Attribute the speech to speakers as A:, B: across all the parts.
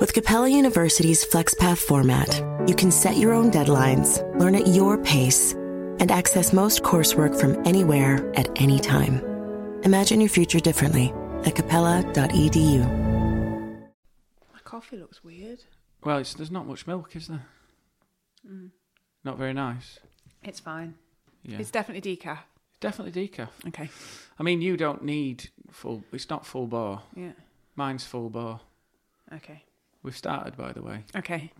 A: With Capella University's FlexPath format, you can set your own deadlines, learn at your pace, and access most coursework from anywhere at any time. Imagine your future differently at capella.edu.
B: My coffee looks weird.
C: Well, it's, there's not much milk, is there? Not very nice.
B: It's fine.
C: Yeah.
B: It's definitely decaf.
C: definitely decaf.
B: Okay.
C: I mean, you don't need full. It's not full bar.
B: Yeah.
C: Mine's full bar.
B: Okay.
C: We've started, by the way.
B: Okay.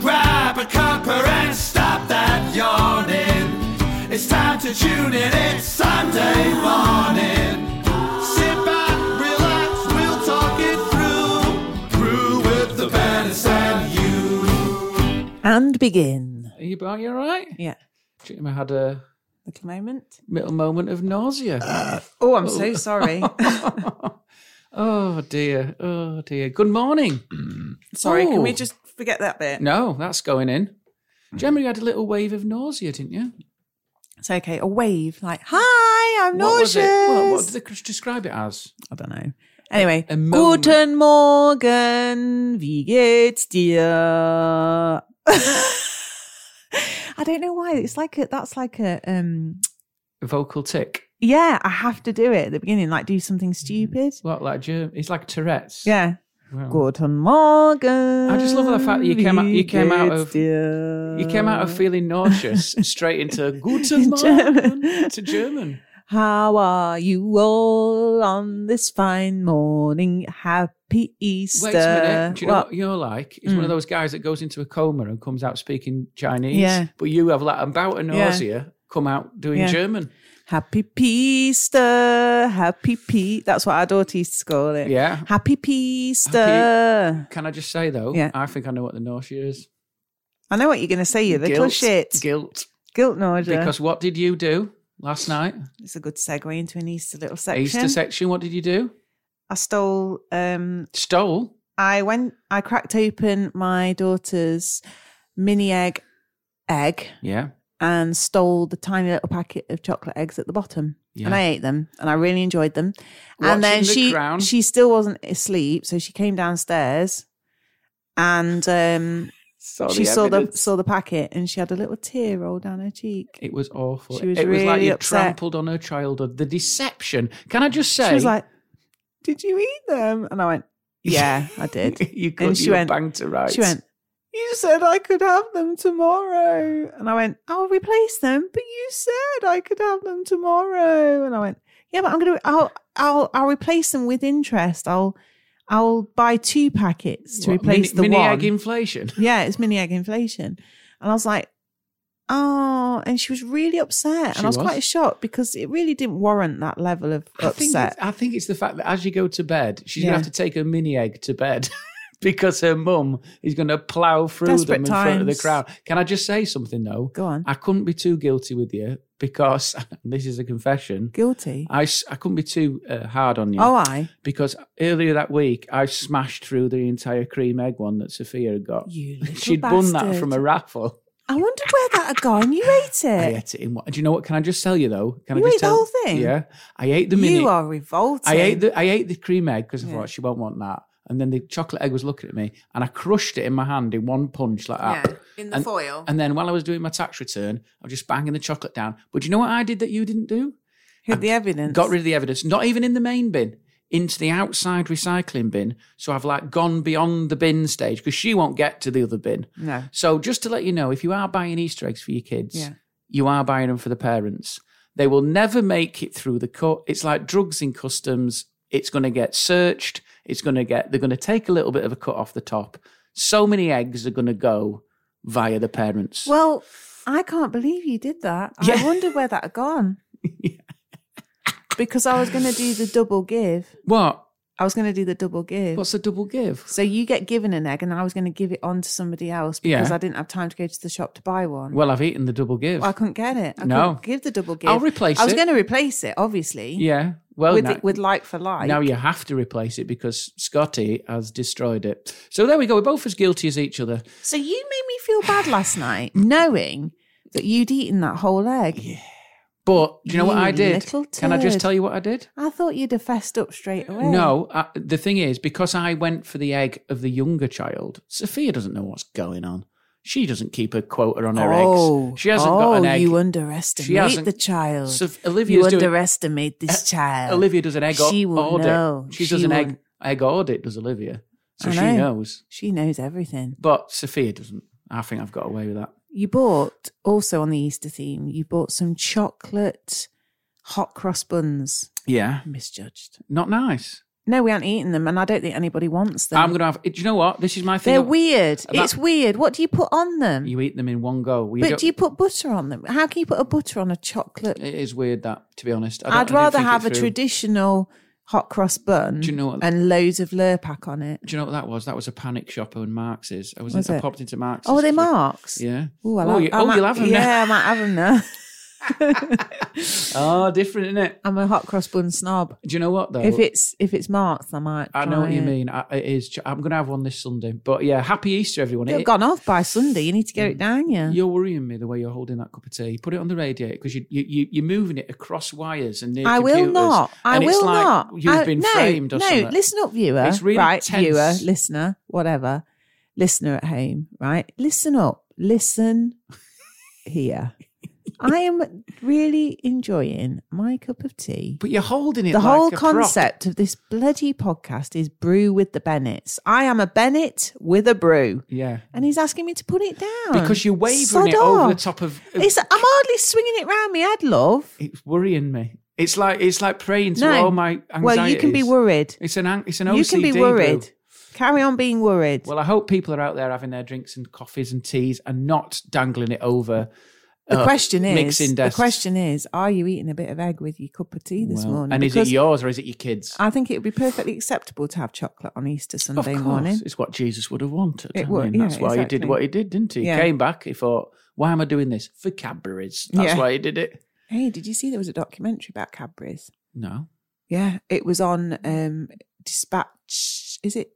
D: Grab a cuppa and stop that yawning. It's time to tune in, it's Sunday morning. Sit back, relax, we'll talk it through. Through with the Bennis and you.
E: And begin.
C: Are you, are you all right?
E: Yeah.
C: Jim had a
E: Little moment.
C: little moment of nausea.
E: Oh, I'm so sorry.
C: oh dear. Oh dear. Good morning.
E: sorry, can we
C: Oh.
E: just forget that bit?
C: No, that's going in. Gemma, you had a little wave of nausea, didn't you?
E: It's okay. A wave, like, hi, I'm
C: What was
E: nauseous.
C: it? Well, what did they describe it as?
E: I don't know. Anyway,
C: A moment.
E: guten Morgen, wie geht's dir? I don't know why. It's like a, that's like a um
C: A vocal tick.
E: yeah. I have to do it at the beginning, like do something
C: Mm.
E: stupid.
C: What, like Germ? It's like Tourette's.
E: Yeah.
C: Wow.
E: Guten Morgen.
C: I just love the fact that you came out- you
E: wie
C: came out
E: geht's
C: of-
E: dir?
C: You came out
E: Mm.
C: of feeling nauseous straight into Guten
E: German.
C: Morgen to German.
E: How are you all on this fine morning? Happy Easter.
C: Wait a minute. Do you know
E: What?
C: what you're like? It's
E: mm.
C: one of those guys that goes into a coma and comes out speaking Chinese.
E: Yeah.
C: But you have like about a
E: Yeah.
C: nausea, come out doing
E: Yeah.
C: German.
E: Happy Easter. Happy Pe. That's what our daughter used to call it.
C: Yeah.
E: Happy Easter.
C: Can I just say though?
E: Yeah.
C: I think I know what the nausea is.
E: I know what you're going to say, you little
C: Guilt.
E: shit.
C: Guilt.
E: Guilt nausea.
C: Because what did you do last night?
E: it's a good segue into an Easter little section.
C: Easter section. What did you do?
E: I stole, um,
C: Stole.
E: I went, I cracked open my daughter's mini egg egg.
C: Yeah.
E: and stole the tiny little packet of chocolate eggs at the bottom. And
C: Yeah.
E: I ate them and I really enjoyed them. and then
C: Watching The
E: she
C: Crown.
E: she still wasn't asleep, so she came downstairs and um
C: Saw
E: she saw the
C: evidence.
E: saw the packet and she had a little tear roll down her cheek.
C: It was awful.
E: She was
C: it was like
E: really
C: you
E: upset.
C: trampled on her childhood. The deception. Can I just say?
E: She was like, Did you eat them? And I went, Yeah, I did.
C: you could.
E: and she
C: you were
E: went-
C: banged to rights.
E: She went, You said I could have them tomorrow. And I went, I'll replace them, but you said I could have them tomorrow. And I went, Yeah, but I'm gonna I'll I'll I'll replace them with interest. I'll I'll buy two packets to
C: What, mini,
E: replace the
C: mini
E: one.
C: egg inflation.
E: yeah, it's mini egg inflation. And I was like, Oh, and she was really upset.
C: She
E: and I was,
C: was.
E: quite shocked because it really didn't warrant that level of
C: I think, it's,
E: upset.
C: I think it's the fact that as you go to bed, she's
E: Yeah.
C: going to have to take her mini egg to bed because her mum is going to plough through them in
E: Desperate
C: front of the
E: times.
C: crowd. Can I just say something though?
E: Go on.
C: I couldn't be too guilty with you because this is a confession.
E: Guilty.
C: I, s- I couldn't be too uh, hard on you
E: Oh I.
C: because earlier that week I smashed through the entire cream egg one that Sophia had got.
E: You little
C: She'd won that from a
E: bastard.
C: raffle.
E: I wonder where that had gone. You ate
C: I
E: it.
C: ate it in one. Do you know what? Can I just tell you though? Can
E: Eh. You
C: I just
E: ate the
C: tell-
E: whole thing?
C: Yeah, I ate the mini.
E: You are revolting.
C: I ate the I ate the cream egg because I
E: Yeah.
C: thought she won't want that. And then the chocolate egg was looking at me, and I crushed it in my hand in one punch like that.
E: in
C: the And-
E: foil.
C: And then while I was doing my tax return, I was just banging the chocolate down. But do you know what I did that you didn't do?
E: Hid the evidence.
C: Got rid of the evidence, not even in the main bin, into the outside recycling bin. So I've like gone beyond the bin stage because she won't get to the other bin.
E: No.
C: So just to let you know, if you are buying Easter eggs for your kids,
E: Yeah.
C: you are buying them for the parents. They will never make it through the cut. It's like drugs in customs. It's going to get searched. It's going to get, they're going to take a little bit of a cut off the top. So many eggs are going to go via the parents.
E: Well, I can't believe you did that.
C: Yeah.
E: I wonder where that had gone. Because I was going to do the double give.
C: what?
E: I was going to do the double give.
C: What's a double give?
E: so you get given an egg, and I was going to give it on to somebody else because
C: Yeah.
E: I didn't have time to go to the shop to buy one.
C: Well, I've eaten the double give.
E: I couldn't get it. I
C: No.
E: couldn't give the double give.
C: I'll replace
E: I was
C: it.
E: going to replace it, obviously.
C: yeah. Well,
E: with
C: now,
E: it, with like for like.
C: now you have to replace it because Scotty has destroyed it. So there we go. We're both as guilty as each other.
E: So you made me feel bad last night, knowing that you'd eaten that whole egg.
C: But do you know what
E: You
C: I did?
E: little
C: Can I just
E: turd.
C: tell you what I did?
E: I thought you'd have fessed up straight away.
C: No, I, the thing is, because I went for the egg of the younger child, Sophia doesn't know what's going on. She doesn't keep a quota on her
E: oh,
C: eggs. She hasn't
E: oh,
C: got an egg.
E: You
C: She hasn't-
E: underestimate the child.
C: So Olivia's
E: you
C: doing- Uh,
E: underestimate this child.
C: Olivia does an egg au-
E: She will
C: audit.
E: know.
C: She,
E: She
C: does an
E: will-
C: egg egg audit, does Olivia? So
E: I
C: she
E: know.
C: knows.
E: She knows everything.
C: But Sophia doesn't. I think I've got away with that.
E: You bought also on the Easter theme. You bought some chocolate hot cross buns.
C: Yeah,
E: Misjudged.
C: not nice.
E: No, we aren't eating them, and I don't think anybody wants them.
C: I'm gonna have. Do you know what? This is my thing.
E: They're weird.
C: About-
E: it's weird. What do you put on them?
C: You eat them in one go. We
E: but
C: don't-
E: do you put butter on them? How can you put a butter on a chocolate?
C: It is weird that, to be honest. I don't- I
E: I'd
C: didn't
E: rather
C: think it
E: have a
C: through.
E: traditional hot cross bun
C: Do you know what-
E: and loads of Lurpak on it.
C: Do you know what that was? That was a panic shopper in Marx's. I was,
E: Was
C: in, I
E: it?
C: popped into Marx's.
E: Oh, are they
C: for-
E: marks?
C: Yeah.
E: Ooh, I
C: oh,
E: like,
C: you,
E: I
C: oh
E: might-
C: you'll have them now.
E: Yeah, I might have them now.
C: Oh, different, isn't it?
E: I'm a hot cross bun snob.
C: Do you know what though?
E: If it's if it's marks, I might.
C: I know
E: try
C: what you
E: it.
C: mean. I, it is. ch- I'm going to have one this Sunday. But yeah, happy Easter, everyone.
E: They've
C: It- Mm.
E: gone off by Sunday. You need to get it down, yeah.
C: You're worrying me the way you're holding that cup of tea. Put it on the radiator because you, you, you, you're moving it across wires and near
E: I will
C: computers,
E: not. I
C: and
E: will
C: it's like
E: not.
C: You've
E: I-
C: been
E: no,
C: framed or
E: no,
C: something.
E: listen up, viewer.
C: It's really
E: right,
C: tense.
E: viewer, listener, whatever, listener at home. Right, listen up. Listen here. I am really enjoying my cup of tea.
C: But you're holding it.
E: The
C: like
E: whole
C: a prop.
E: concept of this bloody podcast is brew with the Bennetts. I am a Bennett with a brew.
C: Yeah.
E: And he's asking me to put it down.
C: Because you're wavering
E: Sod
C: it over the
E: off.
C: top of.
E: It's, I'm hardly swinging it round my head, love.
C: it's worrying me. It's like it's like praying to all my anxieties.
E: well, you can be worried.
C: It's an an- it's an OCD.
E: You can be
C: boo.
E: worried. Carry on being worried.
C: Well, I hope people are out there having their drinks and coffees and teas and not dangling it over.
E: the
C: uh,
E: question is,
C: mixing
E: the
C: desks.
E: question is, are you eating a bit of egg with your cup of tea this
C: Well,
E: morning?
C: And is it
E: Because
C: yours or is it your kids?
E: I think it would be perfectly acceptable to have chocolate on Easter
C: of
E: Sunday
C: course,
E: morning.
C: it's what Jesus would have wanted.
E: It
C: I
E: would,
C: mean,
E: yeah,
C: that's why he did
E: exactly.
C: what he did, didn't he? He
E: Yeah.
C: Came back, he thought, "Why am I doing this for Cadbury's?" That's
E: Yeah.
C: why he did it.
E: Hey, did you see there was a documentary about Cadbury's?
C: No,
E: Yeah, it was on um, Dispatch. Is it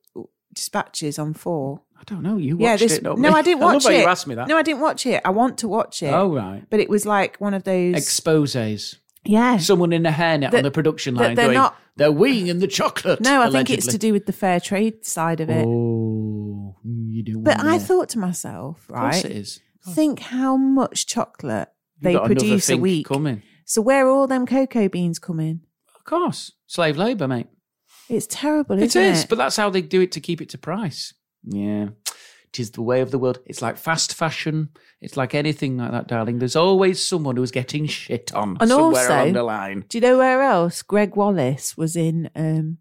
E: Dispatches on four?
C: I don't know. You watched
E: yeah, this.
C: it? Not
E: no,
C: me.
E: I didn't
C: love
E: watch
C: how
E: it.
C: You asked me that.
E: No, I didn't watch it. I want to watch it.
C: oh right,
E: but it was like one of those.
C: exposes.
E: yeah.
C: Someone in a hairnet on
E: That-
C: the production
E: that
C: line
E: they're
C: going,
E: not-
C: "They're winging the chocolate."
E: No, I
C: allegedly.
E: think it's to do with the fair trade side of it.
C: Oh, you do.
E: But
C: wonder.
E: I thought to myself,
C: Of course
E: right?
C: it is.
E: Think how much chocolate
C: You've
E: they
C: got another
E: produce a
C: think
E: week.
C: coming.
E: So where are all them cocoa beans coming?
C: Of course, slave labour, mate.
E: It's terrible,
C: It
E: isn't
C: is,
E: it?
C: but that's how they do it to keep it to price. Yeah, it is the way of the world. It's like fast fashion. It's like anything like that, darling. There's always someone who's getting shit on
E: And
C: somewhere
E: also-
C: along the line.
E: Do you know where else? Greg Wallace was in um,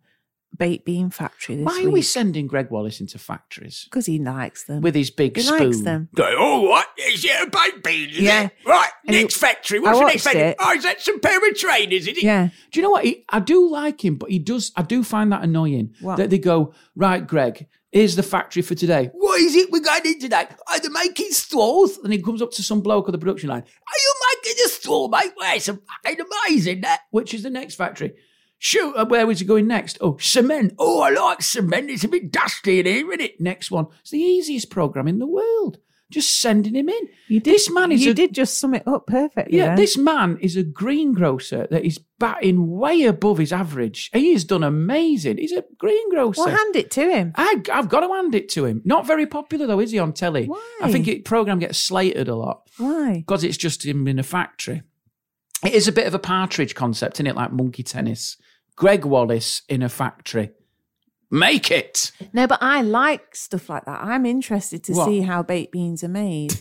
E: Baked Bean Factory this
C: Why
E: week.
C: are we sending Greg Wallace into factories
E: Because he likes them.
C: with his big
E: He
C: spoon?
E: likes them.
C: Going, oh, what? Is it a baked bean? Is
E: Yeah.
C: It? Right,
E: And he-
C: next factory.
E: I
C: What's the next
E: watched
C: factory?
E: it.
C: Oh, is that some pair of trainers? Is it?
E: yeah.
C: Do you know what? He, I do like him, but he does. I do find that annoying
E: What?
C: that they go right, Greg. Here's the factory for today. What is it we're going to do today? Are they making straws? And he comes up to some bloke on the production line. Are you making a straw, mate? Well, it's fucking amazing that. Which is the next factory? Shoot, uh, where was he going next? Oh, cement. Oh, I like cement. It's a bit dusty in here, isn't it? Next one. It's the easiest program in the world. Just sending him in.
E: You did,
C: This man is
E: you
C: a-
E: did just sum it up perfectly.
C: Yeah,
E: then.
C: this man is a greengrocer that is batting way above his average. He has done amazing. He's a greengrocer.
E: Well, hand it to him.
C: I, I've got to hand it to him. Not very popular though, is he on telly?
E: Why?
C: I think it program gets slated a lot
E: Why?
C: because it's just him in a factory. It is a bit of a partridge concept, isn't it? Like monkey tennis. Greg Wallace in a factory. Make it.
E: No, but I like stuff like that. I'm interested to
C: What?
E: see how baked beans are made.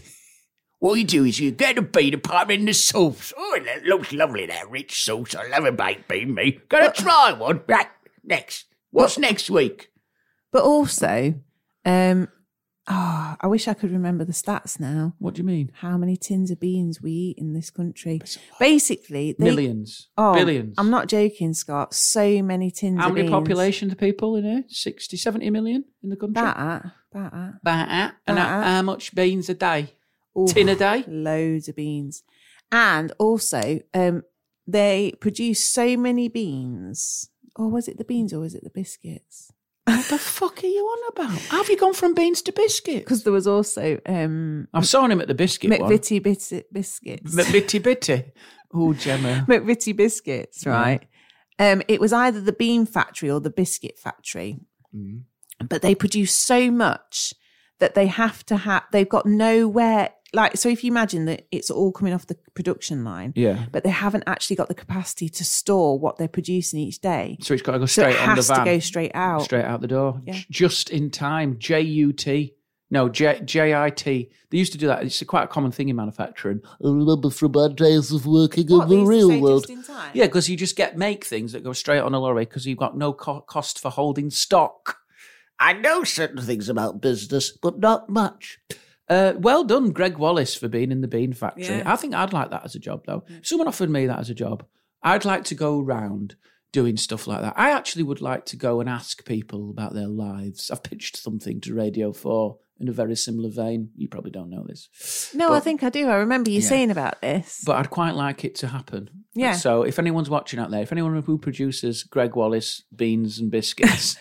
C: What you do is you get a bean and put 'em in the sauce. Oh, that looks lovely, that rich sauce. I love a baked bean, me. Gonna try one. Right. next? What's next week?
E: But also, um, oh, I wish I could remember the stats now.
C: What do you mean?
E: How many tins of beans we eat in this country? Basically, they,
C: Millions.
E: Oh,
C: billions.
E: I'm not joking, Scott. So many tins.
C: How
E: of
C: many
E: beans.
C: population of people in here? 60, 70 million in the country?
E: That, that.
C: That. And
E: That.
C: how- how much beans a day?
E: Oof,
C: Tin a day?
E: Loads of beans, and also um, they produce so many beans. Or was it the beans, or was it the biscuits?
C: What the fuck are you on about? How have you gone from beans to biscuit?
E: Because there was also um,
C: I saw him at the biscuit one.
E: McVitty bis- biscuits.
C: McVitty bitty. Oh, Gemma.
E: McVitty biscuits, right? Um, it was either the bean factory or the biscuit factory,
C: Mm.
E: but they produce so much that they have to have. They've got nowhere. Like, so if you imagine that it's all coming off the production line,
C: Yeah.
E: but they haven't actually got the capacity to store what they're producing each day.
C: So it's got to go
E: So
C: straight
E: it
C: on the
E: has
C: van.
E: to go straight out.
C: Straight out the door.
E: Yeah.
C: J- Just in time. J U T. No, J J I T. They used to do that. It's quite a common thing in manufacturing. I remember from my days of working
E: What,
C: in the
E: these are
C: real
E: so
C: world.
E: just in time?
C: Yeah, because you just get make things that go straight on a lorry because you've got no co- cost for holding stock. I know certain things about business, but not much. Uh, well done, Greg Wallace, for being in the bean factory.
B: Yeah.
C: I think I'd like that as a job, though. If Someone offered me that as a job. I'd like to go round doing stuff like that. I actually would like to go and ask people about their lives. I've pitched something to Radio 4 in a very similar vein. You probably don't know this.
E: No, I
C: But-
E: think I do. I remember you
C: Yeah.
E: saying about this.
C: but I'd quite like it to happen.
E: Yeah.
C: So if anyone's watching out there, if anyone who produces Greg Wallace beans and biscuits,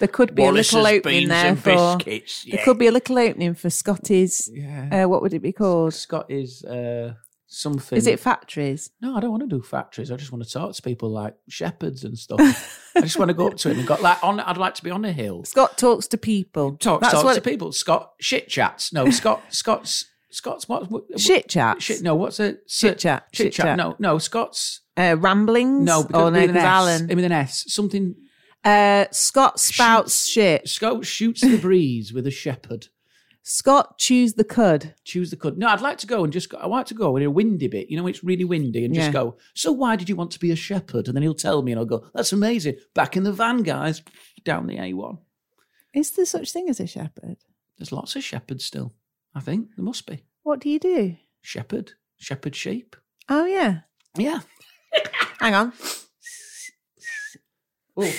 E: there could be
C: Wallace's
E: a little opening
C: beans
E: there
C: and
E: for.
C: biscuits, yeah.
E: There could be a little opening for Scotty's.
C: yeah,
E: Uh, what would it be called?
C: Scott is uh, something.
E: Is it factories?
C: no, I don't want to do factories. I just want to talk to people like shepherds and stuff. I just want to go up to him and got like on. I'd like to be on a hill.
E: Scott talks to people.
C: Talk,
E: That's
C: talk
E: what
C: to people. Scott shit chats. No, Scott. Scott's. Scott's what? what
E: Shit chats.
C: Shit. No, what's it?
E: Chit chat,
C: Chit
E: chit
C: chat.
E: chat.
C: No, no. Scott's.
E: Uh, ramblings.
C: No,
E: oh,
C: because
E: no,
C: with an
E: because
C: S,
E: Alan.
C: With an S. Something
E: Uh, Scott spouts shit.
C: Scout shoots the breeze with a shepherd.
E: Scott chews the cud.
C: Choose the cud. No, I'd like to go and just go. I want to go in a windy bit. You know, it's really windy, and just
E: Yeah.
C: go. So why did you want to be a shepherd? And then he'll tell me, and I'll go. That's amazing. Back in the van, guys, down the A1.
E: Is there such thing as a shepherd?
C: There's lots of shepherds still. I think there must be
E: What do you do?
C: shepherd, shepherd sheep.
E: Oh yeah.
C: Yeah.
E: Hang on.
C: Oh,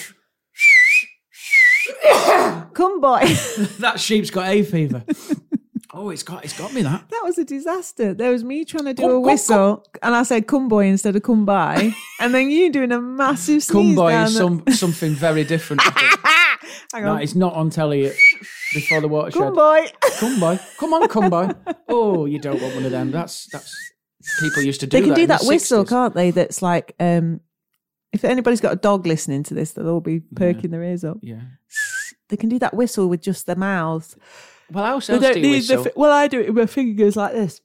E: Come boy.
C: that sheep's got hay fever. oh, it's got it's got me that.
E: that was a disaster. There was me trying to do
C: Come,
E: a
C: come,
E: whistle and I said come boy instead of come by. and then you doing a massive sneeze.
C: Cumboy
E: down
C: is
E: the-
C: some something very different. I think.
E: Hang
C: that
E: on.
C: is not on telly before the watershed.
E: Come boy.
C: Come by, come on, come by. Oh, you don't want one of them. That's that's people used to do.
E: they can
C: that
E: do
C: in the
E: that whistle,
C: 60s.
E: can't they? That's like um if anybody's got a dog listening to this, they'll all be perking their ears up.
C: Yeah.
E: They can do that whistle with just their mouths.
C: Well, I
E: They
C: also
E: don't
C: do
E: need
C: whistle.
E: the. Fi- well, I do it with my fingers like this.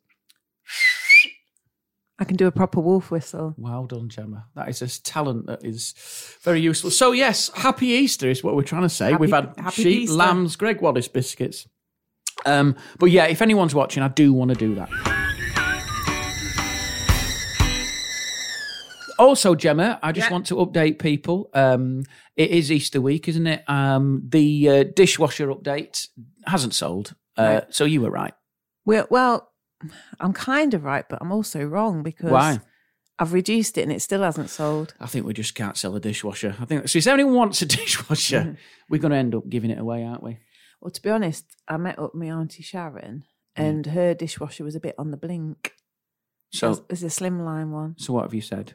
E: I can do a proper wolf whistle.
C: Well done, Gemma. That is a talent that is very useful. So yes, happy Easter is what we're trying to say.
E: Happy-
C: We've had
E: happy
C: sheep,
E: Easter.
C: lambs, Greg Wallace biscuits. Um, but yeah, if anyone's watching, I do want to do that. Also, Gemma, I just want to update people. Um, it is Easter week, isn't it? Um, the uh, dishwasher update hasn't sold, uh, so you were right.
E: Well, well, I'm kind of right, but I'm also wrong because
C: Why?
E: I've reduced it and it still hasn't sold.
C: I think we just can't sell a dishwasher. I think so. If anyone wants a dishwasher,
E: Mm.
C: we're going to end up giving it away, aren't we?
E: Well, to be honest, I met up my auntie Sharon, and her dishwasher was a bit on the blink.
C: So,
E: It's- it's a slimline one.
C: so what have you said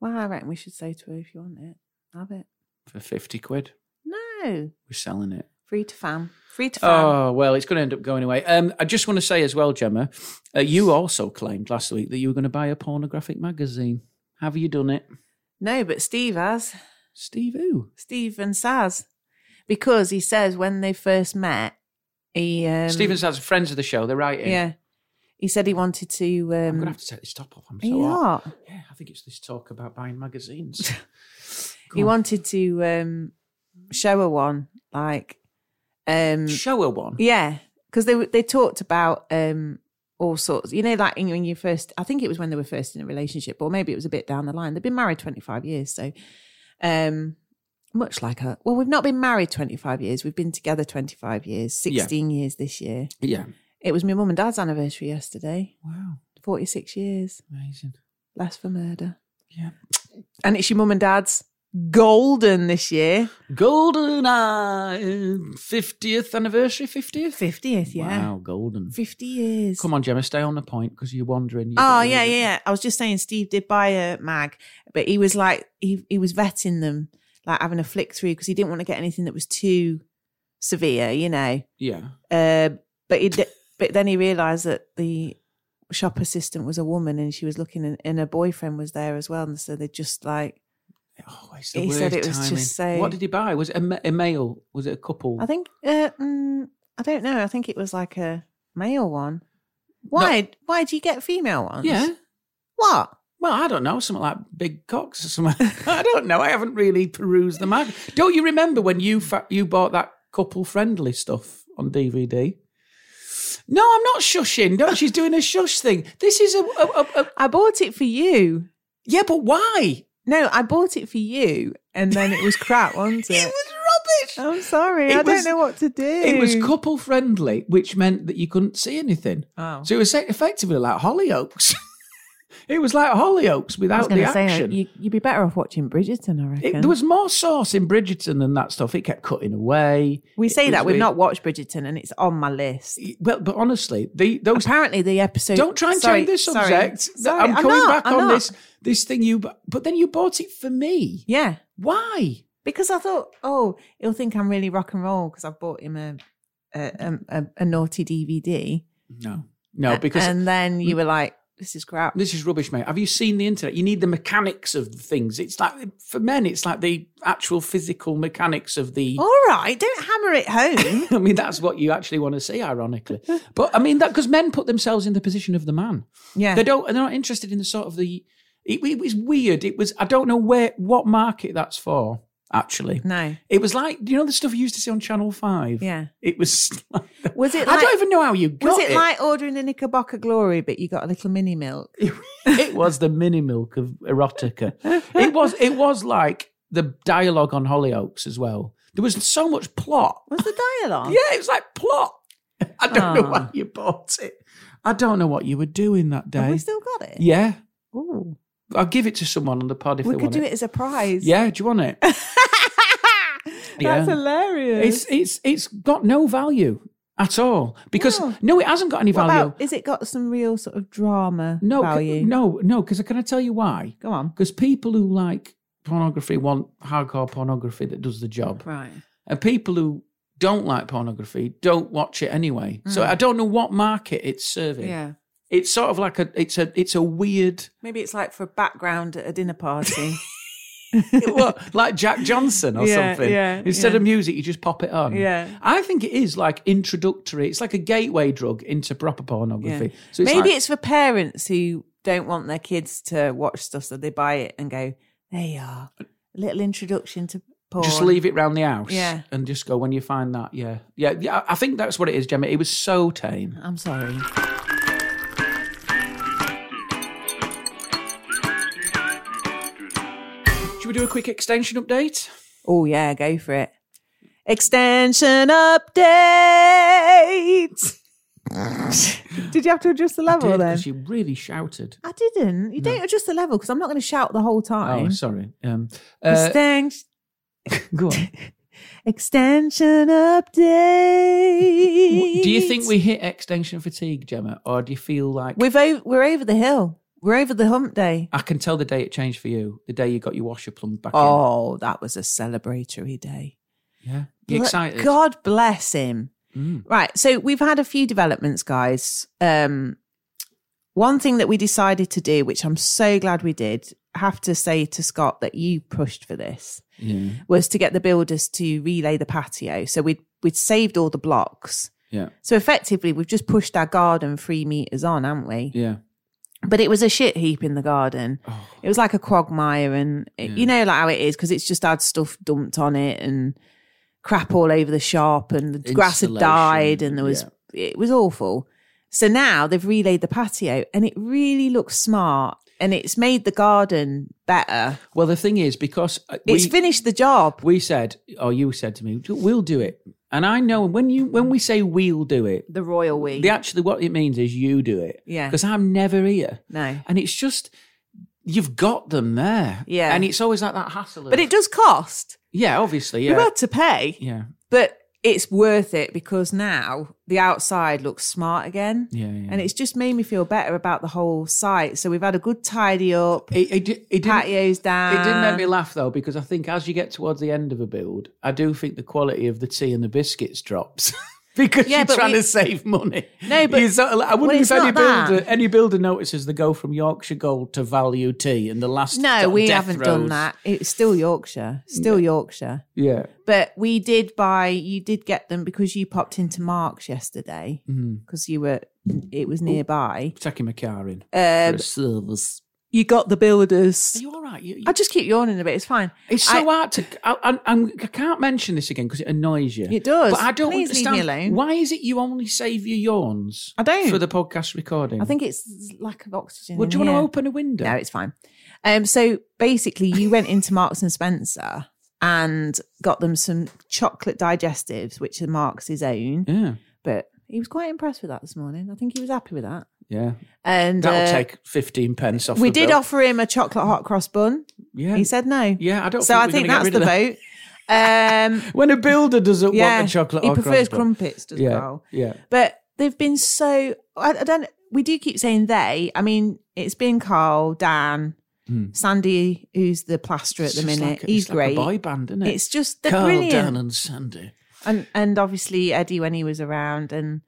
E: Well, I reckon we should say to her if you want it, have it.
C: for fifty quid?
E: No,
C: We're selling it.
E: free to fam, free to fam.
C: Oh well, it's going to end up going away. Um, I just want to say as well, Gemma, uh, you also claimed last week that you were going to buy a pornographic magazine. Have you done it,
E: No, but Steve has.
C: Steve? Who?
E: Steve and Saz, because he says when they first met, he um,
C: Stephen Saz, friends of the show. They're right in.
E: yeah, he said he wanted to. Um,
C: I'm going to have to take this top off. I'm
E: are you
C: so hot.
E: not?
C: Yeah, I think it's this talk about buying magazines.
E: He wanted to um, show her one, like, um,
C: Show her one.
E: yeah, because they were- they talked about um, all sorts. You know, like in- when you first, I think it was when they were first in a relationship, or maybe it was a bit down the line. They've been married 25 years, so um, Much like her. Well, we've not been married 25 years. We've been together 25 years, 16 years this year.
C: Yeah.
E: It was my mum and dad's anniversary yesterday.
C: Wow.
E: 46 years.
C: Amazing.
E: Last for murder.
C: Yeah.
E: And it's your mum and dad's golden this year.
C: Golden Eye. 50th anniversary, 50th?
E: 50th, yeah.
C: Wow, golden.
E: 50 years.
C: Come on, Gemma, stay on the point because you're wandering. You
E: Oh
C: don't
E: yeah,
C: need
E: yeah,
C: it.
E: yeah. I was just saying Steve did buy a mag, but he was like he he was vetting them, like having a flick through because he didn't want to get anything that was too severe, you know.
C: Yeah.
E: Uh, but he d- but then he realised that the shop assistant was a woman and she was looking and, and her boyfriend was there as well, and so they just like
C: Oh, it's the
E: He
C: worst
E: said it was just
C: timing.
E: so-
C: What did he buy? Was it a, ma- a male? Was it a couple?
E: I think uh, mm, I don't know. I think it was like a male one. Why why do you get female ones?
C: Yeah.
E: What?
C: Well, I don't know. Something like big cocks or something. I don't know. I haven't really perused the mag. Don't you remember when you fa- you bought that couple friendly stuff on DVD? No, I'm not shushing. No, she's doing a shush thing. This is a, a- a- a-
E: I bought it for you.
C: yeah, but why?
E: No, I bought it for you, and then it was crap, wasn't it?
C: was rubbish.
E: I'm sorry,
C: It
E: I
C: was-
E: don't know what to do.
C: Oh, It was couple friendly, which meant that you couldn't see anything.
E: Oh.
C: So it was effectively like Hollyoaks. it was like Hollyoaks
E: I was
C: without
E: going
C: the
E: to say, uh,
C: action.
E: you, you'd be better off watching Bridgerton, I
C: It,
E: reckon.
C: there was more sauce in Bridgerton than that stuff. It kept cutting away.
E: we
C: It
E: say that
C: was
E: we've
C: weird.
E: not watched Bridgerton, and it's on my list.
C: Well, but honestly, the those
E: Apparently, the episode.
C: don't try and
E: sorry,
C: change the
E: sorry,
C: subject.
E: sorry,
C: I'm coming
E: not,
C: back
E: I'm
C: on
E: not.
C: this this thing you. bu- But then you bought it for me.
E: Yeah,
C: Why?
E: because I thought, oh, he'll think I'm really rock and roll because I've bought him a a, um, a, a, a naughty DVD.
C: No, no, because
E: and then you were like, "This is crap."
C: This is rubbish, mate. Have you seen the internet? You need the mechanics of the things. It's like for men, it's like the actual physical mechanics of the.
E: All right, don't hammer it home.
C: I mean, that's what you actually want to see, ironically. But I mean that because men put themselves in the position of the man.
E: yeah,
C: They don't. They're not interested in the sort of the. It, it was weird. It was. I don't know where what market that's for. Actually,
E: no,
C: it was like you know the stuff you used to see on Channel Five.
E: yeah.
C: It was. Like,
E: Was it
C: I
E: like-
C: don't even know how you got
E: Was it, like ordering a Knickerbocker Glory, but you got a little mini milk?
C: it was the mini milk of erotica. It was it was like the dialogue on Hollyoaks as well. There was so much plot.
E: Was the dialogue?
C: Yeah, it was like plot. I don't know
E: Ah.
C: why you bought it. I don't know what you were doing that
E: Have
C: day.
E: we still got it?
C: yeah,
E: Ooh.
C: I'll give it to someone on the pod if
E: We
C: they want
E: could do it as a prize.
C: Yeah, do you want it? Yeah.
E: That's hilarious.
C: it's it's it's got no value at all because
E: No.
C: no, it hasn't got any
E: What
C: value.
E: about, is it got some real sort of drama
C: no, c-
E: value?
C: no, no. Because can I tell you why?
E: Go on.
C: Because people who like pornography want hardcore pornography that does the job.
B: Right.
C: And people who don't like pornography don't watch it anyway. So
E: Mm.
C: I don't know what market it's serving.
B: Yeah.
C: It's sort of like a it's a it's a weird
E: Maybe it's like for background at a dinner party.
C: what, like Jack Johnson or
E: Yeah,
C: something.
E: yeah,
C: Instead
E: yeah.
C: of music, you just pop it on.
E: Yeah.
C: I think it is like introductory. It's like a gateway drug into proper pornography.
E: Yeah.
C: So it's
E: Maybe
C: like-
E: it's for parents who don't want their kids to watch stuff, so they buy it and go, there you are. A little introduction to porn.
C: just leave it round the house
E: Yeah.
C: and just go when you find that. Yeah. Yeah. Yeah. I I think that's what it is, Gemma. It was so tame.
E: I'm sorry.
C: Should we do a quick extension update?
E: Oh yeah, go for it. Extension update. Did you have to adjust the level
C: Did,
E: then?
C: 'cause you really shouted.
E: I didn't. You don't adjust the level because I'm not going to shout the whole
C: Oh,
E: time.
C: sorry. Um, uh,
E: Exten-
C: go on.
E: extension update.
C: Do you think we hit extension fatigue, Gemma, or do you feel like
E: we've over, we're over the hill? We're over the hump day.
C: I can tell the day it changed for you, the day you got your washer plumbed back
E: Oh, that was a celebratory day.
C: in? Yeah, you
E: Bl-
C: excited?
E: God bless him.
C: Mm.
E: Right. So we've had a few developments, guys. Um, one thing that we decided to do, which I'm so glad we did, I have to say to Scott that you pushed for this,
C: Yeah,
E: was to get the builders to relay the patio. So we'd, we'd saved all the blocks.
C: yeah,
E: So effectively, we've just pushed our garden three meters on, haven't we?
C: yeah.
E: But it was a shit heap in the garden.
C: Oh,
E: It was like a quagmire, and it, you know, like how it is, because it's just had stuff dumped on it and crap all over the shop, and the grass had
C: Insulation,
E: died, and there was it was awful. So now they've relaid the patio, and it really looks smart. and it's made the garden better.
C: Well, the thing is, because uh,
E: it's
C: we-
E: finished the job.
C: we said, or you said to me, we'll do it. And I know when you when we say we'll do it,
E: The royal we.
C: the actually what it means is you do it.
E: Yeah.
C: Because I'm never here.
E: No.
C: And it's just you've got them there.
E: Yeah.
C: And it's always like that hassle. of-
E: But it does cost.
C: yeah, obviously,
E: You
C: yeah,
E: had to pay,
C: yeah,
E: but it's worth it because now the outside looks smart again.
C: yeah, yeah.
E: And it's just made me feel better about the whole site. So we've had a good tidy up,
C: it, it, di- it didn't.
E: patios down.
C: It did make me laugh though, because I think as you get towards the end of a build, I do think the quality of the tea and the biscuits drops. Because
E: Yeah,
C: you're
E: but
C: trying
E: we-
C: to save money.
E: No, but-
C: You sort of like- I
E: well,
C: wonder
E: it's
C: if any
E: not that.
C: builder any builder notices they go from Yorkshire Gold to Value Tea in the last. sort
E: No,
C: of
E: we
C: death
E: haven't done
C: throes.
E: that. It's still Yorkshire, still Yorkshire.
C: Yeah,
E: But we did buy. You did get them because you popped into Marks yesterday
C: Mm-hmm.
E: because you were. It was nearby.
C: taking my car in for
E: Um,
C: a service.
E: you got the builders.
C: Are you all right? You, you-
E: I just keep yawning a bit. It's fine.
C: it's so
E: I-
C: hard to. I, I, I'm, I can't mention this again because it annoys you.
E: It does.
C: But I don't
E: Please leave me
C: understand
E: alone.
C: why is it you only save your yawns?
E: I don't.
C: for the podcast recording.
E: I think it's lack of oxygen.
C: Well,
E: in
C: do you want
E: here.
C: to open a window?
E: No, it's fine. Um, so basically, you went into Marks and Spencer and got them some chocolate digestives, which are Marks's own.
C: yeah,
E: But he was quite impressed with that this morning. I think he was happy with that.
C: yeah.
E: And
C: That'll
E: uh,
C: take fifteen pence off.
E: we
C: the
E: did
C: bill.
E: offer him a chocolate hot cross bun.
C: Yeah,
E: He said no.
C: yeah. I don't.
E: So
C: think
E: I
C: we're
E: think
C: gonna
E: that's
C: get rid
E: the
C: of
E: vote. Um,
C: that. When a builder doesn't
E: yeah,
C: want a chocolate,
E: he
C: or
E: prefers
C: croissant.
E: crumpets as
C: Yeah,
E: well.
C: yeah.
E: But they've been so. I, I don't. We do keep saying they. I mean, it's been Carl, Dan, Sandy, who's the plasterer at
C: Hmm. It's
E: the
C: just
E: minute.
C: like a-
E: He's
C: it's
E: great.
C: Like a boy band, isn't it?
E: It's just they're
C: Carl,
E: brilliant.
C: Dan, and Sandy.
E: and and obviously Eddie when he was around and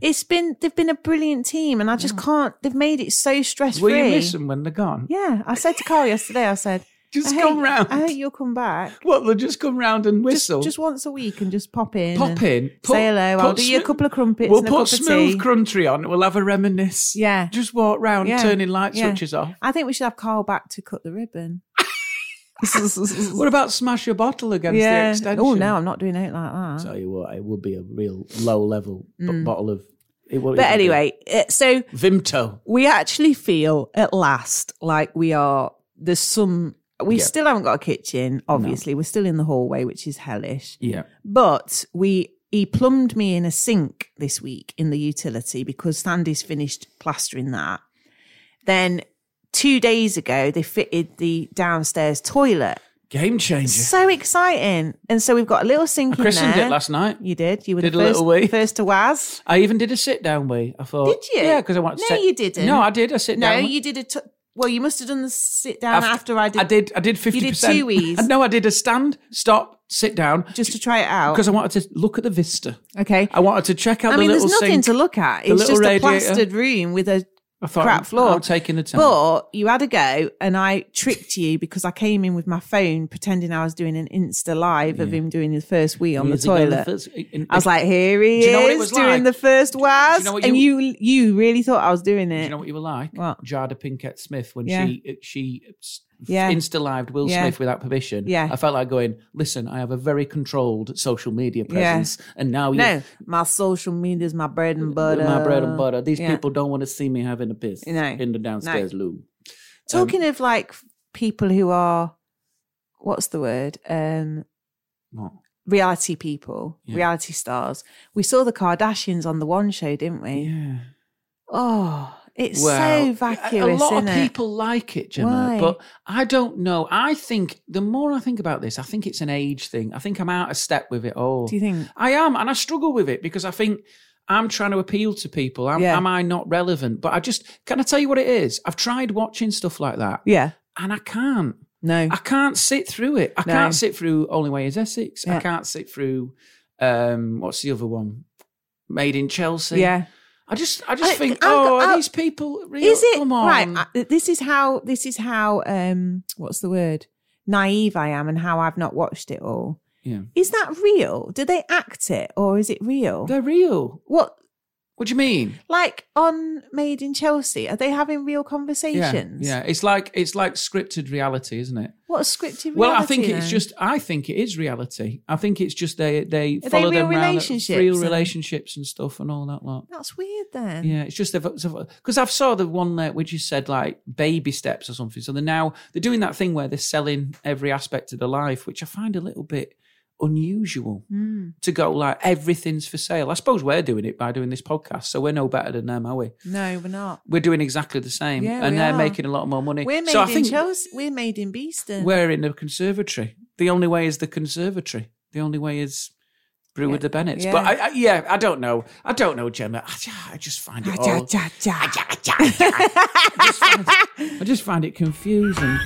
E: it's been they've been a brilliant team and I just can't they've made it so stress
C: Will
E: free.
C: you miss them when they're gone?
E: Yeah, I said to Carl yesterday I said
C: Just
E: I
C: come
E: hope-
C: round.
E: I hope you'll come back.
C: What? They'll just come round and whistle.
E: Just once a week and just pop in.
C: pop
E: and
C: in. put-
E: say hello. I'll
C: put
E: do you a
C: smoo-
E: couple of crumpets
C: We'll
E: and a
C: put
E: cup of
C: smooth
E: tea.
C: country on. We'll have a reminisce.
E: Yeah.
C: Just walk round,
E: Yeah.
C: turning light
E: Yeah.
C: switches off.
E: I think we should have Carl back to cut the ribbon.
C: What about smash your bottle against the
E: yeah.
C: extension?
E: Oh no, I'm not doing it like that.
C: Tell you what, it would be a real low level b- bottle of. It would, it would be
E: Mm. but anyway, uh, so
C: Vimto.
E: we actually feel at last like we are there's some we
C: Yeah.
E: still haven't got a kitchen obviously we're still in the hallway which is hellish
C: Yeah.
E: but we he plumbed me in a sink this week in the utility because sandy's finished plastering that then two days ago they fitted the downstairs toilet
C: Game changer.
E: so exciting and so we've got a little sink
C: I christened
E: in there
C: it last night.
E: you did you were
C: Did
E: the
C: a
E: first,
C: little wee.
E: first to was
C: I even did a sit down wee. I thought.
E: Did you?
C: Yeah, because I wanted to.
E: No,
C: sit-
E: you didn't.
C: No, I did a sit
E: no
C: down. wee.
E: you did a t- well you must have done the sit down
C: I've-
E: after i did
C: I did. I did
E: did
C: fifty percent.
E: two wees.
C: No, I did a stand, stop, sit down,
E: just to try it out
C: because I wanted to look at the vista.
E: Okay.
C: I wanted to check out
E: I
C: the
E: mean, there's
C: little
E: nothing
C: sink.
E: to look at.
C: the
E: It's
C: little
E: just a
C: radiator.
E: plastered room with a
C: I thought, "Oh,
E: crap floor.
C: I'm taking the time.
E: But you had a go, and I tricked you because I came in with my phone pretending I was doing an Insta live of him doing his first wee on the
C: Years ago, the
E: toilet.
C: first- in- in-
E: I was like, "Here he
C: Do you know what it
E: is
C: was
E: doing
C: like?
E: the first was,"
C: you know what
E: and you you really thought I was doing
C: Do
E: it.
C: you know what you were like?
E: "Eh, What?
C: Jada Pinkett Smith when
E: Yeah.
C: she eh, she
E: Yeah.
C: insta lived Will
E: Yeah.
C: Smith without permission.
E: Yeah.
C: I felt like going. Listen, I have a very controlled social media presence, and now you.
E: no, my social media is my bread and butter.
C: My bread and butter. These
E: Yeah.
C: people don't want to see me having a piss
E: No.
C: in the downstairs loo.
E: Talking of like people who are, what's the word? Um,
C: What?
E: reality people, reality stars. We saw the Kardashians on the one show, didn't we?
C: Yeah.
E: Oh, it's so vacuous.
C: A lot
E: isn't
C: of
E: it?
C: people like it, Gemma,
E: Why?
C: but I don't know. I think the more I think about this, I think it's an age thing. I think I'm out of step with it all.
E: Do you think?
C: I am, and I struggle with it because I think I'm trying to appeal to people. Am,
E: Yeah.
C: am I not relevant? But I just can I tell you what it is? I've tried watching stuff like that,
E: Yeah.
C: and I can't.
E: No.
C: I can't sit through it. I
E: No.
C: can't sit through Only Way Is Essex.
E: Yeah.
C: I can't sit through um, what's the other one? Made in Chelsea.
E: yeah.
C: I just, I just
E: I-
C: think,
E: I've
C: oh,
E: got-
C: are
E: I've-
C: these people real?
E: Is it
C: Come on.
E: right? I- This is how. This is how. Um, what's the word? Naive I am, and how I've not watched it all.
C: yeah,
E: Is that real? Do they act it, or is it real?
C: they're real.
E: what?
C: What do you mean?
E: Like on Made in Chelsea, are they having real conversations?
C: Yeah, yeah. It's like it's like scripted reality, isn't it?
E: What a scripted reality?
C: Well, I think it's
E: then?
C: just. I think it is reality. I think it's just they they
E: they
C: follow them
E: real
C: around,
E: relationships
C: real
E: and-
C: relationships and stuff and all that lot.
E: That's weird then.
C: Yeah, it's just because I've saw the one there which is said like baby steps or something. So they're now they're doing that thing where they're selling every aspect of their life, which I find a little bit unusual
E: Mm,
C: to go like everything's for sale. I suppose we're doing it by doing this podcast, so we're no better than them, are we?
E: no, we're not.
C: We're doing exactly the same,
E: Yeah,
C: and
E: we
C: they're
E: are.
C: making a lot more money.
E: We're made
C: so I
E: in
C: think
E: Chelsea. We're made in Beeston.
C: we're in the conservatory. The only way is the conservatory. The only way is Brew with the Bennets. But I, I, yeah, I don't know. I don't know, Gemma. I, I just find it all. I just find it confusing.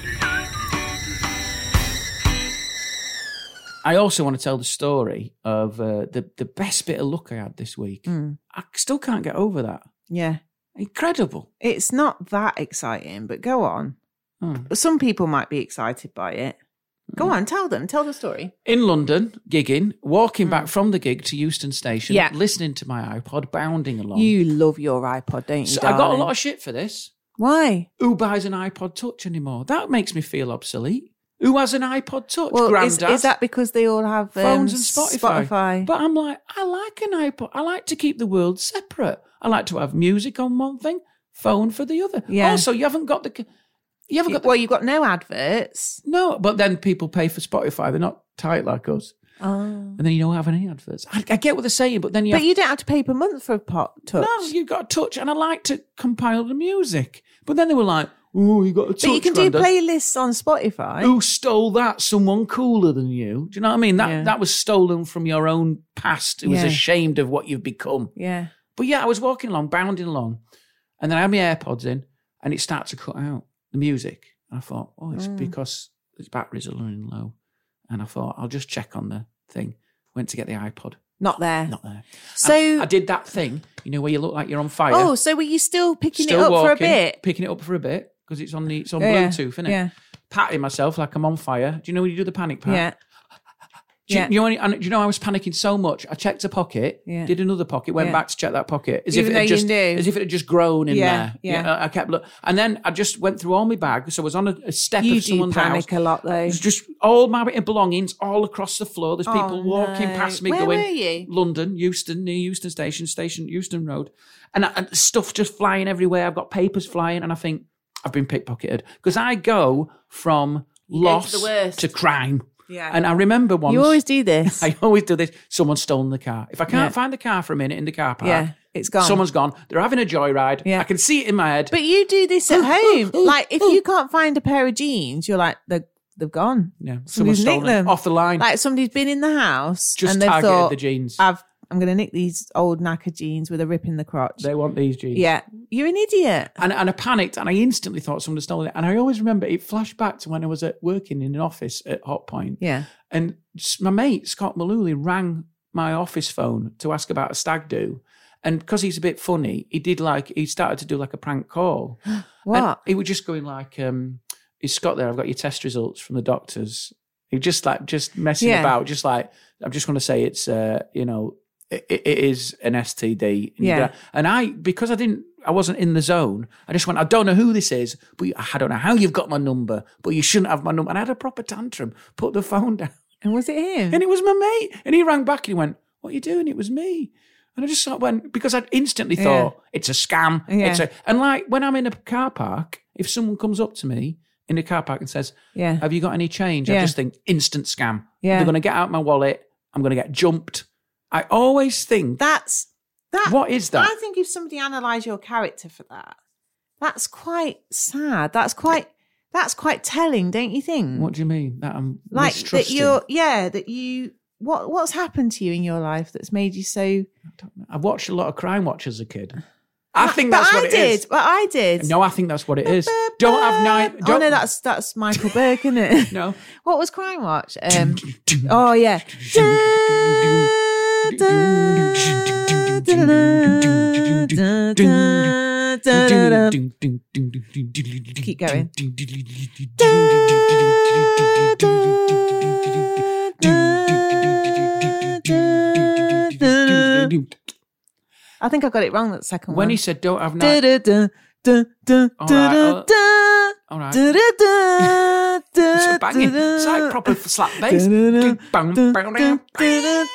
C: I also want to tell the story of uh, the the best bit of luck I had this week.
E: Mm,
C: I still can't get over that.
E: yeah.
C: Incredible.
E: It's not that exciting, but go on.
C: Hmm.
E: Some people might be excited by it. Go on, tell them. Tell the story.
C: In London, gigging, walking back from the gig to Euston Station,
E: Yeah.
C: listening to my iPod, bounding along.
E: You love your iPod, don't you?
C: so I got a
E: darling?
C: lot of shit for this.
E: Why?
C: Who buys an iPod Touch anymore? That makes me feel obsolete. Who has an iPod Touch?
E: Well,
C: Grandad.
E: is, is that because they all have um,
C: phones and Spotify.
E: Spotify?
C: But I'm like, I like an iPod. I like to keep the world separate. I like to have music on one thing, phone for the other.
E: Yeah.
C: Also, you haven't got the, you haven't got the,
E: well, you've got no adverts.
C: no. But then people pay for Spotify. They're not tight like us,
E: Oh.
C: and then you don't have any adverts. I, I get what they're saying, but then you
E: But
C: have,
E: you don't have to pay per month for a pot touch.
C: no, you've got a touch, and I like to compile the music. But then they were like, oh, you got a touch.
E: but you can do
C: Grandad.
E: playlists on Spotify.
C: Who stole that? Someone cooler than you. Do you know what I mean? That
E: Yeah.
C: that was stolen from your own past. Who was
E: Yeah.
C: ashamed of what you've become.
E: Yeah.
C: But yeah, I was walking along, bounding along, and then I had my AirPods in, and it started to cut out the music. And I thought, oh, it's
E: Mm.
C: because its batteries are running low. And I thought, I'll just check on the thing. Went to get the iPod,
E: Not there.
C: not there. And
E: So-
C: I did that thing, you know, where you look like you're on fire.
E: oh, so were you still picking
C: still
E: it up
C: walking,
E: for a bit?
C: picking it up for a bit because it's on the it's on
E: Yeah,
C: Bluetooth, isn't it?
E: Yeah.
C: Patting myself like I'm on fire. Do you know when you do the panic pat?
E: Yeah.
C: Do you,
E: Yeah.
C: you know, and do you know I was panicking so much? I checked a pocket,
E: Yeah.
C: did another pocket, went
E: Yeah.
C: back to check that pocket, as if
E: Even
C: it had
E: though you
C: just
E: knew.
C: as if it had just grown in
E: Yeah,
C: there.
E: yeah.
C: I kept look, and then I just went through all my bags. So I was on a, a step
E: You
C: of
E: do
C: someone's
E: panic
C: house.
E: a lot though.
C: It was just all my belongings all across the floor. There's people
E: Oh,
C: walking
E: no.
C: past me
E: Where
C: going,
E: were you?
C: London, Euston, near Euston Station, Station, Euston Road. And, I, and stuff just flying everywhere. I've got papers flying, and I think I've been pickpocketed. Because I go from loss
E: worst.
C: to crime.
E: Yeah.
C: And I remember once.
E: you always do this.
C: I always do this. Someone's stolen the car. If I can't
E: Yeah.
C: find the car for a minute in the car park,
E: yeah. It's gone.
C: someone's gone. They're having a joyride.
E: Yeah.
C: I can see it in my head.
E: But you do this at home. Like if you can't find a pair of jeans, you're like they're they've gone.
C: yeah, someone's
E: somebody's
C: stolen
E: nicked
C: it
E: them.
C: off the line.
E: Like somebody's been in the house
C: just
E: and they've
C: targeted
E: thought,
C: the jeans.
E: I've I'm gonna nick these old knacker jeans with a rip in the crotch.
C: they want these jeans.
E: Yeah. You're an idiot.
C: And, and I panicked and I instantly thought someone had stolen it. And I always remember it flashed back to when I was at, working in an office at Hot Point.
E: Yeah.
C: And s- my mate, Scott Malooly, rang my office phone to ask about a stag do. And because he's a bit funny, he did like, he started to do like a prank call. And
E: What?
C: He was just going like, um, "Is Scott there? I've got your test results from the doctors." He just like just messing
E: Yeah.
C: about, just like I'm just going to say it's uh, you know it, it is an STD. And,
E: Yeah.
C: and I because I didn't I wasn't in the zone. I just went I don't know who this is, but you- I don't know how you've got my number, but you shouldn't have my number. And I had a proper tantrum, put the phone down,
E: and was it him?
C: and it was my mate. And he rang back and he went, "What are you doing?" It was me. And I just sort of went because I instantly
E: Yeah.
C: thought it's a scam.
E: Yeah.
C: It's a and like when I'm in a car park, if someone comes up to me in a car park and says,
E: yeah.
C: "Have you got any change?" I
E: Yeah.
C: just think instant scam.
E: Yeah.
C: They're going to get out my wallet. I'm going to get jumped. I always think
E: That's that.
C: What is that?
E: I think if somebody analysed your character for that, that's quite sad. That's quite that's quite telling, don't you think?
C: What do you mean that I'm
E: like that
C: mistrusting?
E: you're yeah that you what what's happened to you in your life that's made you so?
C: I watched a lot of Crime Watch as a kid. I think
E: But
C: that's
E: I
C: what it
E: did.
C: is.
E: Well, I did.
C: No, I think that's what it is. Don't have night.
E: Oh
C: Don't
E: no, that's that's Michael Burke, isn't it?
C: no.
E: What was Crime Watch? Um, oh yeah. Da, da, da, da, da, da, da, da.
C: Keep
E: going. I think I got it wrong that second
C: When
E: one.
C: he said, don't have night.
E: Du-du-du, du-du-du,
C: All right,
E: du-du-du,
C: All right.
E: du-du-du,
C: It's a banging.
E: du-du-du.
C: It's like proper slap bass.
E: Du-du-du,
C: Bang,
E: du-du-du,
C: bang, bang.
E: du-du-du.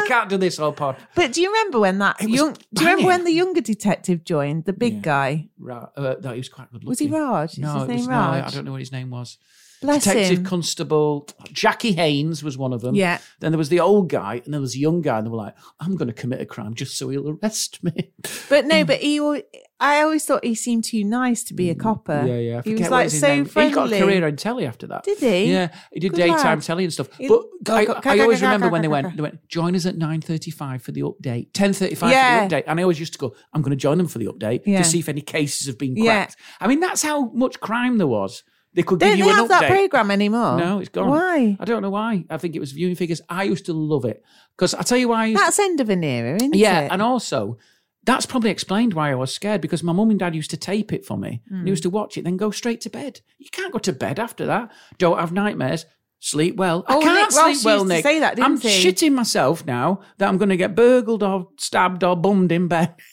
C: We can't do this whole pod.
E: But do you remember when that
C: was
E: young? Do you remember
C: banging.
E: when the younger detective joined? The big
C: Yeah.
E: guy
C: Right. Uh, no, he was quite good looking.
E: was he Raj? Is
C: No,
E: his
C: it
E: name
C: was, no,
E: Raj?
C: I don't know what his name was.
E: Bless
C: Detective
E: him.
C: Constable Jackie Haynes was one of them.
E: Yeah.
C: Then there was the old guy, and there was a young guy, and they were like, "I'm going to commit a crime just so he'll arrest me."
E: But
C: Mm.
E: no, but he. al- I always thought he seemed too nice to be a copper.
C: Yeah, yeah. I
E: He
C: forget
E: was
C: what
E: like
C: his
E: so
C: name-
E: friendly.
C: He got a career in telly after that.
E: Did he?
C: Yeah, he did
E: Good
C: daytime
E: lad.
C: telly and stuff.
E: He-
C: But
E: Go,
C: I,
E: go,
C: I
E: go,
C: always
E: go, go,
C: remember
E: go,
C: when
E: go,
C: they
E: go,
C: went.
E: go.
C: They went join us at nine thirty-five for the update, ten thirty-five
E: Yeah.
C: for the update, and I always used to go. I'm going to join them for the update
E: Yeah.
C: to see if any cases have been
E: Yeah.
C: cracked. I mean, that's how much crime there was. They could
E: Don't
C: give
E: they
C: you an
E: have that
C: update.
E: program anymore?
C: No, it's gone.
E: Why?
C: I don't know why. I think it was viewing figures. I used to love it because I tell you why. I used
E: That's end of an era, isn't
C: yeah,
E: it?
C: and also that's probably explained why I was scared because my mum and dad used to tape it for me.
E: Hmm.
C: And they used to watch it, then go straight to bed. You can't go to bed after that. Don't have nightmares. Sleep well.
E: Oh,
C: I can't
E: Nick
C: sleep
E: Ross
C: well,
E: used to
C: Nick.
E: say that, didn't
C: I'm
E: he?
C: shitting myself now that I'm going to get burgled or stabbed or bummed in bed.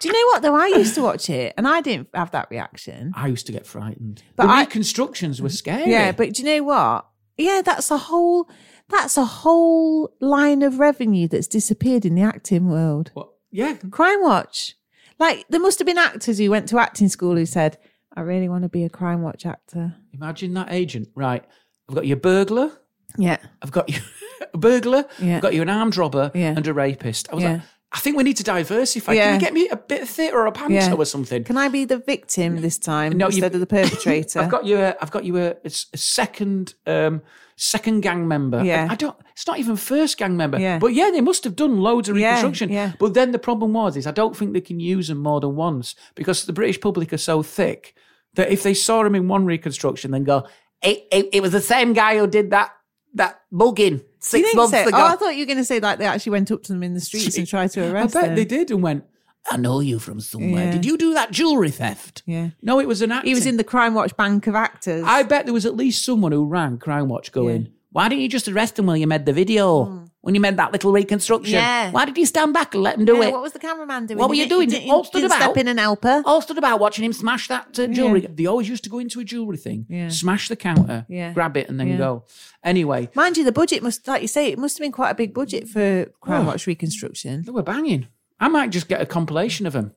E: Do you know what though? I used to watch it, and I didn't have that reaction.
C: I used to get frightened.
E: But
C: But the
E: I-
C: reconstructions were scary.
E: Yeah, but do you know what? Yeah, that's a whole that's a whole line of revenue that's disappeared in the acting world.
C: What- yeah,
E: Crime Watch. Like there must have been actors who went to acting school who said, I really want to be a Crime Watch actor.
C: imagine that agent. Right, I've got your burglar.
E: Yeah.
C: I've got you a burglar,
E: Yeah.
C: I've got you an armed robber
E: Yeah.
C: and a rapist. I was
E: Yeah.
C: like, I think we need to diversify.
E: Yeah.
C: Can you get me a bit of theatre or a panto
E: Yeah.
C: or something?
E: Can I be the victim this time
C: No, you-
E: instead of the perpetrator?
C: I've got you. A, I've got you a, a s- a second, um, second gang member.
E: Yeah.
C: I, I don't. It's not even first gang member.
E: Yeah.
C: But yeah, they must have done loads of
E: Yeah,
C: reconstruction.
E: yeah.
C: But then the problem was is I don't think they can use them more than once because the British public are so thick that if they saw him in one reconstruction, then go, it, it, it was the same guy who did that that mugging
E: Do you
C: six
E: think
C: months
E: so?
C: ago.
E: Oh, I thought you were going to say like they actually went up to them in the streets and tried to arrest
C: I bet
E: them.
C: they did and went, I know you from somewhere.
E: Yeah.
C: Did you do that jewellery theft?
E: Yeah.
C: No, it was an acting.
E: He was in the Crime Watch bank of actors.
C: I bet there was at least someone who rang Crime Watch going, Why didn't you just arrest him while you made the video? When you made that little reconstruction?
E: Hmm. Yeah.
C: Why did you stand back and let him do
E: Yeah,
C: it?
E: What was the cameraman doing?
C: What were
E: He
C: you
E: didn't- he
C: doing?
E: Didn't,
C: All stood
E: didn't step
C: about?
E: in and help her.
C: all stood about watching him smash that uh, jewelry. They always used to go into a jewelry thing,
E: Yeah.
C: smash the counter,
E: Yeah.
C: grab it, and then
E: Yeah.
C: go. Anyway,
E: Mind you, the budget must, like you say, it must have been quite a big budget for
C: Oh.
E: Crime Watch reconstruction.
C: they were banging. I might just get a compilation of them.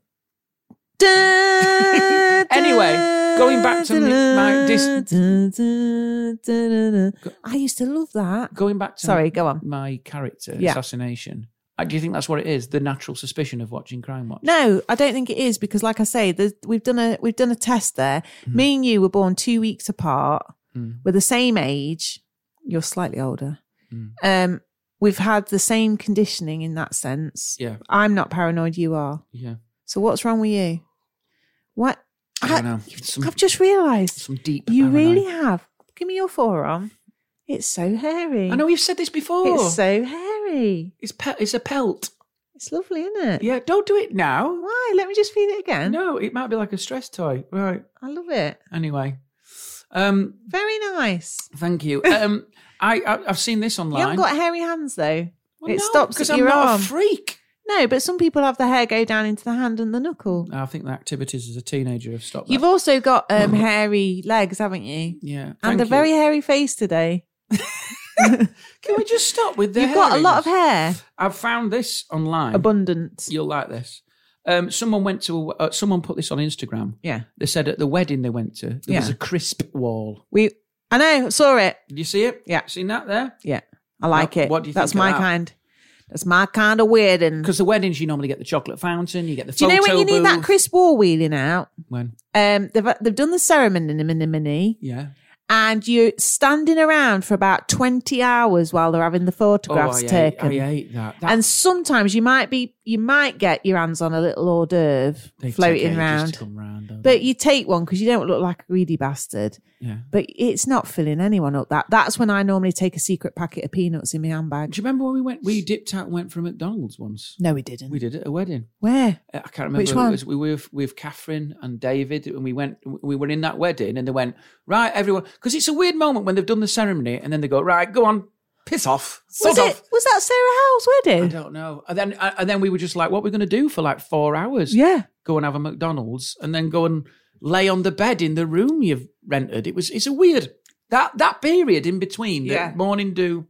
E: anyway,
C: going back to me- my dis-
E: I used to love that.
C: Going back to
E: Sorry, go on.
C: my character
E: Yeah.
C: assassination. Uh, Do you think that's what it is? The natural suspicion of watching Crime Watch.
E: No, I don't think it is because, like I say, there's- we've done a we've done a test there. Me and you were born two weeks apart.
C: Mm.
E: We're the same age. You're slightly older.
C: Mm.
E: Um, we've had the same conditioning in that sense.
C: Yeah,
E: I'm not paranoid. You are.
C: yeah.
E: So what's wrong with you? What?
C: I don't know. Some,
E: I've just realised
C: some deep.
E: you
C: paranoia.
E: really have. Give me your forearm. It's so hairy.
C: I know you've said this before.
E: It's so hairy.
C: It's pe- it's a pelt.
E: It's lovely, isn't it?
C: Yeah, don't do it now.
E: Why? Let me just feel it again.
C: No, it might be like a stress toy. Right.
E: I love it.
C: Anyway, um,
E: Very nice.
C: thank you. Um, I, I I've seen this
E: You haven't
C: online.
E: got hairy hands though.
C: Well,
E: it
C: no,
E: stops
C: because
E: at
C: I'm
E: your
C: not
E: arm.
C: a freak.
E: No, but some people have the hair go down into the hand and the knuckle.
C: I think the activities as a teenager have stopped.
E: You've
C: that.
E: also got um, hairy legs, haven't you?
C: yeah,
E: And
C: thank
E: a
C: you.
E: very hairy face today.
C: Can we just stop with the?
E: You've got a lot of
C: hairiness?
E: hair.
C: I've found this online.
E: Abundant.
C: You'll like this. Um, someone went to a, uh, someone put this on Instagram.
E: Yeah.
C: They said at the wedding they went to, there was
E: Yeah.
C: a crisp wall.
E: We I know, saw it.
C: Did you see it?
E: Yeah.
C: Seen that there?
E: Yeah. I like
C: Now,
E: it.
C: what do you
E: That's
C: think of
E: my
C: that?
E: kind. That's my kind of weird and
C: Because the weddings you normally get the chocolate fountain, you get the
E: Do you know when
C: photo
E: you need that
C: booth.
E: Chris Wall wheeling out?
C: when?
E: Um, they've they've done the ceremony in a mini mini,
C: Yeah.
E: and you're standing around for about twenty hours while they're having the
C: Oh,
E: photographs
C: I hate,
E: taken.
C: I hate that. that
E: and sometimes you might be you might get your hands on a little hors d'oeuvre
C: they take ages
E: floating
C: to
E: round
C: come round, don't
E: but
C: they?
E: you take one because you don't look like a greedy bastard
C: yeah.
E: but it's not filling anyone up that that's when i normally take a secret packet of peanuts in my
C: Do
E: handbag
C: you remember when we went? We dipped out and went for a McDonald's once.
E: no we didn't
C: We did it at a wedding.
E: where
C: Uh, I can't remember
E: Which
C: who
E: one?
C: it was. We were with, with Catherine and David, and we went. We were in that wedding, and they went right, everyone, because it's a weird moment when they've done the ceremony, and then they go right, go on, Piss off. Sod
E: Was it?
C: off.
E: Was that Sarah
C: I
E: Howe's wedding?
C: don't know. And then and then we were just like, what we're going to do for like four hours?
E: Yeah.
C: Go and have a McDonald's and then go and lay on the bed in the room you've rented. It was it's a weird that that period in between the
B: Yeah.
C: morning do,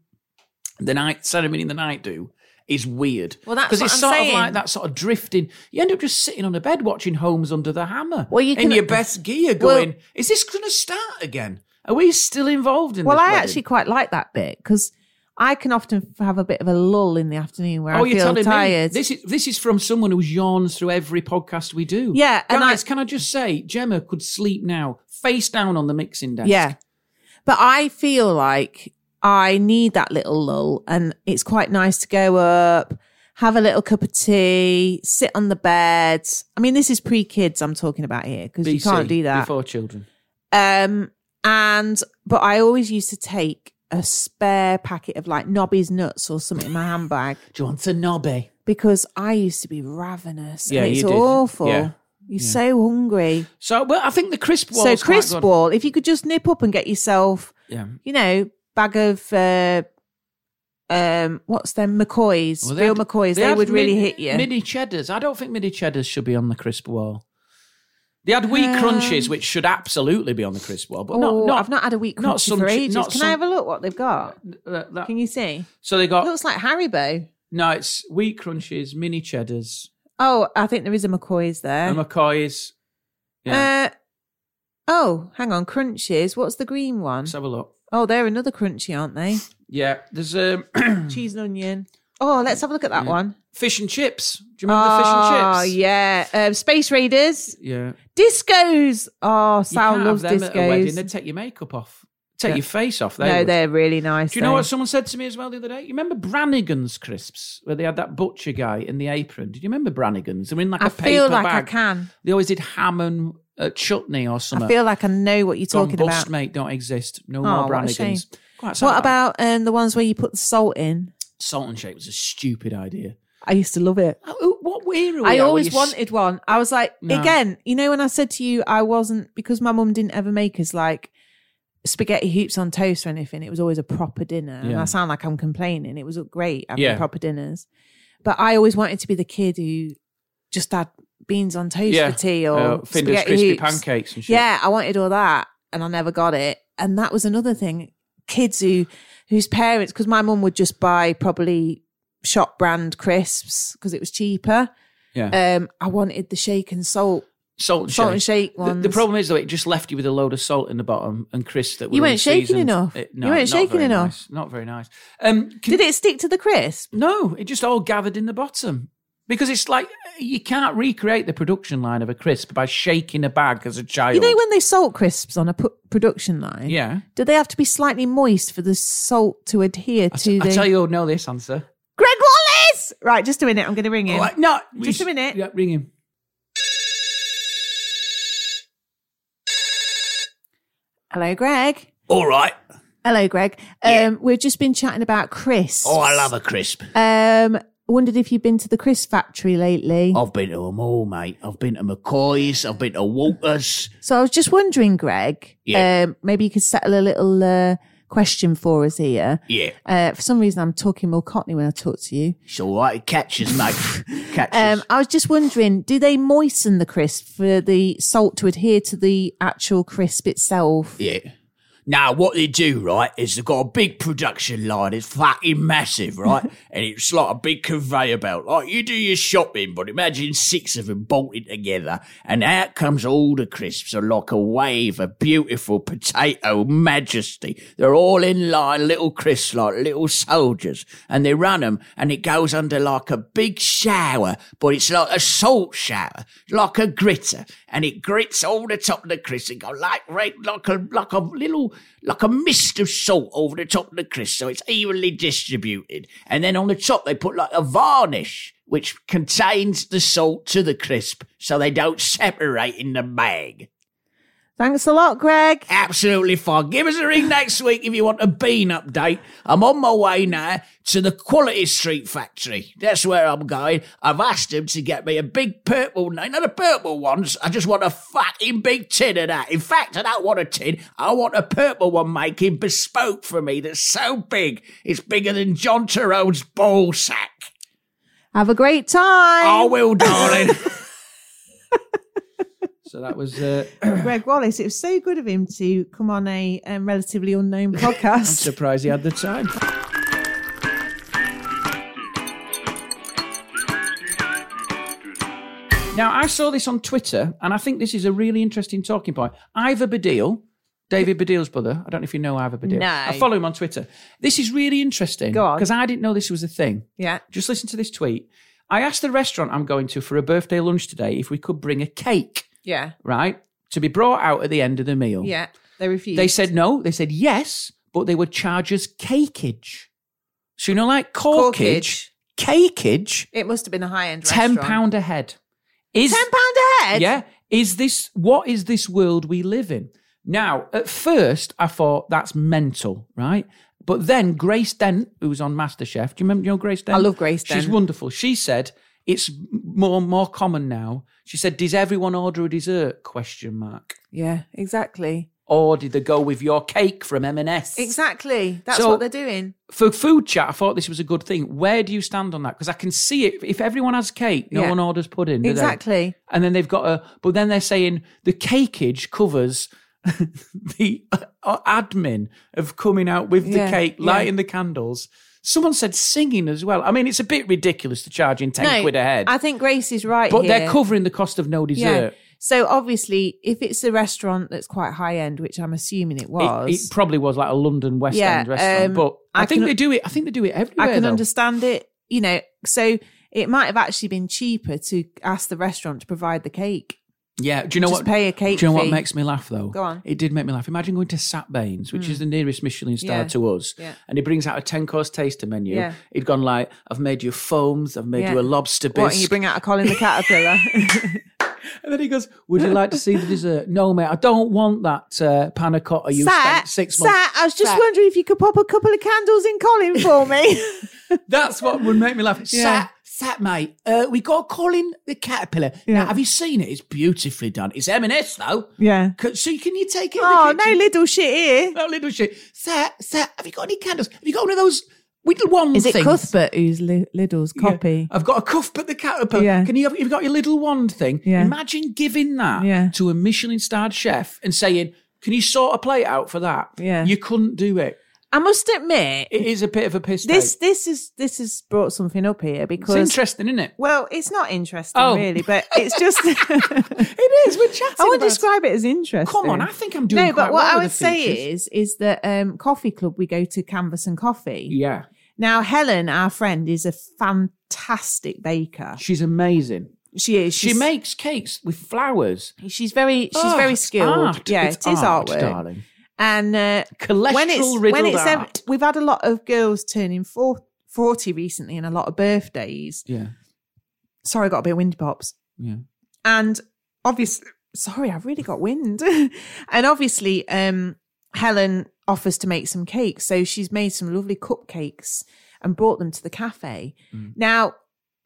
C: the night ceremony, and the night do is weird.
B: Well, that's
C: because
B: what
C: it's
B: I'm
C: sort
B: saying.
C: of like that sort of drifting. You end up just sitting on a bed watching Homes Under the Hammer.
E: Well, you
C: in
E: can-
C: your best gear, going, is this going to start again? Are we still involved in?
E: Well,
C: this
E: I
C: wedding?"
E: actually quite like that bit because I can often f- have a bit of a lull in the afternoon
C: Oh,
E: where I feel tired.
C: This is this is from someone who's yawns through every podcast we do.
E: Yeah, and I-
C: guys, can I just say, Gemma could sleep now, face down on the mixing desk.
E: yeah. But I feel like I need that little lull, and it's quite nice to go up, have a little cup of tea, sit on the bed. I mean, this is pre kids I'm talking about here because you
C: BC,
E: can't do that.
C: before children.
E: Um, and but I always used to take a spare packet of like Nobby's nuts or something in my handbag
C: Do you want a knobby?
E: because I used to be ravenous.
C: Yeah,
E: and it's
C: you did.
E: awful.
C: Yeah.
E: You're so hungry.
C: So, well, I think the crisp wall.
E: so crisp ball, if you could just nip up and get yourself,
C: Yeah.
E: you know, bag of uh, um, what's them McCoys,
C: Well, they
E: real
C: had-
E: McCoys, they,
C: had
E: would really
C: mini-
E: hit you.
C: Mini cheddars. I don't think mini cheddars should be on the crisp wall. They had wheat
E: Um,
C: crunches, which should absolutely be on the crisp wall, but
E: oh,
C: not, not.
E: I've not had a week
C: not
E: crunchy
C: some
E: for
C: chi-
E: ages.
C: not
E: Can
C: some-
E: I have a look what they've got?
C: uh, that-
E: Can you see?
C: so they
E: It
C: got
E: looks like Haribo.
C: no. It's wheat crunches, mini cheddars,
E: Oh, I think there is a McCoy's there.
C: and McCoy's. Yeah.
E: Uh, oh, hang on, crunches. What's the green one?
C: Let's have a look.
E: oh, they're another crunchy, aren't they?
C: Yeah, there's um,
E: Cheese and onion. Oh, let's have a look at that one.
C: fish and chips. Do you remember the
E: Oh,
C: fish and chips?
E: yeah. Um, Space Raiders.
C: yeah. You
E: Discos. Oh, Sal
C: can't
E: loves
C: have them at a wedding. They'd
E: discos.
C: take your makeup off, take
E: Yeah.
C: your face off. They
E: no,
C: would.
E: they're really nice.
C: Do you know
E: though.
C: what someone said to me as well the other day? You remember Brannigan's crisps, where they had that butcher guy in the apron? Did you remember Brannigan's? They were in like a
E: I feel
C: paper
E: like
C: bag.
E: I can.
C: They always did ham and uh, chutney or something.
E: I feel like I know what you're
C: Gone
E: talking
C: bust,
E: about.
C: mate. Don't exist. No
E: Oh,
C: more
E: what a
C: Brannigan's.
E: shame.
C: Quite sad
E: What about um, the ones where you put the salt in?
C: salt and shake? Was a stupid idea.
E: I used to love it.
C: Oh, What era? were
E: I
C: you at? Were
E: always
C: you s-
E: wanted one. I was like,
C: No.
E: again, you know, when I said to you, I wasn't because my mum didn't ever make us like spaghetti hoops on toast or anything. It was always a proper dinner, and
C: Yeah.
E: I sound like I'm complaining. It was great having
C: Yeah.
E: proper dinners, but I always wanted to be the kid who just had beans on toast
C: yeah.
E: for tea or
C: uh, Finder's
E: spaghetti
C: crispy
E: hoops.
C: pancakes and shit.
E: Yeah, I wanted all that, and I never got it. And that was another thing. Kids who whose parents, because my mum would just buy probably shop brand crisps because it was cheaper.
C: Yeah.
E: Um, I wanted the shake and salt,
C: salt and
E: salt
C: shake.
E: and shake
C: The,
E: ones.
C: the problem is though, it just left you with a load of salt in the bottom and crisps that were
E: You weren't shaking
C: unseasoned.
E: enough. You
C: not
E: weren't shaking
C: very
E: enough.
C: nice. Not very nice. Um, can-
E: did it stick to the crisp?
C: No, it just all gathered in the bottom because it's like you can't recreate the production line of a crisp by shaking a bag as a child.
E: You know when they salt crisps on a pu- production line,
C: yeah.
E: do they have to be slightly moist for the salt to adhere
C: I,
E: to
C: t-
E: the?
C: I tell you, all know this answer.
E: Greg Wallace. Right, just a minute. I'm going to ring him.
C: Like, no,
E: Just a minute.
C: Yeah, ring him.
E: Hello, Greg.
C: All right.
E: Hello, Greg. Um, We've just been chatting about crisps.
C: Oh, I love a crisp.
E: Um, wondered if you've been to the crisp factory lately.
C: I've been to them all, mate. I've been to McCoy's. I've been to Walters.
E: So I was just wondering, Greg.
C: Yeah.
E: Um, maybe you could settle a little uh, question for us here.
C: Yeah,
E: Uh, for some reason, I'm talking more Cockney when I talk to you.
C: it's all right. It catches, mate. catches.
E: Um, I was just wondering, do they moisten the crisp for the salt to adhere to the actual crisp itself?
F: Yeah. Now, what they do, right, is they've got a big production line. It's fucking massive, right? and it's like a big conveyor belt. Like you do your shopping, but imagine six of them bolted together, and out comes all the crisps are like a wave of beautiful potato majesty. They're all in line, little crisps, like little soldiers, and they run them, and it goes under like a big shower, but it's like a salt shower, like a gritter, and it grits all the top of the crisps. It goes like right, like a like a little like a mist of salt over the top of the crisps, so it's evenly distributed. And then on the top they put like a varnish, which contains the salt to the crisp, so they don't separate in the bag.
E: Thanks a lot, Greg.
F: Absolutely fine. Give us a ring next week if you want a bean update. I'm on my way now to the Quality Street factory. That's where I'm going. I've asked them to get me a big purple, no, not a purple ones. I just want a fucking big tin of that. In fact, I don't want a tin. I want a purple one making bespoke for me that's so big. It's bigger than John Turold's ball sack.
E: Have a great time.
F: I will, darling.
C: So that was uh,
E: Greg Wallace. It was so good of him to come on a um, relatively unknown podcast.
C: surprised he had the time. Now I saw this on Twitter, and I think this is a really interesting talking point. Ivor Badil, David Badil's brother. I don't know if you know Ivor Badil.
E: No.
C: I follow him on Twitter. This is really interesting
E: Go on.
C: because I didn't know this was a thing.
E: yeah.
C: Just listen to this tweet. I asked the restaurant I'm going to for a birthday lunch today if we could bring a cake,
E: Yeah.
C: right, to be brought out at the end of the meal.
E: Yeah. They refused.
C: They said no. They said yes, but they would charge us cakeage. So you know, like corkage,
E: Corkage.
C: cakeage,
E: It must have been a high end
C: ten pound a head. Is
E: Ten pound a head.
C: yeah? Is this what is this world we live in? Now, at first, I thought that's mental, right? But then Grace Dent, who was on MasterChef, do you remember? You know Grace Dent.
E: I love Grace
C: She's
E: Dent.
C: wonderful. She said it's more more common now. She said, "Does everyone order a dessert?" Question mark.
E: Yeah. Exactly.
C: Or did they go with your cake from M&S?
E: Exactly. That's
C: So-
E: what they're doing.
C: for food chat, I thought this was a good thing. Where do you stand on that? Because I can see it. If everyone has cake, no
E: Yeah.
C: one orders pudding. do they?
E: Exactly.
C: And then they've got a. But then they're saying the cakeage covers the uh, admin of coming out with the
E: Yeah,
C: cake,
E: yeah.
C: lighting the candles. Someone said singing as well. I mean, it's a bit ridiculous to charging ten quid a head,
E: I think Grace is right.
C: but they're
E: here.
C: covering the cost of no dessert.
E: So obviously, if it's a restaurant that's quite high end, which I'm assuming it was,
C: It, it probably was like a London West
E: Yeah,
C: End restaurant,
E: um,
C: but I,
E: I
C: think
E: can-
C: they do it. I think they do it everywhere.
E: I can
C: though.
E: understand it. You know, so it might have actually been cheaper to ask the restaurant to provide the cake.
C: Yeah, do you know
E: Just
C: what?
E: pay a cake
C: Do you know what
E: fee.
C: makes me laugh though?
E: Go on.
C: It did make me laugh. Imagine going to Satbanes, which is the nearest Michelin star
E: Yeah.
C: to us,
E: Yeah.
C: and he brings out a ten course taster menu.
E: Yeah.
C: He'd gone like, "I've made you foams, I've made
E: Yeah.
C: you a lobster
E: Why don't you
C: bisque,"
E: bring out a Colin the Caterpillar?
C: and then he goes, "Would you like to see the dessert?" No, mate, I don't want that uh, panna cotta you
E: Sat,
C: spent six
E: Sat,
C: months.
E: I was just wondering if you could pop a couple of candles in Colin for me.
C: That's what would make me laugh.
E: Yeah.
C: Sat, sat, mate. Uh, we got Colin the caterpillar. Now,
E: Yeah.
C: have you seen it? It's beautifully done. It's M&S though.
E: yeah.
C: C- So can you take it? in the
E: Oh, no
C: kitchen?
E: little shit here.
C: That little shit. Sir, sir, have you got any candles? Have you got one of those little one
E: Is it
C: things?
E: Cuthbert who's Li- Liddle's
C: Yeah.
E: copy?
C: I've got a Cuthbert the caterpillar.
E: Yeah.
C: Can you have, you've got your little wand thing.
E: Yeah.
C: Imagine giving that
E: Yeah.
C: to a Michelin starred chef and saying, can you sort a plate out for that?
E: Yeah.
C: You couldn't do it.
E: I must admit,
C: It is a bit of a piss
E: this
C: take.
E: this is this has brought something up here
C: It's
E: because
C: interesting, isn't it?
E: well, it's not interesting
C: Oh.
E: really, but it's just
C: It is. We're chatting.
E: I would
C: about it.
E: describe it as interesting.
C: Come on, I think I'm doing
E: no,
C: quite
E: but what
C: well
E: I
C: with
E: would
C: the
E: say
C: features.
E: is is that um, coffee club we go to Canvas and Coffee.
C: Yeah.
E: Now Helen, our friend, is a fantastic baker.
C: She's amazing.
E: She is.
C: She
E: She's-
C: makes cakes with flowers.
E: She's very. She's
C: Oh,
E: very
C: it's
E: skilled.
C: art.
E: Yeah,
C: it's
E: it is
C: art,
E: artwork.
C: darling.
E: And uh,
C: Cholesterol
E: when it's when
C: riddled
E: it's ev-
C: art.
E: we've had a lot of girls turning four, 40 recently, and a lot of birthdays.
C: Yeah,
E: Sorry, I got a bit of wind pops.
C: yeah.
E: and obviously sorry i've really got wind and obviously um helen offers to make some cakes so she's made some lovely cupcakes and brought them to the cafe
C: Mm.
E: now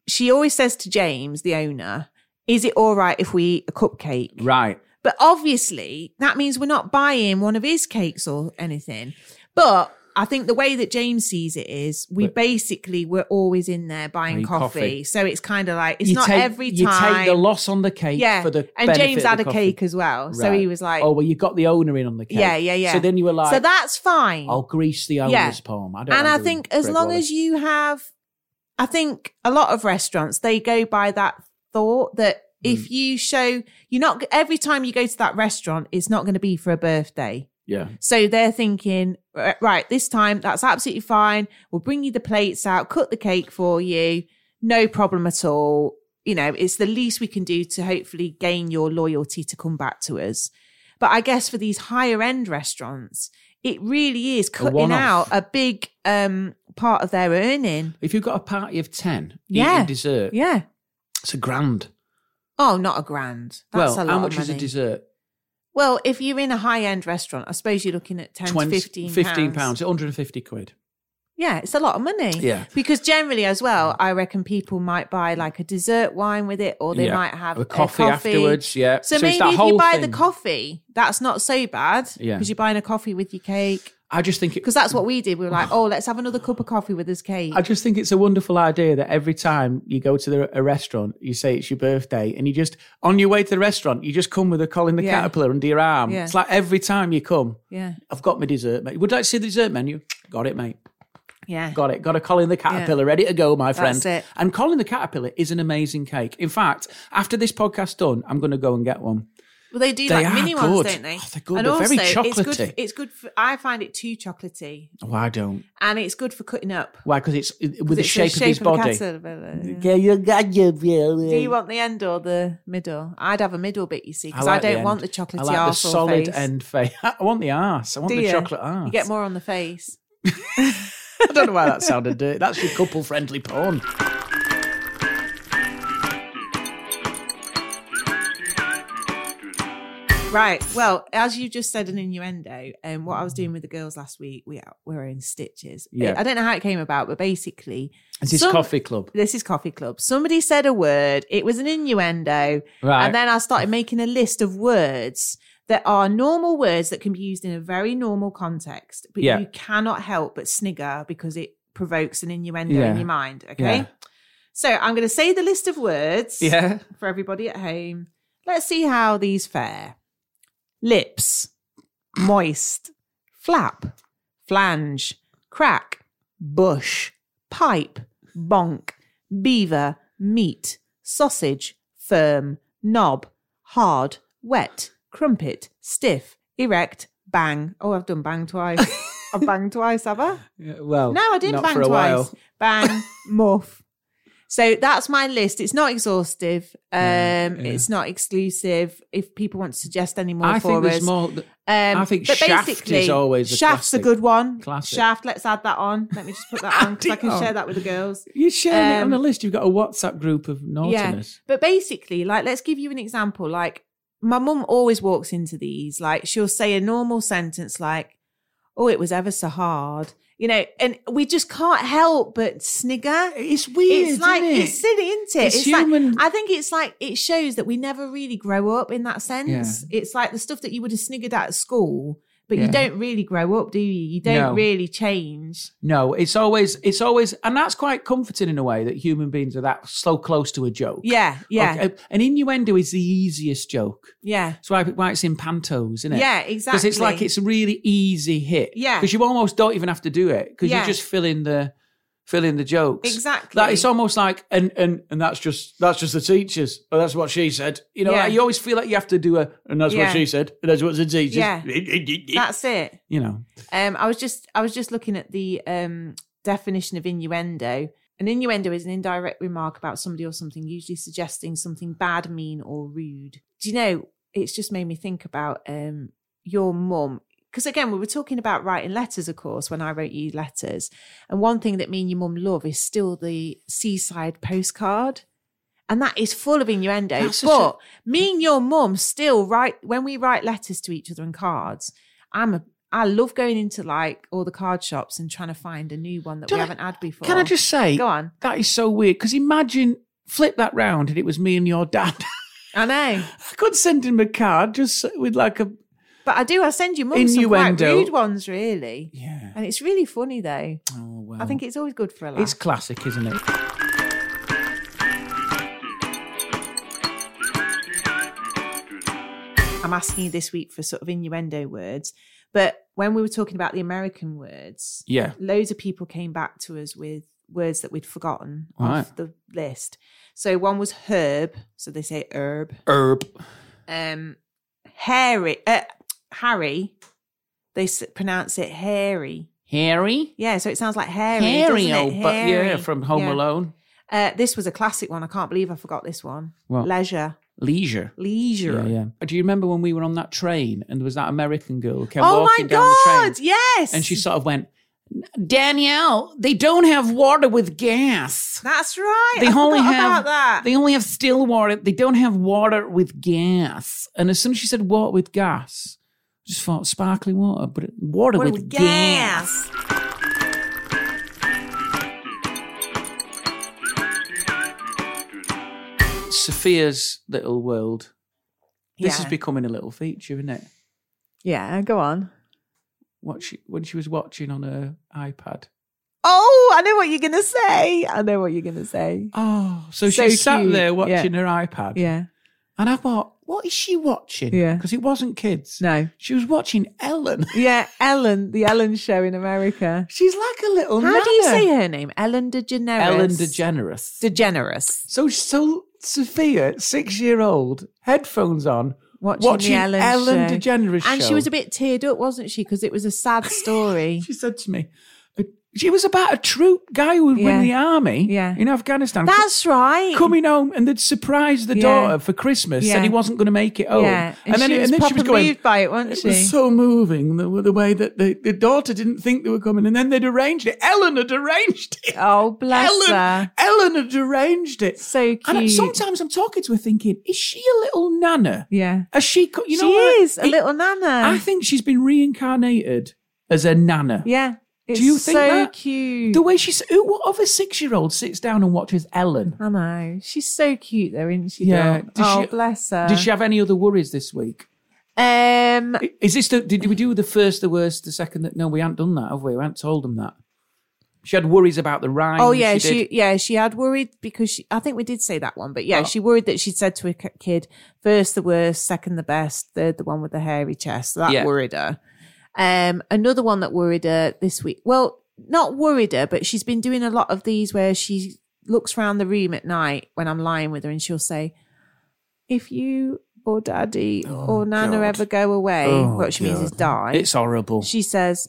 E: she always says to james the owner is it all right if we eat a cupcake
C: Right.
E: but obviously that means we're not buying one of his cakes or anything but I think the way that James sees it is we
C: But-
E: basically were always in there buying
C: Buying
E: coffee.
C: coffee.
E: So it's kind of like it's
C: you
E: not
C: take,
E: every
C: You
E: time
C: take the loss on the cake
E: yeah.
C: for the
E: and
C: benefit
E: James
C: of the
E: had a
C: coffee.
E: cake as well, so
C: Right.
E: he was like,
C: "Oh well, you got the owner in on the cake."
E: yeah, yeah, yeah.
C: So then you were like,
E: so that's fine.
C: "I'll grease the owner's
E: Yeah.
C: palm." I don't
E: and
C: wanna
E: I
C: do
E: think as
C: Greg
E: long
C: Wallace.
E: as you have, I think a lot of restaurants they go by that thought that
C: Mm.
E: if you show you're not every time you go to that restaurant, it's not going to be for a birthday.
C: yeah,
E: So they're thinking, "Right, right, this time that's absolutely fine. We'll bring you the plates out, cut the cake for you, no problem at all. You know, it's the least we can do to hopefully gain your loyalty to come back to us. But I guess for these higher end restaurants, it really is cutting
C: one-off.
E: out a big um, part of their earning.
C: if you've got a party of ten
E: Yeah.
C: eating dessert,
E: Yeah.
C: it's a grand.
E: Oh, not a grand.
C: well,
E: That's a lot
C: how much
E: of money.
C: is a dessert?
E: Well, if you're in a high end restaurant, I suppose you're looking at 10
C: 20,
E: to 15,
C: 15 pounds, 150 quid.
E: Yeah, it's a lot of money.
C: Yeah.
E: Because generally, as well, I reckon people might buy like a dessert wine with it or they
C: Yeah.
E: might have
C: A coffee afterwards, yeah. So
E: So,
C: it's
E: maybe
C: that
E: if
C: whole
E: you buy
C: thing.
E: the coffee, that's not so bad
C: Yeah.
E: because you're buying a coffee with your cake.
C: I just think it,
E: Because that's what we did. We were like, oh, let's have another cup of coffee with this cake.
C: I just think it's a wonderful idea that every time you go to the, a restaurant, you say it's your birthday, and you just on your way to the restaurant, you just come with a Colin the
E: Yeah.
C: Caterpillar under your arm.
E: Yeah.
C: It's like every time you come,
E: yeah.
C: I've got my dessert, mate. Would you like to see the dessert menu? Got it, mate.
E: Yeah.
C: Got it. Got a Colin the Caterpillar ready to go, my friend.
E: That's it.
C: And Colin the Caterpillar is an amazing cake. In fact, after this podcast done, I'm going to go and get one.
E: Well, they do
C: They
E: like
C: are
E: mini
C: good.
E: ones, don't they?
C: Oh, they're good.
E: And
C: They're
E: also,
C: very
E: it's
C: chocolatey.
E: good. It's good. For, I find it too chocolatey,
C: Oh, I don't.
E: and it's good for cutting up.
C: Why? Because it's it- with the
E: It's
C: shape, of his
E: a
C: body.
E: caterpillar, yeah.
C: Yeah, you got your
E: Do you want the end or the middle? I'd have a middle bit, you see,
C: I
E: because I,
C: like
E: don't
C: the
E: want the
C: end.
E: chocolatey
C: I like the
E: arsehole
C: solid
E: face.
C: end face. I want the arse. I want
E: Do
C: the
E: you?
C: chocolate arse.
E: You get more on the face.
C: I don't know why that sounded dirty. That's your couple friendly porn.
E: Right. Well, as you just said, an innuendo. And um, what I was doing with the girls last week, we we were in stitches.
C: Yeah.
E: I don't know how it came about, but basically,
C: It's his
E: some-
C: coffee club.
E: This is coffee club. Somebody said a word. It was an innuendo.
C: Right.
E: And then I started making a list of words that are normal words that can be used in a very normal context, but
C: Yeah.
E: you cannot help but snigger because it provokes an innuendo
C: Yeah.
E: in your mind. Okay.
C: Yeah.
E: So I'm going to say the list of words
C: Yeah.
E: for everybody at home. Let's see how these fare. Lips, moist, flap, flange, crack, bush, pipe, bonk, beaver, meat, sausage, firm, knob, hard, wet, crumpet, stiff, erect, bang. Oh, I've done bang twice. I've banged twice, have I?
C: Yeah, Well,
E: No, I didn't
C: not
E: bang
C: for a
E: twice.
C: while.
E: Bang, muff. So that's my list. It's not exhaustive. Um,
C: Yeah, yeah.
E: It's not exclusive. If people want to suggest any more
C: I
E: for
C: think there's
E: us,
C: more.
E: Um,
C: I think
E: but
C: Shaft is
E: basically,
C: always a
E: Shaft's
C: classic.
E: a good one.
C: Classic.
E: Shaft. Let's add that on. Let me just put that on because I
C: Add it
E: can
C: on.
E: share that with the girls.
C: You're sharing it on
E: Um,
C: the list. You've got a WhatsApp group of naughtiness.
E: But basically, like, let's give you an example. Like, my mum always walks into these. Like, she'll say a normal sentence like, "Oh, it was ever so hard," you know, and we just can't help but snigger.
C: It's weird.
E: it's like
C: isn't it?
E: it's silly, isn't it?
C: It's human.
E: Like, I think it's like it shows that we never really grow up in that sense. It's like the stuff that you would have sniggered at at school, but
C: Yeah.
E: you don't really grow up, do you? You don't
C: No.
E: really change.
C: No, it's always, it's always, and that's quite comforting in a way that human beings are that so close to a joke.
E: Yeah, yeah,
C: Like, a- an innuendo is the easiest joke.
E: yeah,
C: That's why, why it's in pantos, isn't it?
E: yeah.
C: Because
E: Exactly.
C: it's like it's a really easy hit.
E: Yeah.
C: Because you almost don't even have to do it because
E: Yeah.
C: you just fill in the fill in the jokes.
E: Exactly.
C: Like it's almost like and and and that's just that's just the teachers. Oh, that's what she said. You know,
E: Yeah.
C: like, you always feel like you have to do a and that's
E: Yeah.
C: what she said. And that's what the teachers.
E: Yeah. that's it.
C: You know.
E: Um, I was just I was just looking at the um, definition of innuendo. An innuendo is an indirect remark about somebody or something, usually suggesting something bad, mean, or rude. Do you know? It's just made me think about um, your mum. Because again, we were talking about writing letters, of course, when I wrote you letters. And one thing that me and your mum love is still the seaside postcard. And that is full of innuendo.
C: That's such a-
E: but me and your mum still write, when we write letters to each other and cards, I'm a I love going into like all the card shops and trying to find a new one that
C: Can
E: we
C: I-
E: haven't had before.
C: Can I just say
E: go on?
C: that is so weird? Because imagine flip that round and it was me and your dad.
E: I know,
C: I could send him a card just with like a
E: but I do. I send you mum some quite
C: Innuendo.
E: rude ones, really,
C: yeah.
E: and it's really funny though.
C: Oh well.
E: I think it's always good for a laugh.
C: it's classic, isn't it?
E: I'm asking you this week for sort of innuendo words, but when we were talking about the American words,
C: Yeah.
E: loads of people came back to us with words that we'd forgotten
C: Right.
E: off the list. So one was herb, so they say herb.
C: Herb.
E: um hairy uh, harry they s- pronounce it hairy
C: Harry.
E: yeah so it sounds like hairy
C: Harry,
E: doesn't it?
C: old oh, but yeah,
E: Hairy.
C: from Home
E: Yeah.
C: Alone.
E: uh, this was a classic one i can't believe i forgot this one
C: What?
E: leisure
C: Leisure.
E: leisure
C: Yeah, yeah. Do you remember when we were on that train and there was that American girl who came
E: oh
C: walking down
E: my
C: the
E: god
C: train
E: yes
C: and she sort of went Danielle, they don't have water with gas.
E: That's right.
C: They
E: I
C: only
E: forgot
C: have
E: about that.
C: they only have still water. They don't have water with gas. And as soon as she said water with gas, I just thought sparkling water, but it, water,
E: Water
C: with,
E: with
C: gas.
E: gas.
C: Sophia's little world. This
E: Yeah.
C: is becoming a little feature, isn't it?
E: Yeah, go on.
C: What she when she was watching on her iPad.
E: Oh, I know what you're gonna say. I know what you're gonna say.
C: Oh, so,
E: So
C: she sat
E: cute.
C: there
E: Yeah.
C: watching her iPad.
E: Yeah.
C: And I thought, what is she watching?
E: Yeah.
C: Because it wasn't kids.
E: No.
C: She was watching Ellen.
E: Yeah, Ellen, the Ellen show in America.
C: She's like a little
E: How do you
C: nana.
E: say her name? Ellen DeGeneres.
C: Ellen DeGeneres.
E: DeGeneres.
C: So, so Sophia, six year old, headphones on,
E: Watching, the Ellen, show.
C: DeGeneres
E: And
C: show.
E: she was a bit teared up, wasn't she? Because it was a sad story.
C: She said to me, uh, she was about a troop guy who would
E: Yeah.
C: win the army
E: Yeah.
C: in Afghanistan.
E: That's right.
C: coming home and they'd surprised the
E: Yeah.
C: daughter for Christmas, said
E: Yeah.
C: he wasn't going to make it home.
E: Yeah. And,
C: then,
E: she,
C: it-
E: was
C: and then she was
E: proper
C: going,
E: moved by it, wasn't
C: It
E: she?
C: was so moving the, the way that the, the daughter didn't think they were coming, and then they'd arranged it. Ellen had arranged it.
E: oh, bless
C: Ellen,
E: her.
C: Ellen had arranged it.
E: So cute.
C: And sometimes I'm talking to her, thinking, is she a little nana?
E: yeah.
C: Is she? co- You know,
E: she
C: what?
E: is a
C: It-
E: little nana.
C: I think she's been reincarnated as a nana.
E: yeah. It's
C: you think
E: so
C: that?
E: cute?
C: The way she's, who, what other six-year-old sits down and watches Ellen?
E: I know. She's so cute though, isn't she?
C: Yeah.
E: Yeah.
C: Did
E: Oh,
C: she-
E: bless her.
C: Did she have any other worries this week?
E: um
C: Is this the? Did we do the first, the worst, the second? That no, we hadn't done that, have we? We hadn't told them that. She had worries about the rhyme.
E: Oh yeah,
C: did. Oh.
E: she, yeah she had worried because she, I think we did say that one, but yeah, she worried that she'd said to her ki- kid first the worst, second the best, third the one with the hairy chest. So that
C: Yeah.
E: worried her. Um, another one that worried her this week. Well, not worried her, but she's been doing a lot of these where she looks round the room at night when I'm lying with her, and she'll say, "If you or Daddy or Nana
C: Oh, God.
E: ever go away,
C: Oh,
E: what she means is
C: God.
E: die."
C: It's horrible.
E: she says,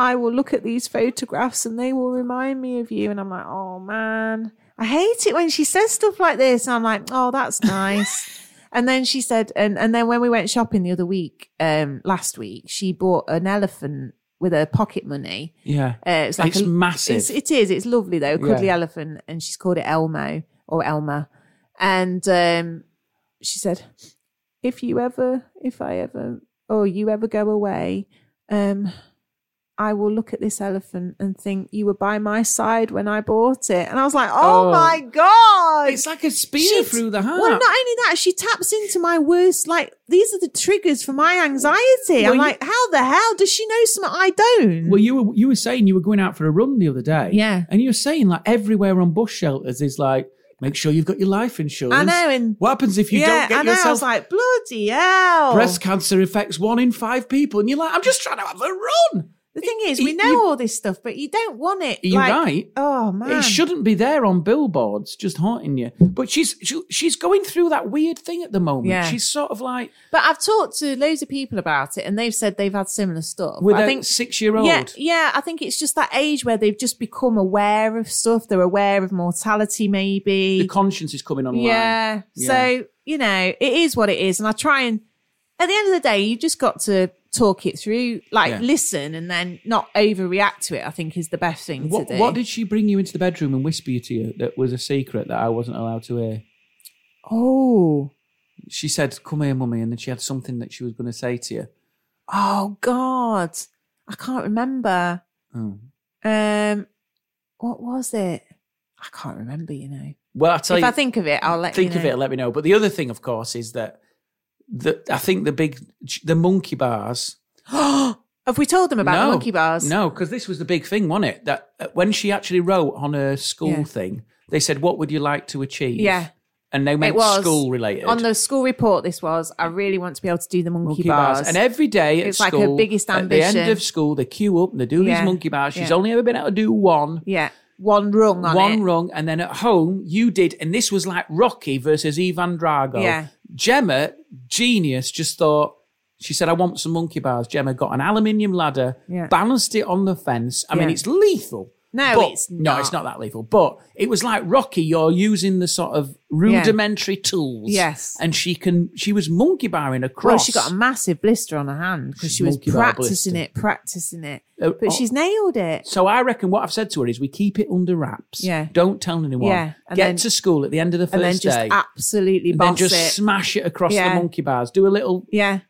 E: I will look at these photographs and they will remind me of you. And I'm like, oh man, I hate it when she says stuff like this. And I'm like, oh, that's nice. and then she said, and, and then when we went shopping the other week, um, last week, she bought an elephant with her pocket money.
C: yeah,
E: Uh, it's like
C: It's
E: a,
C: massive.
E: It's, it is. It's lovely though, a cuddly
C: Yeah.
E: elephant, and she's called it Elmo or Elma. And um, she said, "If you ever, if I ever, or you ever go away, um, I will look at this elephant and think you were by my side when I bought it." And I was like, "Oh,
C: Oh.
E: my god!"
C: it's like a spear
E: She's-
C: through the heart.
E: Well, not only that, she taps into my worst. Like these are the triggers for my anxiety.
C: Well,
E: I'm
C: you-
E: like, how the hell does she know something I don't?
C: well, you were you were saying you were going out for a run the other day.
E: Yeah.
C: and you were saying like everywhere on bush shelters is like make sure you've got your life insurance.
E: I know, and
C: What happens if you don't get
E: I know. I
C: yourself?
E: was like, oh. bloody hell.
C: breast cancer affects one in five people, and you're like, I'm just trying to have a run.
E: the thing is,
C: You-
E: we know
C: you-
E: all this stuff, but you don't want it.
C: You're
E: like-
C: right.
E: Oh man.
C: It shouldn't be there on billboards, just haunting you. But she's she, she's going through that weird thing at the moment.
E: Yeah.
C: She's sort of like
E: But I've talked to loads of people about it, and they've said they've had similar stuff.
C: with
E: I
C: a
E: think.
C: six year old.
E: Yeah, yeah. I think it's just that age where they've just become aware of stuff. They're aware of mortality, maybe.
C: The conscience is coming online.
E: Yeah. So, you know, it is what it is. And I try and, at the end of the day, you've just got to talk it through, like
C: Yeah.
E: listen and then not overreact to it, I think is the best thing
C: What,
E: to do.
C: what did she bring you into the bedroom and whisper you to you that was a secret that I wasn't allowed to hear?
E: oh,
C: She said, "Come here, mummy," and then she had something that she was going to say to you.
E: oh God. I can't remember.
C: Oh.
E: Um, what was it? I can't remember, you know.
C: Well, I tell
E: if
C: you,
E: I think of it, I'll let
C: think
E: you
C: of
E: know.
C: it and let me know. But the other thing, of course, is that the I think the big the monkey bars.
E: Have we told them about the monkey bars?
C: No, because this was the big thing, wasn't it? That uh, when she actually wrote on her school
E: Yeah.
C: thing, they said, "What would you like to achieve?"
E: Yeah.
C: and they meant
E: was.
C: school related
E: On the school report, this was, I really want to be able to do the monkey, bars.
C: And every day at
E: It's like her
C: school,
E: biggest
C: At the end
E: ambition.
C: of school, they queue up and they do
E: Yeah.
C: these monkey bars. She's
E: Yeah.
C: only ever been able to do one.
E: Yeah, one rung on
C: one
E: it.
C: rung, and then at home you did, and this was like Rocky versus Ivan Drago.
E: Yeah.
C: Gemma, genius, just thought. She said, "I want some monkey bars." Gemma got an aluminium ladder,
E: Yeah.
C: balanced it on the fence. I mean,
E: Yeah.
C: it's lethal.
E: No,
C: But-
E: it's
C: no, it's not that lethal. But it was like Rocky. You're using the sort of rudimentary tools.
E: Yes.
C: and she can. She was monkey barring a
E: Well,
C: cross.
E: she got a massive blister on her hand because she was
C: Monkey bar
E: practicing
C: blister.
E: it, practicing it.
C: Uh,
E: But
C: oh.
E: she's nailed it.
C: So I reckon what I've said to her is we keep it under wraps.
E: Yeah.
C: Don't tell anyone.
E: Yeah, and
C: Get
E: then-
C: to school at the end of the first
E: And then just
C: day.
E: absolutely
C: and then
E: boss
C: just
E: it.
C: smash it across
E: Yeah.
C: the monkey bars. Do a little
E: yeah.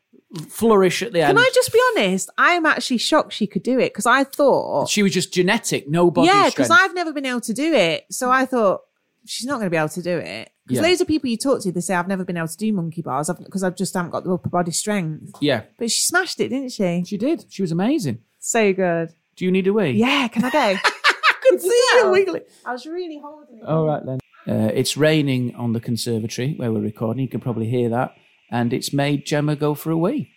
C: flourish at the
E: Can
C: end.
E: I just be honest? I am actually shocked she could do it because I thought,
C: She was just genetic, no body
E: yeah, because
C: strength.
E: I've never been able to do it. So I thought she's not going to be able to do it. Because
C: Yeah.
E: loads of people you talk to, they say I've never been able to do monkey bars because I've just haven't got the upper body strength.
C: yeah,
E: But she smashed it, didn't she?
C: she did. She was amazing.
E: So good.
C: Do you need a wee?
E: Yeah, can I go? I could see you wiggling. I was really holding it.
C: All right then. Uh, it's raining on the conservatory where we're recording. You can probably hear that, and it's made Gemma go for a wee.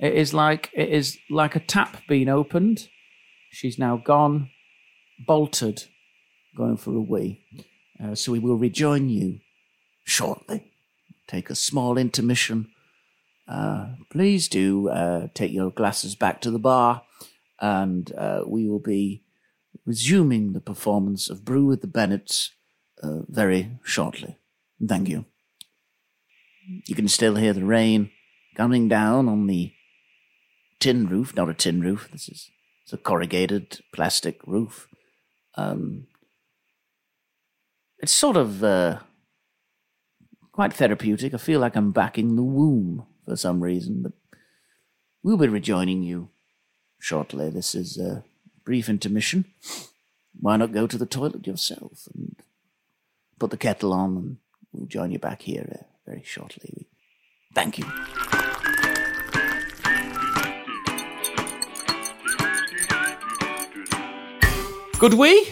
C: It is like it is like a tap being opened. She's now gone, bolted, going for a wee. Uh, so we will rejoin you shortly. Take a small intermission. Uh, please do uh, take your glasses back to the bar, and uh, we will be resuming the performance of Brew with the Bennets uh, very shortly. Thank you. You can still hear the rain coming down on the tin roof, not a tin roof, this is it's a corrugated plastic roof. Um, it's sort of uh, quite therapeutic. I feel like I'm back in the womb for some reason, but we'll be rejoining you shortly. This is a brief intermission. Why not go to the toilet yourself and put the kettle on, and we'll join you back here uh, very shortly. Thank you. Good we?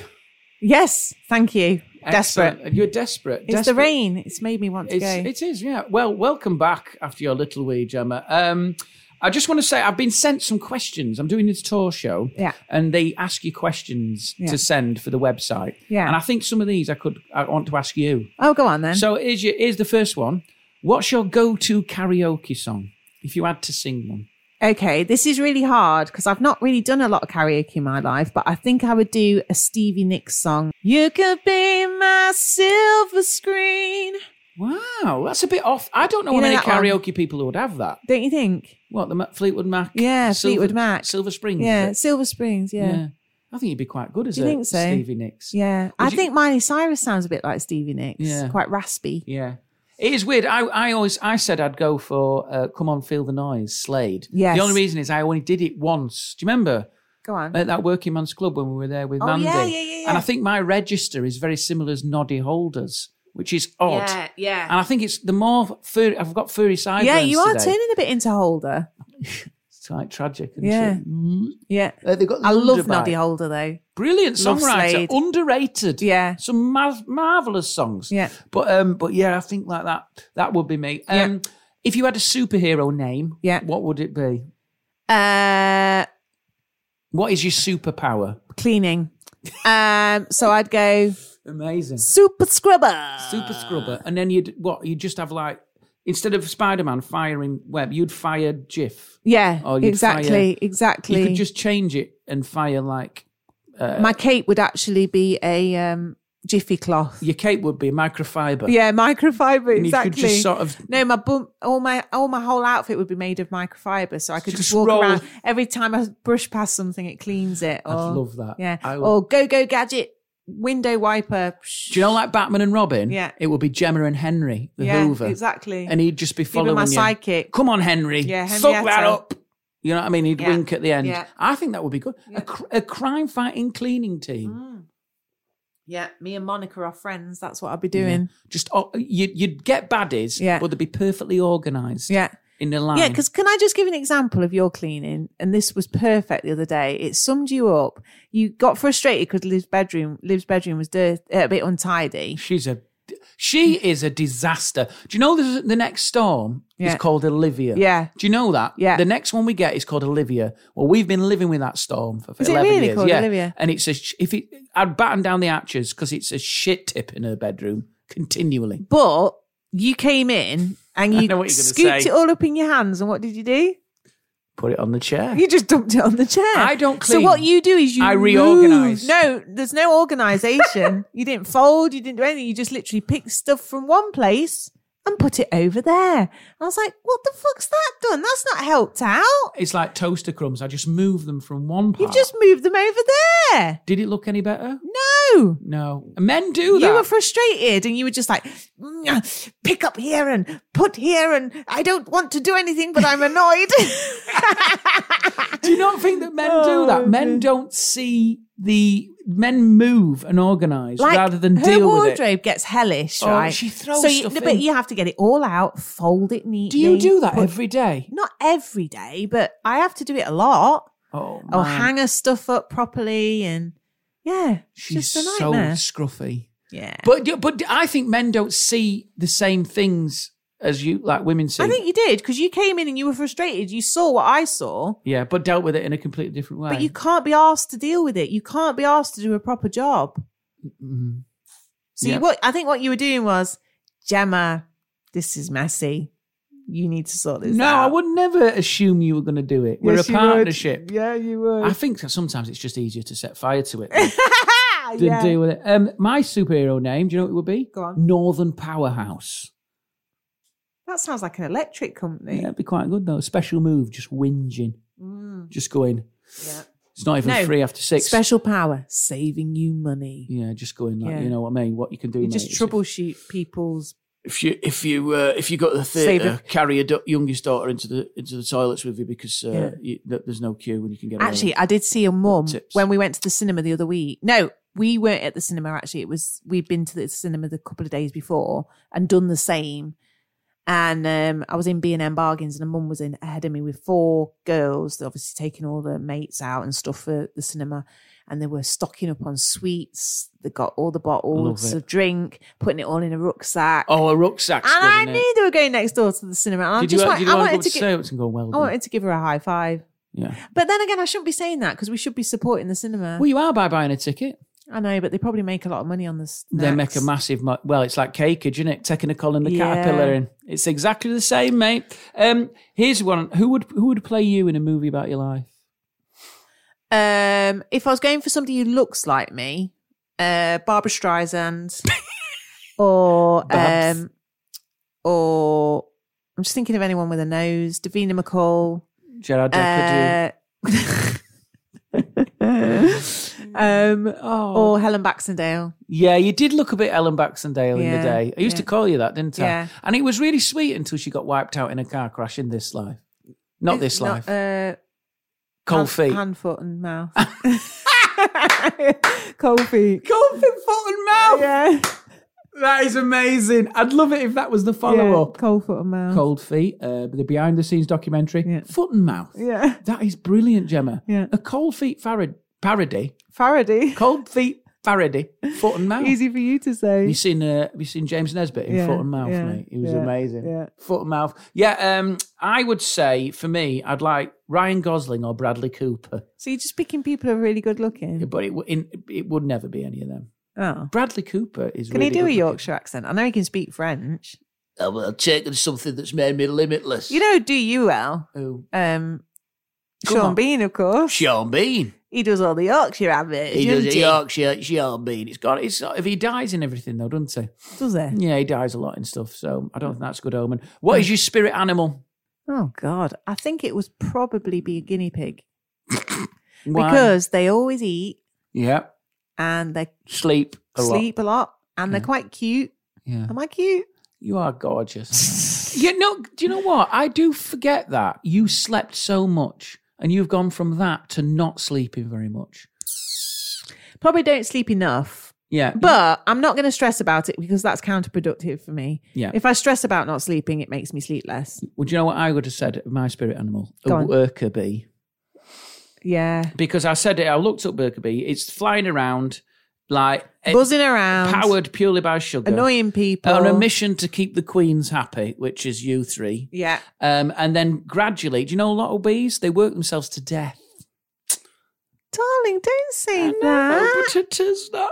E: Yes, thank you. Desperate.
C: You're desperate.
E: It's the rain. It's made me want to
C: It's,
E: go.
C: it is, yeah. Well, welcome back after your little wee, Gemma. Um, I just want to say I've been sent some questions. I'm doing this tour show,
E: Yeah.
C: and they ask you questions
E: Yeah.
C: to send for the website,
E: Yeah.
C: And I think some of these I could I want to ask you.
E: oh, go on then.
C: So here's your here's the first one. What's your go-to karaoke song if you had to sing one?
E: okay, this is really hard because I've not really done a lot of karaoke in my life, but I think I would do a Stevie Nicks song. You could be my silver screen.
C: Wow, that's a bit off. I don't know
E: You
C: how
E: know
C: many
E: that one?
C: karaoke people who would have that.
E: Don't you think?
C: What the Ma- Fleetwood Mac?
E: Yeah, Fleetwood Mac.
C: Silver Springs. is
E: Yeah,
C: it?
E: Silver Springs. Yeah. Yeah.
C: I think you'd be quite good as
E: Do you
C: a
E: think so?
C: Stevie Nicks.
E: I
C: you-
E: think Miley Cyrus sounds a bit like Stevie Nicks.
C: Yeah.
E: Quite raspy.
C: Yeah. It is weird. I, I always I said I'd go for uh, Come On Feel the Noise, Slade.
E: Yes.
C: The only reason is I only did it once. Do you remember
E: Go on.
C: at that working man's club when we were there with
E: Oh,
C: Mandy?
E: yeah, yeah, yeah, yeah.
C: And I think my register is very similar as Noddy Holder's, which is odd.
B: Yeah, yeah.
C: And I think it's the more furry, I've got furry sideburns.
E: yeah, you are
C: today.
E: turning a bit into Holder.
C: It's quite tragic. Isn't
E: Yeah.
C: It? Mm.
E: Yeah.
C: Uh, they've got
E: I love
C: Wonderback.
E: Noddy Holder though.
C: Brilliant
E: Love
C: songwriter,
E: Slade.
C: underrated.
E: Yeah.
C: some mar- marvelous songs.
E: Yeah.
C: but um, but yeah, I think like that that would be me. Um, if you had a superhero name,
E: Yeah.
C: what would it be?
E: Uh,
C: What is your superpower?
E: cleaning. Um, so I'd go
C: Amazing,
E: super scrubber.
C: super scrubber, and then you'd what you'd just have like instead of Spider Man firing web, you'd fire Jiff.
E: Yeah,
C: Oh, you'd
E: exactly,
C: fire-
E: exactly.
C: You could just change it and fire like
E: My cape would actually be a um, jiffy cloth.
C: your cape would be microfiber.
E: Yeah, microfiber.
C: And you could
E: Exactly.
C: just sort of
E: no, my bum, all my all my whole outfit would be made of microfiber, so I could just,
C: Just
E: walk
C: roll.
E: around. Every time I brush past something, it cleans it. Or,
C: I'd love that.
E: Yeah.
C: I would-
E: or go go gadget window wiper.
C: Do you know like Batman and Robin?
E: Yeah.
C: It would be Gemma and Henry, the
E: yeah,
C: Hoover.
E: exactly.
C: And he'd just be
E: He'd be
C: following
E: my
C: you.
E: sidekick.
C: Come on, Henry.
E: Yeah,
C: Suck that
E: Henrietta.
C: up. You know what I mean? He'd
E: Yeah.
C: wink at the end.
B: Yeah.
C: I think that would be good. A, cr- a crime fighting cleaning team.
E: Mm. Yeah, me and Monica are friends. That's what I'll be doing.
C: Just oh, you'd, you'd get baddies,
E: Yeah.
C: but they'd be perfectly organised
E: Yeah.
C: in a line.
E: Yeah, because can I just give an example of your cleaning? And this was perfect the other day. It summed you up. You got frustrated because Liv's bedroom, Liv's bedroom was dirt, uh, a bit untidy.
C: she's a she is a disaster. Do you know the, the next storm
E: Yeah.
C: is called Olivia?
E: Yeah.
C: Do you know that?
E: Yeah.
C: The next one we get is called Olivia. Well, we've been living with that storm for
E: Is it
C: 11
E: really
C: years.
E: called
C: yeah.
E: Olivia?
C: And it's a, sh- if it, I'd batten down the arches because it's a shit tip in her bedroom continually.
E: But you came in and
C: I know
E: you
C: what you're gonna
E: scooped
C: say.
E: it all up in your hands. And what did you do?
C: put it on the chair.
E: You just dumped it on the chair.
C: I don't
E: So
C: clean.
E: what you do is you
C: I
E: move.
C: reorganise.
E: No, there's no organisation. you didn't fold. You didn't do anything. You just literally picked stuff from one place and put it over there. And I was like, what the fuck's that done? That's not helped out.
C: It's like toaster crumbs. I just move them from one part.
E: You've just moved them over there.
C: Did it look any better?
E: No.
C: No. Men do that.
E: You were frustrated and you were just like, "Mm, pick up here and put here. And I don't want to do anything, but I'm annoyed.
C: do you not think that men do
E: Oh,
C: that? Men don't see the men move and organize rather than
E: her
C: deal
E: wardrobe
C: with it.
E: gets hellish,
C: Oh,
E: right?
C: she throws
E: so you,
C: stuff
E: but
C: in.
E: you have to get it all out, fold it neatly.
C: Do you do that
E: put-
C: every day?
E: Not every day, but I have to do it a lot.
C: Oh,
E: I'll
C: man.
E: hang her stuff up properly, and yeah, it's
C: She's
E: just a
C: so
E: nightmare.
C: scruffy.
E: yeah,
C: But but I think men don't see the same things as you like women see.
E: I think you did because you came in and you were frustrated. You saw what I saw,
C: yeah, but dealt with it in a completely different way.
E: but you can't be asked to deal with it. You can't be asked to do a proper job.
C: Mhm.
E: So
C: Yeah.
E: you, what I think what you were doing was, Gemma, this is messy. You need to sort this
C: No,
E: out.
C: I would never assume you were going to do it. We're
E: Yes,
C: a
E: you would.
C: partnership.
E: Yeah, you would.
C: I think that sometimes it's just easier to set fire to it than than
E: yeah.
C: deal with it. Um, my superhero name, do you know what it would be?
E: Go on.
C: Northern Powerhouse.
E: That sounds like an electric company.
C: Yeah, it'd be quite good though. Special move, just whinging, just going.
E: Mm. Yeah.
C: It's not even
E: No.
C: free after six.
E: Special power, saving you money.
C: yeah, just going like
E: Yeah.
C: you know what I mean. What you can do,
E: You
C: mate,
E: just
C: is-
E: troubleshoot people's.
F: If you if you uh, if you got to the
E: Save
F: theatre, carry your da- youngest daughter into the into the toilets with you because uh,
E: Yeah.
F: you, th- there's no queue and you can get away with
E: Actually,
F: it.
E: I did see a mum
F: Tips.
E: when we went to the cinema the other week. No, we weren't at the cinema actually. It was we'd been to the cinema the couple of days before and done the same. And um, I was in B and M bargains, and a mum was in ahead of me with four girls. They're obviously taking all their mates out and stuff for the cinema, and they were stocking up on sweets. They got all the bottles
C: it.
E: of drink, putting it all in a rucksack.
C: oh, a rucksack's
E: And I
C: good, innit?
E: knew they were going next door to the cinema. And I
C: Did you,
E: just
C: did
E: want,
C: you
E: I
C: wanna go
E: wanted
C: up
E: to
C: to
E: gi-
C: Servants and go well
E: I
C: done?
E: wanted to give her a high five.
C: Yeah.
E: But then again, I shouldn't be saying that because we should be supporting the cinema.
C: Well, you are by buying a ticket.
E: I know, but they probably make a lot of money on this.
C: They make a massive. Mo- well, it's like cakeage, isn't it? Taking a call in the
E: Yeah.
C: caterpillar, and it's exactly the same, mate. Um, here's one. Who would who would play you in a movie about your life?
E: Um, if I was going for somebody who looks like me, uh, Barbara Streisand, or
C: Babs.
E: um, or I'm just thinking of anyone with a nose, Davina McCall.
C: Gerard Depardieu.
E: Uh, um,
C: oh,
E: or Helen Baxendale.
C: yeah. You did look a bit Ellen Baxendale in the
E: Yeah,
C: day. I used to
E: yeah.
C: call you that, didn't I?
E: Yeah.
C: And it was really sweet until she got wiped out in a car crash in this life. Not this life.
E: uh,
C: Cold
E: hand-
C: feet.
E: Hand, foot, and mouth. Cold feet.
C: Cold feet, foot and mouth.
E: Yeah.
C: That is amazing. I'd love it if that was the follow
E: yeah.
C: up.
E: Cold foot and mouth.
C: Cold feet. Uh, the behind the scenes documentary.
E: Yeah.
C: Foot and mouth.
E: Yeah.
C: That is brilliant, Gemma.
E: Yeah.
C: A cold feet farad- parody.
E: Faraday.
C: Cold feet parody. Foot and mouth.
E: Easy for you to say.
C: Have you seen? Uh, have you seen James Nesbitt in
E: Yeah,
C: Foot and Mouth,
E: yeah,
C: mate? He was
E: yeah,
C: amazing.
E: yeah.
C: Foot and Mouth. Yeah. Um, I would say for me, I'd like Ryan Gosling or Bradley Cooper,
E: so you're just picking people who are really good looking.
C: but it w- in, it would never be any of them.
E: Oh.
C: Bradley Cooper is.
E: Can
C: really
E: he do a
C: good-looking.
E: Yorkshire accent? I know he can speak French.
F: Oh, well, taking something that's made me limitless.
E: You know, do you well?
C: Who?
E: Um,
F: Come
E: Sean
F: on.
E: Bean, of course.
F: Sean Bean.
E: He does all the Yorkshire habits.
F: He does
E: doesn't
F: a Yorkshire Sean Bean. It's
C: He's got. It's, if he dies in everything, though, doesn't he?
E: Does he?
C: Yeah, he dies a lot in stuff, so I don't think that's a good omen. What is your spirit animal?
E: Oh God, I think it was probably be a guinea pig
C: Why?
E: because they always eat
C: yeah,
E: and they
C: sleep a lot.
E: sleep a lot and they're quite cute.
C: Yeah.
E: Am I cute?
C: You are gorgeous. you know, do you know what? I do forget that you slept so much, and you've gone from that to not sleeping very much.
E: Probably don't sleep enough,
C: Yeah,
E: but I'm not going to stress about it because that's counterproductive for me.
C: Yeah.
E: If I stress about not sleeping, it makes me sleep less.
C: well, do you know what I would have said? My spirit animal, a
E: Go on.
C: worker bee,
E: Yeah.
C: because I said it. I looked up worker bee. It's flying around like eh,
E: Buzzing around,
C: powered purely by sugar.
E: annoying people.
C: On a mission to keep the queens happy, which is you three.
E: Yeah.
C: Um, and then gradually, do you know a lot of bees? They work themselves to death.
E: Darling, don't say
C: I know,
E: that.
C: but it is not.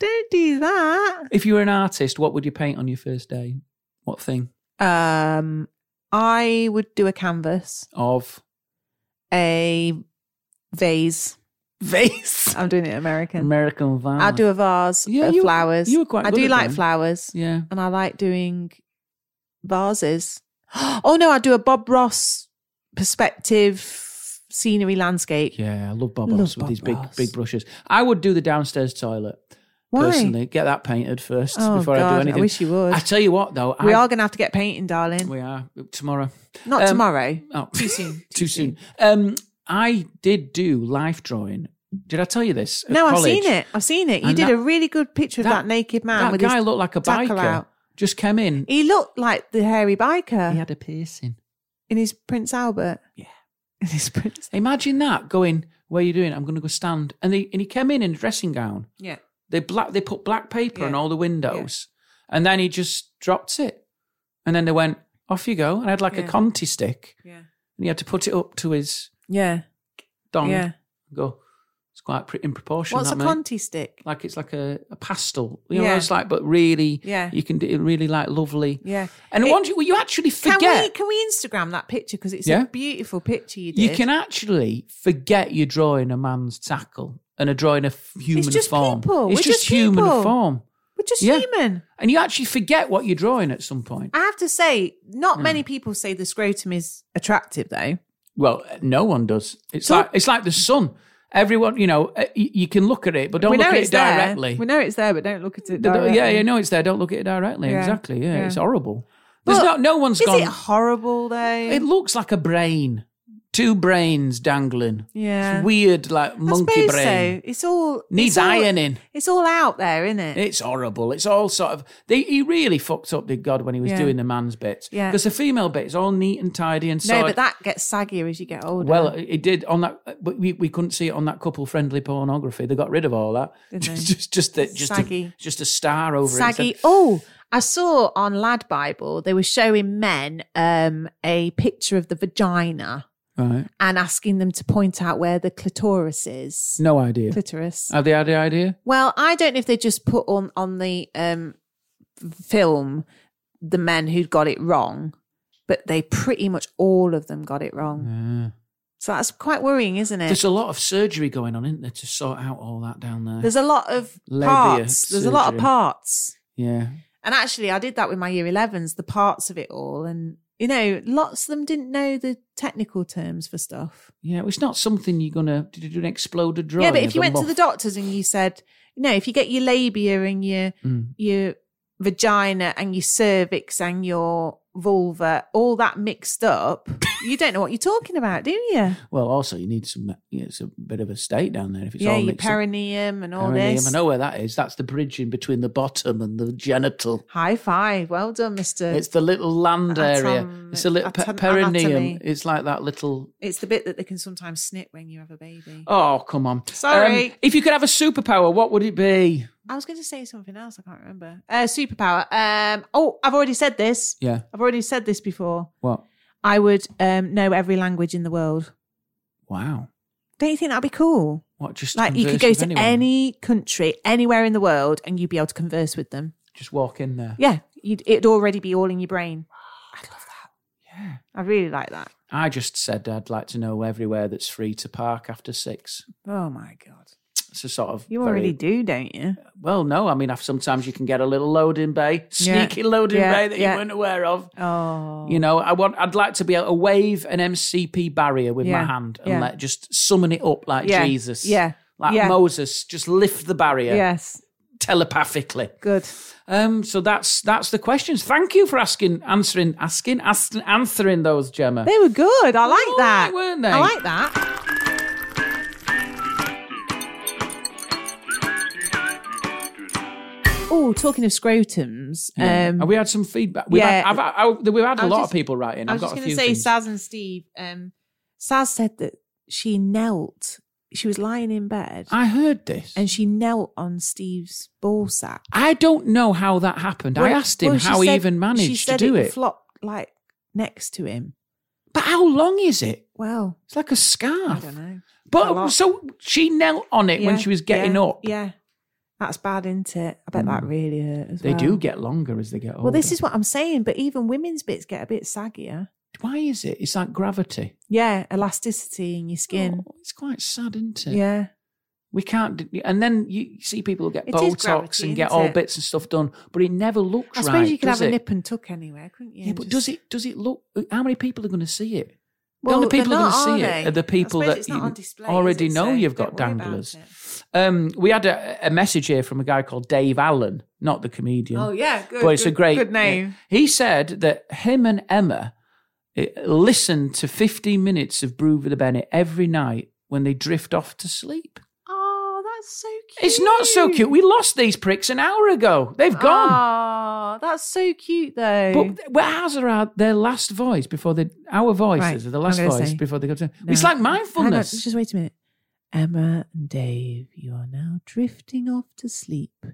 E: Don't do that.
C: If you were an artist, what would you paint on your first day? What thing
E: Um, I would do a canvas
C: of?
E: a vase.
C: Vase.
E: I'm doing it American.
C: American vase.
E: I do a vase
C: Yeah,
E: of
C: you-
E: flowers.
C: you were quite
E: I
C: good
E: do
C: at
E: like
C: them.
E: flowers,
C: Yeah.
E: and I like doing vases. Oh no, I do a Bob Ross perspective scenery landscape.
C: Yeah, I love Bob
E: Love
C: Ross with
E: Bob
C: these big
E: Ross.
C: big brushes. I would do the downstairs toilet
E: Why?
C: personally. Get that painted first
E: Oh
C: before I do
E: God, I,
C: anything.
E: wish you would.
C: I tell you what though,
E: we
C: I,
E: are going to have to get painting, darling.
C: we are tomorrow.
E: Not
C: um,
E: tomorrow.
C: Oh,
E: Too soon.
C: too soon. Um, I did do life drawing. Did I tell you this? at
E: No, I've
C: college?
E: seen it. I've seen it. You
C: And
E: did
C: that-
E: a really good picture of that, naked man
C: That
E: with
C: guy
E: his
C: looked like a
E: tackle
C: biker.
E: out.
C: Just came in.
E: He looked like the hairy biker
C: He had a piercing.
E: in his Prince Albert. Yeah. In his Prince.
C: Imagine that going. Where you doing? I'm going to go stand. And they and he came in in a dressing gown.
E: Yeah.
C: They black they put black paper on
E: Yeah.
C: all the windows, and then he just dropped it, and then they went off you go. And I had like a
E: Yeah.
C: Conti stick,
E: Yeah.
C: and he had to put it up to his
E: Yeah.
C: dong.
E: Yeah.
C: and Go. It's quite pre- in proportion.
E: What's
C: that,
E: a
C: mate."
E: Conti stick?
C: Like it's like a, a pastel. You know,
E: Yeah.
C: it's like but really.
E: Yeah.
C: You can do it really like lovely.
E: Yeah.
C: And
E: It-
C: once you, well, you actually forget.
E: Can we can we Instagram that picture because it's
C: Yeah.
E: a beautiful picture you did.
C: you can actually forget you're drawing a man's tackle and a drawing a f- human
E: just
C: form.
E: people.
C: It's
E: We're
C: just,
E: just
C: human
E: people.
C: form.
E: We're just
C: Yeah.
E: human.
C: And you actually forget what you're drawing at some point.
E: I have to say, not many
C: Mm.
E: people say the scrotum is attractive though.
C: Well, no one does. It's
E: So-
C: like it's like the sun. Everyone, you know, uh, y- you can look at it, but don't
E: we
C: look
E: know
C: at
E: it's
C: it directly.
E: there. We know it's there, but don't look at it
C: The- the-
E: directly.
C: Yeah, yeah, no, it's there. Don't look at it directly.
E: Yeah,
C: Exactly. Yeah,
E: yeah.
C: it's horrible. There's
E: But
C: no no one's
E: Is
C: gone.
E: it horrible though?
C: It looks like a brain, two brains dangling.
E: Yeah.
C: it's weird, like monkey
E: I suppose
C: brain.
E: So. It's all
C: Needs
E: it's all-
C: ironing.
E: It's all out there, isn't it?
C: It's horrible. It's all sort of. They, he really fucked up, did God, when he was
E: Yeah.
C: doing the man's bits.
E: Yeah.
C: Because the female bit is all neat and tidy and
E: no,
C: sorted.
E: but that gets saggier as you get older.
C: Well, it did on that, but we, we couldn't see it on that couple friendly pornography. They got rid of all that.
E: Didn't they?
C: just just the, just a,
E: Saggy.
C: just a star over
E: saggy.
C: it. It said,
E: Oh, I saw on Lad Bible they were showing men um, a picture of the vagina
C: Right.
E: and asking them to point out where the clitoris is.
C: No idea.
E: Clitoris.
C: Have they had the idea?
E: Well, I don't know if they just put on on the um, film the men who'd got it wrong, but they pretty much all of them got it wrong. So that's quite worrying, isn't it?
C: There's a lot of surgery going on, isn't there, to sort out all that down there?
E: There's a lot of
C: Labia
E: parts. There's a lot of
C: surgery.
E: parts.
C: yeah.
E: And actually, I did that with my year 11s, the parts of it all. And, you know, lots of them didn't know the technical terms for stuff.
C: Yeah, well, it's not something you're gonna did you do an exploded drawing.
E: yeah, but if
C: of
E: you
C: a
E: went to the
C: muff?
E: doctors and you said, you know, if you get your labia and your,
C: Mm.
E: your vagina and your cervix and your vulva, all that mixed up, you don't know what you're talking about, do you?
C: well, also you need some. Yeah, it's a bit of a state down there if it's
E: yeah,
C: all
E: your
C: mixed up.
E: perineum and all
C: Perineum,
E: this.
C: I know where that is. That's the bridge in between the bottom and the genital.
E: High five. Well done, Mr.
C: It's the little land area.
E: Atom-
C: It's a little pe-
E: atom-
C: perineum.
E: anatomy.
C: It's like that little.
E: It's the bit that they can sometimes snip when you have a baby.
C: Oh, come on. Um,
E: Sorry.
C: if you could have a superpower, what would it be?
E: I was going to say something else. I can't remember. Uh, superpower. Um, oh, I've already said this.
C: Yeah.
E: I've already said this before.
C: What?
E: I would um, know every language in the world.
C: Wow.
E: Don't you think that'd be cool?
C: What? Just
E: Like you could
C: converse
E: go
C: with
E: to
C: anyone?
E: any country, anywhere in the world, and you'd be able to converse with them.
C: Just walk in there.
E: Yeah, you'd, it'd already be all in your brain. I love that. Yeah, I really like that.
C: I just said I'd like to know everywhere that's free to park after six.
E: Oh my god,
C: It's a sort of.
E: you
C: very-
E: already do, don't you?
C: Well, no. I mean, I've, sometimes you can get a little loading bay,
E: Yeah.
C: sneaky loading
E: Yeah,
C: bay that
E: yeah.
C: you weren't aware of.
E: Oh,
C: You know, I want. I'd like to be able to wave an MCP barrier with
E: Yeah,
C: my hand and
E: yeah.
C: let just summon it up like
E: Yeah,
C: Jesus.
E: yeah,
C: Like
E: yeah.
C: Moses, just lift the barrier
E: yes,
C: telepathically.
E: good.
C: Um, so that's that's the questions. Thank you for asking, answering, asking, asking answering those, Gemma.
E: They were good. I
C: all
E: like
C: right,
E: that.
C: weren't they?
E: I like that. Oh, talking of scrotums, um,
C: and we had some feedback. We've
E: yeah.
C: had, I've, I, we've had
E: I
C: a
E: was
C: lot of
E: just-
C: people writing. I've
E: I was
C: got
E: just
C: a
E: going
C: few
E: to say,
C: things.
E: Saz and Steve. Um, Saz said that she knelt. She was lying in bed
C: I heard this.
E: and she knelt on Steve's ball sack.
C: I don't know how that happened. I
E: Well,
C: asked him
E: well, she
C: how he
E: said-
C: even
E: she
C: managed to
E: said
C: do it.
E: Flopped like next to him.
C: but how long is it?
E: Well,
C: It's like a scarf.
E: I don't know. A
C: Ah. But
E: lot.
C: so she knelt on it when
E: Yeah,
C: she was getting
E: yeah,
C: up. Mm.
E: Yeah, that's bad, isn't it? I bet that really hurt. As
C: They
E: well.
C: do get longer as they get older.
E: Well, this is what I'm saying, but even women's bits get a bit saggier.
C: Why is it? It's like gravity.
E: Yeah, elasticity in your skin.
C: Oh, it's quite sad, isn't it?
E: Yeah.
C: We can't, d- and then you see people get
E: It is
C: Botox
E: gravity,
C: and get
E: isn't
C: all
E: it?
C: bits and stuff done, but it never looks
E: I
C: right.
E: suppose you could
C: does
E: have a
C: it?
E: nip and tuck anywhere, couldn't you?
C: Yeah, but
E: Just-
C: does it? Does it look? How many people are going to see it?
E: Well,
C: the only
E: they're
C: people
E: not,
C: who are going to see
E: are
C: it
E: they?
C: are the
E: I
C: people
E: suppose
C: that
E: it's not
C: you
E: on display, is
C: already
E: it?
C: know
E: So
C: you've got
E: don't worry about
C: danglers.
E: it.
C: Um, we had a, a message here from a guy called Dave Allen, not the comedian.
E: Oh yeah, good.
C: but it's
E: good-
C: a great
E: good name.
C: He said that him and Emma eh, listen to 15 minutes of Brew with the Bennett every night when they drift off to sleep.
E: Oh, that's so cute.
C: It's not so cute. We lost these pricks an hour ago. They've gone.
E: Oh, that's so cute though.
C: But well, ours are our, their last voice before they, our voices
E: Right,
C: are the last
E: I'm gonna
C: voice
E: say.
C: before they go to.
E: No.
C: It's like
E: Hang on,
C: mindfulness.
E: just wait a minute. Emma and Dave, you are now drifting off to sleep,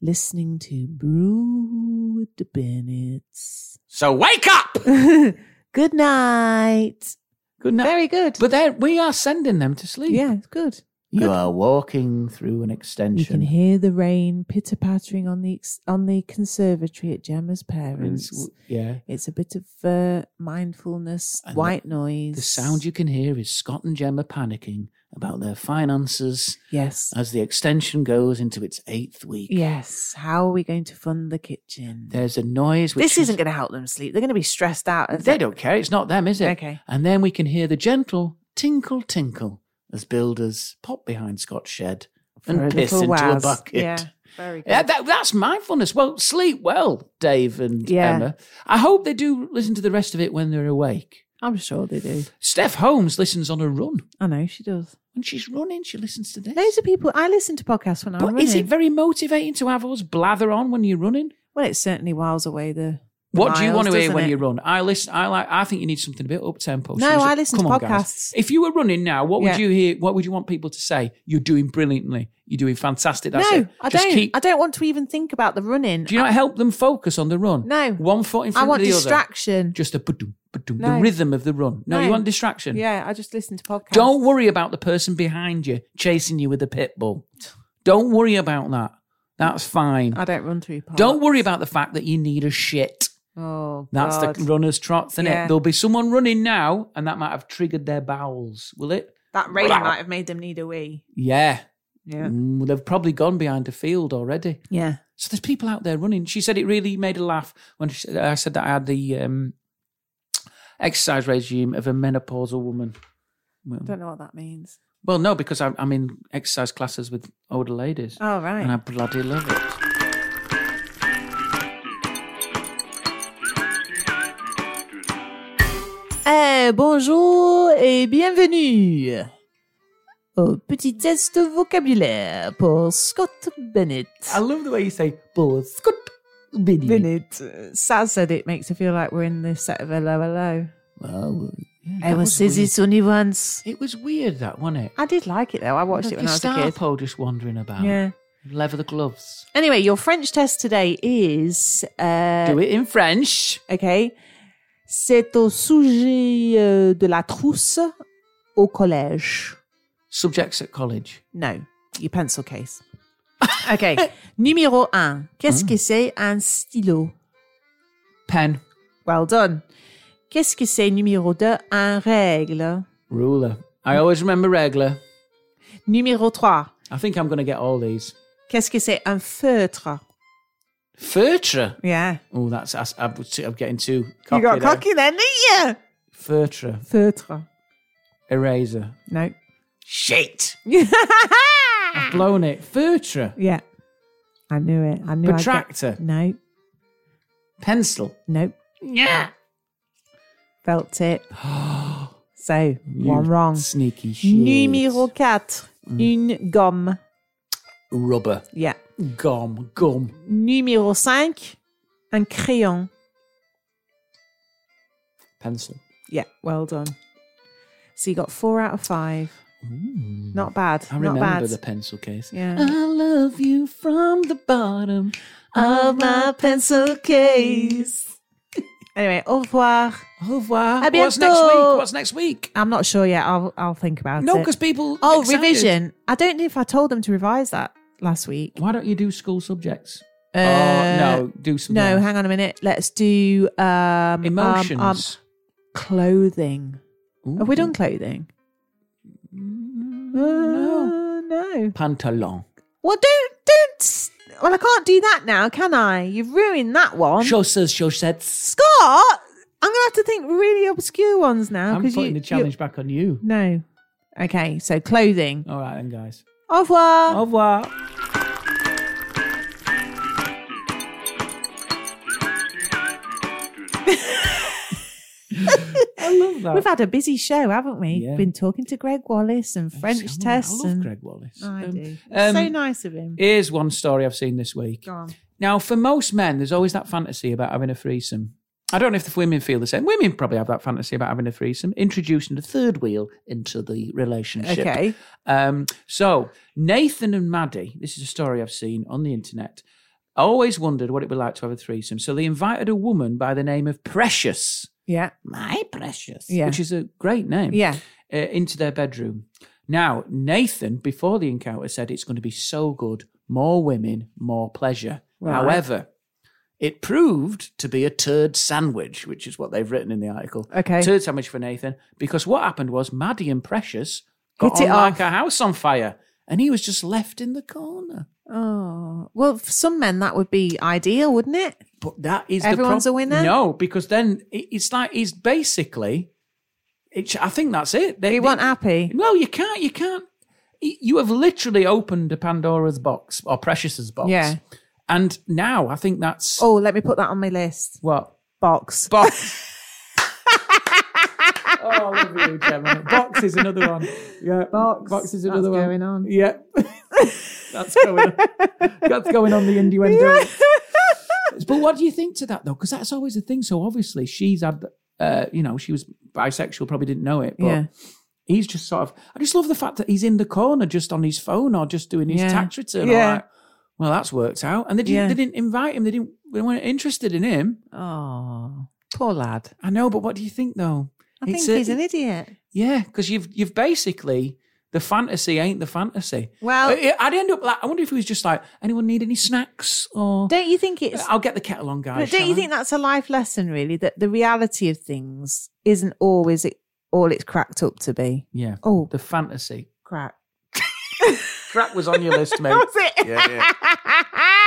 E: listening to Brew with the Bennets.
F: So wake up!
E: good night.
C: Good night.
E: Very good.
C: But they're- we are sending them to sleep.
E: yeah, it's good.
C: You are walking through an extension.
E: You can hear the rain pitter pattering on the ex- on the conservatory at Gemma's parents.
C: It's- yeah.
E: It's a bit of uh, mindfulness,
C: And the-
E: white noise.
C: The sound you can hear is Scott and Gemma panicking about their finances
E: yes,
C: as the extension goes into its eighth week.
E: yes. How are we going to fund the kitchen?
C: There's a noise. Which
E: This isn't going to help them sleep. They're going to be stressed out.
C: Is,
E: aren't
C: they don't care. It's not them, is it?
E: Okay.
C: And then we can hear the gentle tinkle tinkle as builders pop behind Scott's shed
E: For
C: and
E: a
C: piss
E: little
C: into a
E: while.
C: bucket.
E: Yeah, very good.
C: Yeah, that, that's mindfulness. Well, sleep well, Dave and
E: Yeah.
C: Emma. I hope they do listen to the rest of it when they're awake.
E: I'm sure they do.
C: Steph Holmes listens on a run.
E: I know she does.
C: When she's running, she listens to this.
E: Loads of people. I listen to podcasts when I'm
C: but
E: running.
C: is it very motivating to have us blather on when you're running?
E: well, it certainly whiles away the.
C: What do you
E: miles,
C: want to hear
E: doesn't
C: when
E: it?
C: you run? I listen. I like. I think you need something a bit up tempo.
E: No, I listen to podcasts.
C: If you were running now, what would
E: Yeah.
C: you hear? What would you want people to say? You're doing brilliantly. You're doing fantastic. That's
E: no,
C: it.
E: I
C: Just
E: don't.
C: Keep,
E: I don't want to even think about the running.
C: do you not help them focus on the run?
E: No.
C: One foot in
E: I
C: front
E: want
C: of the
E: distraction.
C: other. Just a ba-dum, ba-dum,
E: No.
C: the rhythm of the run. No, you
E: No.
C: want distraction.
E: Yeah, I just listen to podcasts.
C: Don't worry about the person behind you chasing you with a pit bull. Don't worry about that. That's fine.
E: I don't run through parks.
C: Don't worry about the fact that you need a shit.
E: Oh,
C: That's
E: God.
C: the runner's trot, isn't
E: Yeah.
C: it? There'll be someone running now, and that might have triggered their bowels, will it?
E: that rain might have made them need a wee.
C: Yeah.
E: Yeah.
C: Mm, well, they've probably gone behind a field already.
E: Yeah.
C: So there's people out there running. She said it really made her laugh when she said, I said that I had the um, exercise regime of a menopausal woman.
E: I don't know what that means.
C: Well, no, because I'm, I'm in exercise classes with older ladies,
E: Oh, right.
C: and I bloody love it.
E: Eh, bonjour et bienvenue au petit test vocabulaire pour Scott Bennett.
C: I love the way you say "balls." Good, Benny.
E: Bennett. Saz said it makes her feel like we're in the set of Hello Hello.
C: Well, yeah,
E: I
C: that
E: was Sissy
C: weird.
E: Sunny once.
C: It was weird that, wasn't it?
E: I did like it though. I watched
C: Like
E: it when I was a kid.
C: Gestapo just wandering about.
E: Yeah.
C: Leather the gloves.
E: Anyway, your French test today is uh,
C: Do it in French.
E: Okay. C'est au sujet euh, de la trousse au collège.
C: Subjects at college.
E: No, your pencil case. Okay. Numéro un. Qu'est-ce que c'est un stylo?
C: Pen.
E: Well done. Qu'est-ce que c'est numéro deux? Un règle.
C: Ruler. I always remember regular.
E: Numéro trois.
C: I think I'm going to get all these.
E: Qu'est-ce que c'est un feutre?
C: Furtra.
E: Yeah.
C: Oh, that's, that's I'm, I'm getting too cocky.
E: you got
C: there.
E: cocky then, didn't you?
C: Furtra.
E: Feutre.
C: Eraser.
E: No.
F: Shit!
C: I've blown it. Furtra.
E: yeah. I knew it. I knew
C: Protractor.
E: I No.
C: Pencil.
E: Nope.
F: Yeah!
E: Felt tip. so,
C: You Mm.
E: one wrong.
C: Sneaky shit.
E: Numéro 4. Une gomme.
C: Rubber.
E: Yeah.
C: Gum. Gum.
E: Numéro 5. Un crayon.
C: Pencil.
E: Yeah. Well done. So you got four out of five. Not bad.
C: I
E: Not
C: remember
E: bad.
C: the pencil case.
E: Yeah.
C: I love you from the bottom of my
E: pencil case. anyway, au revoir.
C: Au revoir.
E: À
C: What's next week?
E: bientôt.
C: What's next week?
E: I'm not sure yet. I'll I'll think about
C: No,
E: it.
C: because people.
E: oh
C: excited.
E: revision. I don't know if I told them to revise that last week.
C: Why don't you do school subjects?
E: Uh,
C: oh, no, do some.
E: No, hang on a minute. Let's do um um, um,
C: Emotions.
E: clothing. Have we
C: Ooh.
E: done clothing? Mm,
C: Uh,
E: No. no.
C: Pantalon.
E: Well, don't, don't. s- Well, I can't do that now, can I? You've ruined that one.
C: Chaussures, chaussettes.
E: Scott, I'm going to have to think really obscure ones now.
C: I'm
E: 'cause
C: putting the
E: you- you-
C: challenge back on you.
E: No. Okay, so clothing.
C: All right then, guys.
E: Au revoir.
C: Au revoir. I love that.
E: We've had a busy show, haven't we?
C: Yeah.
E: Been talking to Greg Wallace and
C: Oh,
E: French
C: Sam,
E: tests.
C: I love
E: and
C: Greg Wallace.
E: I
C: Um,
E: do.
C: um,
E: so nice of him.
C: Here's one story I've seen this week.
E: Go on.
C: Now, for most men, there's always that fantasy about having a threesome. I don't know if the women feel the same. Women probably have that fantasy about having a threesome, introducing a third wheel into the relationship.
E: Okay.
C: Um, so Nathan and Maddie, this is a story I've seen on the internet. I always wondered what it'd be like to have a threesome. So they invited a woman by the name of Precious,
E: Yeah.
C: my Precious,
E: Yeah.
C: which is a great name,
E: Yeah.
C: uh, into their bedroom. Now Nathan, before the encounter, said it's going to be so good, more women, more pleasure.
E: Right.
C: However, it proved to be a turd sandwich, which is what they've written in the article.
E: Okay.
C: Turd sandwich for Nathan, because what happened was Maddie and Precious got
E: Hit it
C: on like
E: off.
C: a house on fire, and he was just left in the corner.
E: Oh. Well, for some men, that would be ideal, wouldn't it?
C: But that is
E: Everyone's
C: the
E: a
C: prob-
E: winner?
C: No, because then it- it's like he's basically. It, I think that's it. They,
E: He
C: they-
E: weren't happy.
C: No, you can't. You can't. y- You have literally opened a Pandora's box or Precious's box.
E: Yeah.
C: And now I think that's
E: Oh, let me put that on my list.
C: what
E: Box.
C: box. oh, I love you, Gemma. Box is another one. Yeah,
E: Uh, Box.
C: Box is
E: That's
C: another one.
E: going on.
C: Yeah, that's going. On. That's going on the innuendo. but what do you think to that though? Because that's always the thing. So obviously she's had, uh, you know, she was bisexual, probably didn't know it. But
E: Yeah.
C: he's just sort of. I just love the fact that he's in the corner, just on his phone or just doing his
E: Yeah.
C: tax return.
E: Yeah.
C: Yeah. well, that's worked out. And they didn't,
E: Yeah.
C: they didn't invite him. They didn't. They weren't interested in him.
E: Oh, poor lad.
C: I know, but what do you think though?
E: I think
C: It's a-
E: he's an idiot.
C: Yeah, because you've you've basically the fantasy ain't the fantasy.
E: Well-
C: I- I'd end up like I wonder if he was just like anyone need any snacks or Uh,
E: Don't you think it's?
C: I'll get the kettle on, guys.
E: But
C: shall
E: don't you
C: I?
E: think that's a life lesson, really? That the reality of things isn't always it- all it's cracked up to be.
C: Yeah,
E: Oh,
C: the fantasy
E: crack.
C: crap was on your list, mate.
E: That was it.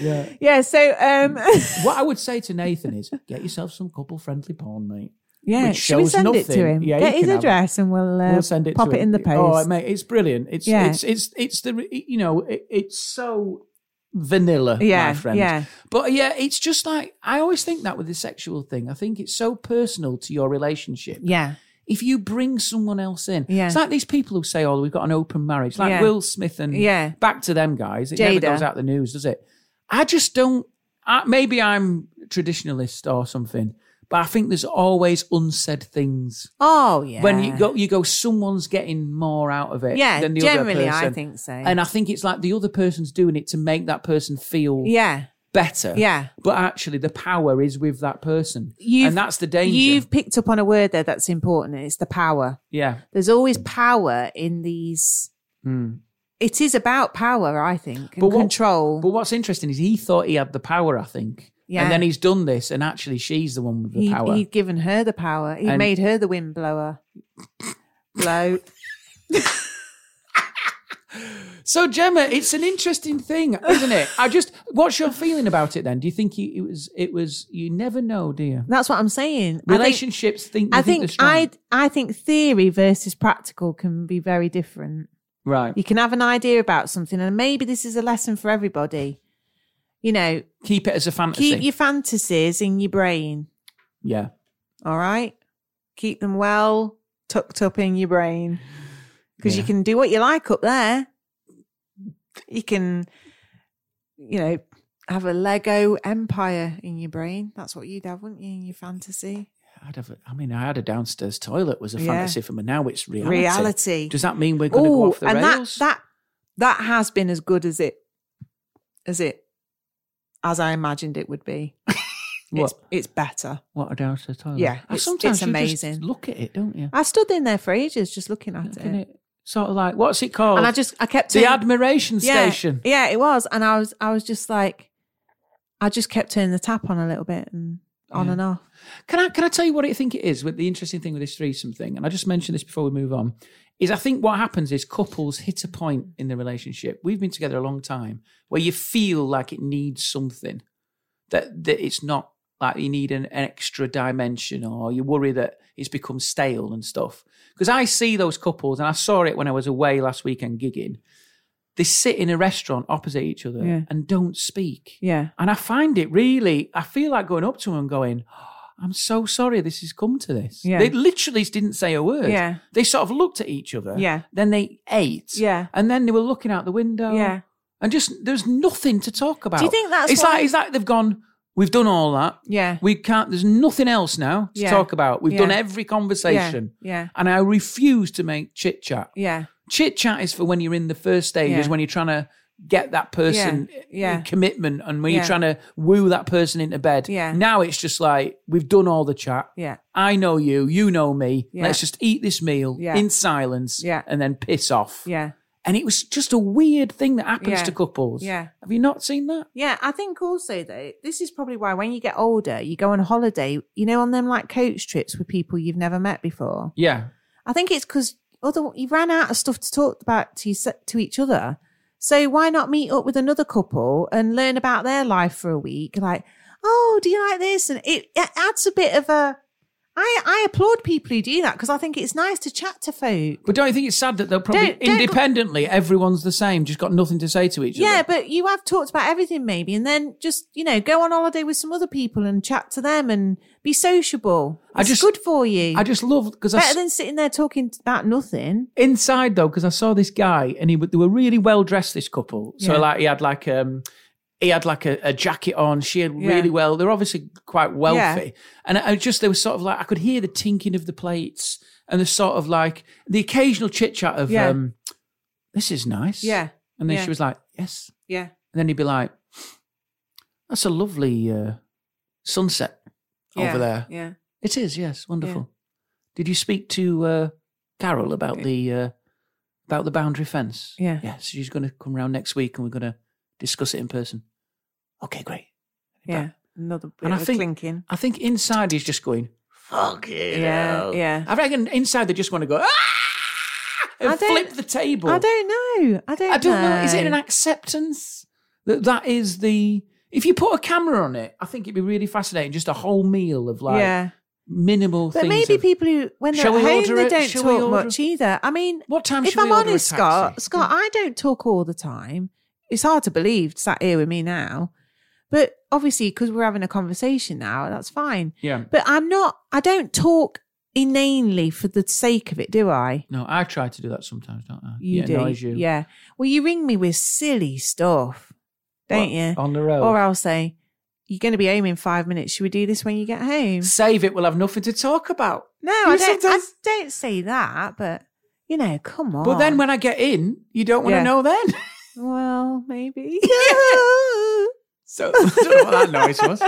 E: Yeah,
C: Yeah.
E: so, um,
C: What I would say to Nathan is get yourself some couple friendly porn, mate.
E: yeah,
C: Which
E: should we
C: shows
E: send it
C: nothing.
E: to him?
C: Yeah, he
E: Get his
C: can have it.
E: address and we'll, uh,
C: we'll send it.
E: pop
C: to
E: it
C: him.
E: in the post.
C: Oh, mate, it's brilliant. It's
E: Yeah.
C: it's it's it's the re- you know it, it's so vanilla,
E: yeah,
C: my friend.
E: yeah,
C: But yeah, it's just like I always think that with the sexual thing. I think it's so personal to your relationship.
E: yeah,
C: If you bring someone else in,
E: Yeah.
C: it's like these people who say, "Oh, we've got an open marriage," like
E: Yeah.
C: Will Smith and
E: Yeah.
C: back to them guys. It
E: Jada.
C: never goes out the news, does it? I just don't. I, maybe I'm traditionalist or something, but I think there's always unsaid things
E: oh, yeah.
C: when you go. You go, someone's getting more out of it
E: yeah,
C: than the other
E: generally,
C: person.
E: I think so.
C: and I think it's like the other person's doing it to make that person feel
E: yeah,
C: better.
E: Yeah.
C: But actually, the power is with that person.
E: You've-
C: and that's the danger.
E: you've picked up on a word there that's important, and it's the power.
C: yeah.
E: There's always power in these.
C: Mm.
E: It is about power, I think, and
C: But what-
E: control.
C: But what's interesting is he thought he had the power, I think.
E: Yeah.
C: And then he's done this, and actually, she's the one with the
E: he'd,
C: power.
E: he'd given her the power. He
C: And-
E: made her the windblower. Blow.
C: So, Gemma, it's an interesting thing, isn't it? I just, what's your feeling about it then? Do you think he, it was, it was, you never know, do you?
E: That's what I'm saying.
C: Relationships think,
E: I
C: you think,
E: think,
C: they're
E: I
C: strong.
E: think I I think theory versus practical can be very different.
C: right.
E: You can have an idea about something, and maybe this is a lesson for everybody. You know,
C: Keep it as a fantasy.
E: keep your fantasies in your brain.
C: yeah.
E: All right. Keep them well tucked up in your brain because you
C: Yeah.
E: can do what you like up there. You can, you know, have a Lego empire in your brain. That's what you'd have, wouldn't you, in your fantasy?
C: I'd have a, I mean, I had a downstairs toilet was a
E: Yeah.
C: fantasy for me. Now it's reality.
E: Reality.
C: Does that mean we're going to go
E: Oh,
C: off the
E: and that,
C: rails?
E: that, that has been as good as it, as it, as I imagined it would be.
C: What?
E: It's, it's better.
C: What a downstairs toilet.
E: Yeah,
C: And
E: it's-
C: sometimes
E: it's
C: you just
E: amazing.
C: look at it, don't you?
E: I stood in there for ages just looking at
C: Look
E: it.
C: at it. Sort of like what's it called?
E: And I just, I kept
C: the
E: turning-
C: admiration
E: yeah,
C: station.
E: Yeah, it was, and I was I was just like, I just kept turning the tap on a little bit, and on and off.
C: Can I can I tell you what I think it is? With the interesting thing with this threesome thing, and I just mentioned this before we move on, is I think what happens is couples hit a point in the relationship. We've been together a long time where you feel like it needs something that that it's not like you need an, an extra dimension or you worry that it's become stale and stuff. Because I see those couples, and I saw it when I was away last weekend gigging. They sit in a restaurant opposite each other
E: Yeah.
C: and don't speak.
E: Yeah.
C: And I find it really, I feel like going up to them and going, "Oh, I'm so sorry this has come to this.
E: Yeah.
C: They literally didn't say a word.
E: Yeah.
C: They sort of looked at each other.
E: Yeah.
C: Then they ate.
E: Yeah.
C: And then they were looking out the window.
E: Yeah.
C: And just, there's nothing to talk about.
E: think that's
C: It's
E: why-
C: like, it's like they've gone, we've done all that.
E: Yeah.
C: We can't, there's nothing else now to
E: Yeah.
C: talk about. We've
E: Yeah.
C: done every conversation.
E: Yeah.
C: And I refuse to make chit chat
E: Yeah.
C: chit chat is for when you're in the first stages
E: Yeah.
C: when you're trying to get that person
E: Yeah, yeah.
C: in commitment and when you're
E: Yeah.
C: trying to woo that person into bed
E: Yeah.
C: now it's just like we've done all the chat
E: Yeah.
C: i know you you know me
E: Yeah.
C: let's just eat this meal
E: Yeah.
C: in silence
E: Yeah.
C: and then piss off
E: Yeah.
C: and it was just a weird thing that happens
E: Yeah.
C: to couples
E: Yeah.
C: have you not seen that
E: Yeah, I think also though, this is probably why when you get older, you go on holiday, you know, on them like coach trips with people you've never met before.
C: yeah
E: I think it's because other you ran out of stuff to talk about to yourse- to each other. So why not meet up with another couple and learn about their life for a week? Like, oh, do you like this? And it, it adds a bit of a. I I applaud people who do that because I think it's nice to chat to folk.
C: but don't you think it's sad that they'll probably
E: Don't- don't-
C: independently everyone's the same just got nothing to say to each
E: Yeah,
C: other
E: but you have talked about everything maybe, and then just you know go on holiday with some other people and chat to them and be sociable.
C: I
E: It's
C: just-
E: good for you.
C: i just love because i
E: Better than sitting there talking about nothing.
C: inside though because i saw this guy and he w- they were really well dressed this couple so
E: Yeah.
C: like he had like um he had like a, a jacket on she had
E: Yeah.
C: really well they're obviously quite wealthy
E: Yeah.
C: and I I just they were sort of like i could hear the tinking of the plates and the sort of like the occasional chit chat of
E: Yeah.
C: um this is nice and then
E: Yeah.
C: she was like yes
E: yeah,
C: and then he'd be like that's a lovely uh sunset over there
E: Yeah,
C: it is, yes, wonderful. Did you speak to uh, Carol about the uh, about the boundary fence?
E: Yeah.
C: yes. She's going to come round next week, and we're going to discuss it in person. Okay, great.
E: yeah. Another bit
C: And I
E: of
C: think-
E: clinking.
C: I think inside he's just going. Fuck it.
E: Yeah, yeah.
C: I reckon inside they just want to go. Ah! And
E: I don't-
C: flip the table.
E: I don't know. I don't.
C: I don't
E: know.
C: know. Is it an acceptance that that is the? If you put a camera on it, I think it'd be really fascinating. Just a whole meal of like
E: yeah,
C: minimal
E: but
C: things.
E: maybe
C: of-
E: people who when they're
C: Shall we
E: at
C: order
E: home they
C: it?
E: don't
C: Shall we
E: talk
C: order-
E: much either. I mean,
C: What time
E: if
C: should we
E: I'm
C: order a
E: honest, Scott,
C: taxi?
E: Scott, I don't talk all the time. It's hard to believe sat here with me now, but obviously because we're having a conversation now, that's fine.
C: Yeah.
E: But I'm not. I don't talk inanely for the sake of it, do I?
C: No, I try to do that sometimes, don't I?
E: You
C: it
E: do.
C: annoys you.
E: Yeah. Well, you ring me with silly stuff, don't
C: What,
E: you?
C: On the road.
E: Or I'll say, "You're going to be home in five minutes. Should we do this when you get home?"
C: Save it. We'll have nothing to talk about.
E: No,
C: You
E: I don't. I
C: sometimes-
E: don't say that, but you know, come on.
C: But then when I get in, you don't want to
E: Oh. Yeah.
C: know then.
E: well, maybe.
C: so I don't know what that noise was.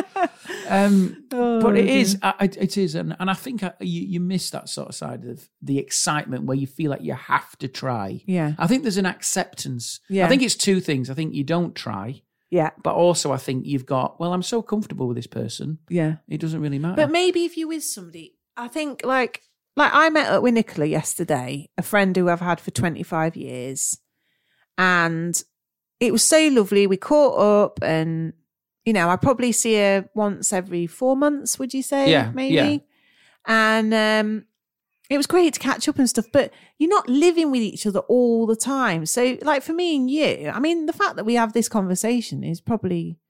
C: Um,
E: Oh,
C: but it
E: dear.
C: is, I, I- it is, and, and I think I, you, you miss that sort of side of the excitement where you feel like you have to try.
E: Yeah.
C: I think there's an acceptance.
E: Yeah.
C: I think it's two things. I think you don't try,
E: Yeah.
C: but also I think you've got, well, I'm so comfortable with this person,
E: Yeah.
C: it doesn't really matter.
E: But maybe if you're with somebody, I think like like I met up with Nicola yesterday, a friend who I've had for 25 years, and it was so lovely. We caught up, and you know, I probably see her once every four months. Would you say?
C: Yeah,
E: maybe.
C: yeah.
E: And um, it was great to catch up and stuff. But you're not living with each other all the time. So, like for me and you, I mean, the fact that we have this conversation is probably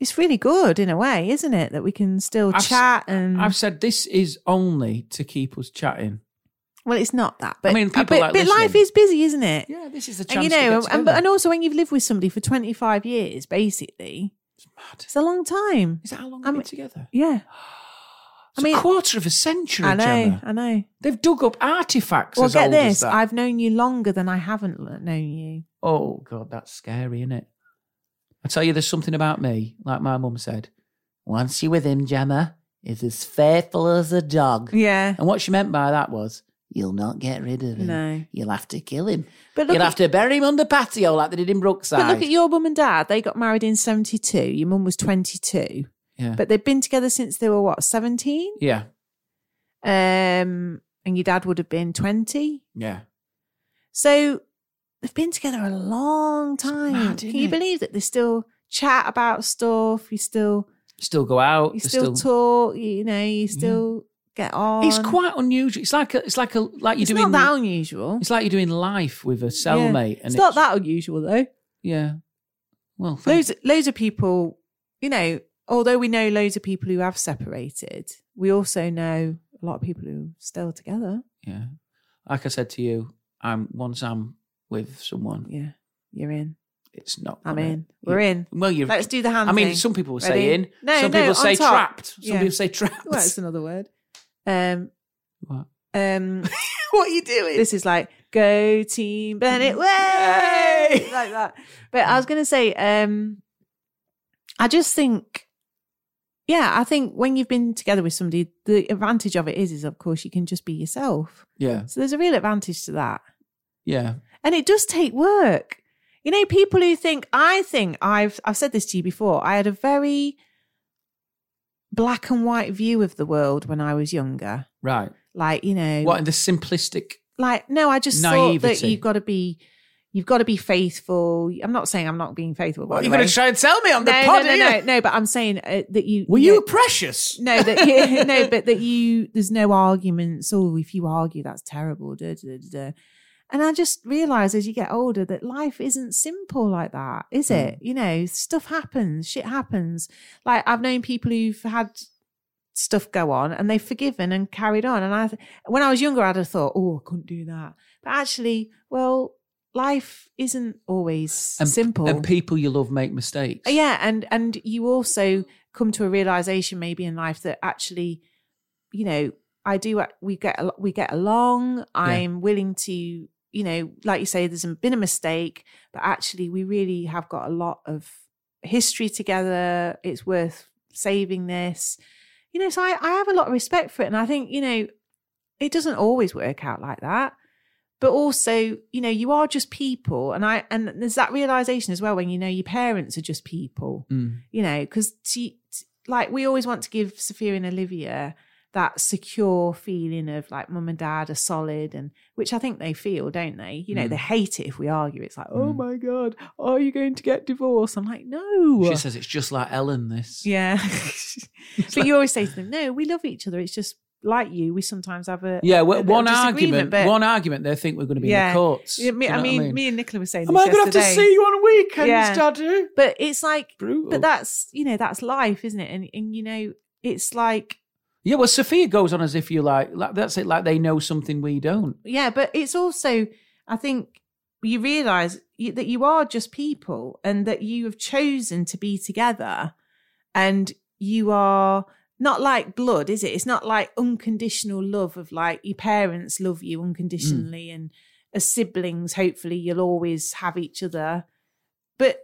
E: it's really good in a way, isn't it? That we can still
C: I've s-
E: chat and
C: I've said this is only to keep us chatting.
E: well, it's not that, but
C: mean, people
E: but,
C: like
E: but life
C: listening.
E: is busy, isn't it?
C: Yeah, this is the
E: and you know, and, and also when you've lived with somebody for 25 years, basically, it's a long time.
C: is that how long
E: I
C: we've been
E: mean-
C: together?
E: Yeah,
C: It's
E: mean-
C: a quarter of a century,
E: I know,
C: Gemma.
E: I know.
C: They've dug up artifacts.
E: Well,
C: as
E: get
C: old as
E: this:
C: that.
E: I've known you longer than I haven't l- known you.
C: Oh God, that's scary, isn't it? I tell you, there's something about me. Like my mum said, once you're with him, Gemma is as faithful as a dog.
E: Yeah,
C: And what she meant by that was, you'll not get rid of him.
E: No.
C: You'll have to kill him.
E: but look,
C: you'll have
E: at,
C: to bury him under patio like they did in Brookside.
E: but look at your mum and dad. They got married in 72. Your mum was 22.
C: Yeah.
E: But they've been together since they were what, 17?
C: Yeah.
E: Um, and your dad would have been 20.
C: Yeah.
E: So they've been together a long time.
C: mad,
E: Can
C: isn't
E: you
C: it?
E: believe that they still chat about stuff? You still
C: Still go out.
E: you
C: Oh, they're
E: still, talk, you know, you still get on.
C: It's quite unusual. It's like a, it's like a like you're
E: it's
C: doing
E: not that unusual.
C: it's like you're doing life with a
E: Yeah.
C: cellmate.
E: It's not that unusual though.
C: Yeah. Well, thank-
E: Loads loads of people, you know, although we know loads of people who have separated, we also know a lot of people who are still together.
C: yeah. Like I said to you, I'm once I'm with someone,
E: Yeah. You're in.
C: it's not.
E: I'm
C: gonna-
E: in. We're in.
C: Well, you're.
E: Let's do the hand.
C: I mean,
E: thing.
C: some people will
E: Ready?
C: say in.
E: No,
C: some
E: no,
C: people say
E: on top.
C: trapped. Some
E: Yeah.
C: people say trapped.
E: well, it's another word. Um,
C: What?
E: um,
C: What are you doing?
E: this is like go team Bennett way like that. But I was gonna say, um, I just think, yeah, I think when you've been together with somebody, the advantage of it is, is of course you can just be yourself.
C: yeah.
E: So there's a real advantage to that,
C: Yeah.
E: and it does take work. You know, people who think I think I've I've said this to you before. I had a very black and white view of the world when I was younger.
C: Right.
E: Like you know,
C: What in the simplistic?
E: like no i just thought that
C: Naivety.
E: you've got to be you've got to be faithful i'm not saying i'm not being faithful by
F: What,
E: the
F: you're going
E: way.
F: to try and sell me on the
E: no,
F: pod?
E: no
F: are
E: no no
F: you?
E: no but i'm saying uh, that you
F: Were
E: no,
F: you precious?
E: no that you, no but that you there's no arguments oh if you argue that's terrible da, da, da, da. and i just realize as you get older that life isn't simple like that is
C: Mm.
E: it you know stuff happens shit happens like i've known people who've had stuff go on and they've forgiven and carried on and i th- when i was younger i'd have thought oh i couldn't do that but actually well life isn't always simple
C: And people you love make mistakes.
E: yeah, and and you also come to a realization maybe in life that actually, you know, I do. We get al- we get along. I'm willing to, you know, like you say, there's been a mistake, but actually, we really have got a lot of history together. It's worth saving this, you know. So I, I have a lot of respect for it, and I think you know, it doesn't always work out like that but also you know you are just people and i and there's that realization as well when you know your parents are just people
C: Mm.
E: you know because like we always want to give sophia and olivia that secure feeling of like mum and dad are solid and which i think they feel don't they you know
C: Mm.
E: they hate it if we argue it's like oh
C: Mm.
E: my god are you going to get divorced i'm like no
C: She says it's just like Ellen. This.
E: yeah but you always say to them no we love each other it's just like you we sometimes have a
C: Yeah,
E: a
C: well,
E: bit of
C: one
E: disagreement,
C: argument.
E: but-
C: One argument. They think we're going to be in the courts.
E: yeah, me,
C: Do you know
E: I,
C: what
E: mean, me and Nicola were saying
C: Am
E: this
C: I going to have to
E: yesterday.
C: see you on weekends,
E: Yeah.
C: Daddy?
E: But it's like,
C: Brutal.
E: but that's you know that's life, isn't it? And and you know it's like
C: yeah. Well, Sophia goes on as if you like, like. That's it. Like they know something we don't.
E: yeah, but it's also I think you realize you, that you are just people, and that you have chosen to be together, and you are. Not like blood, is it? It's not like unconditional love of like your parents love you unconditionally, and as siblings, hopefully you'll always have each other. But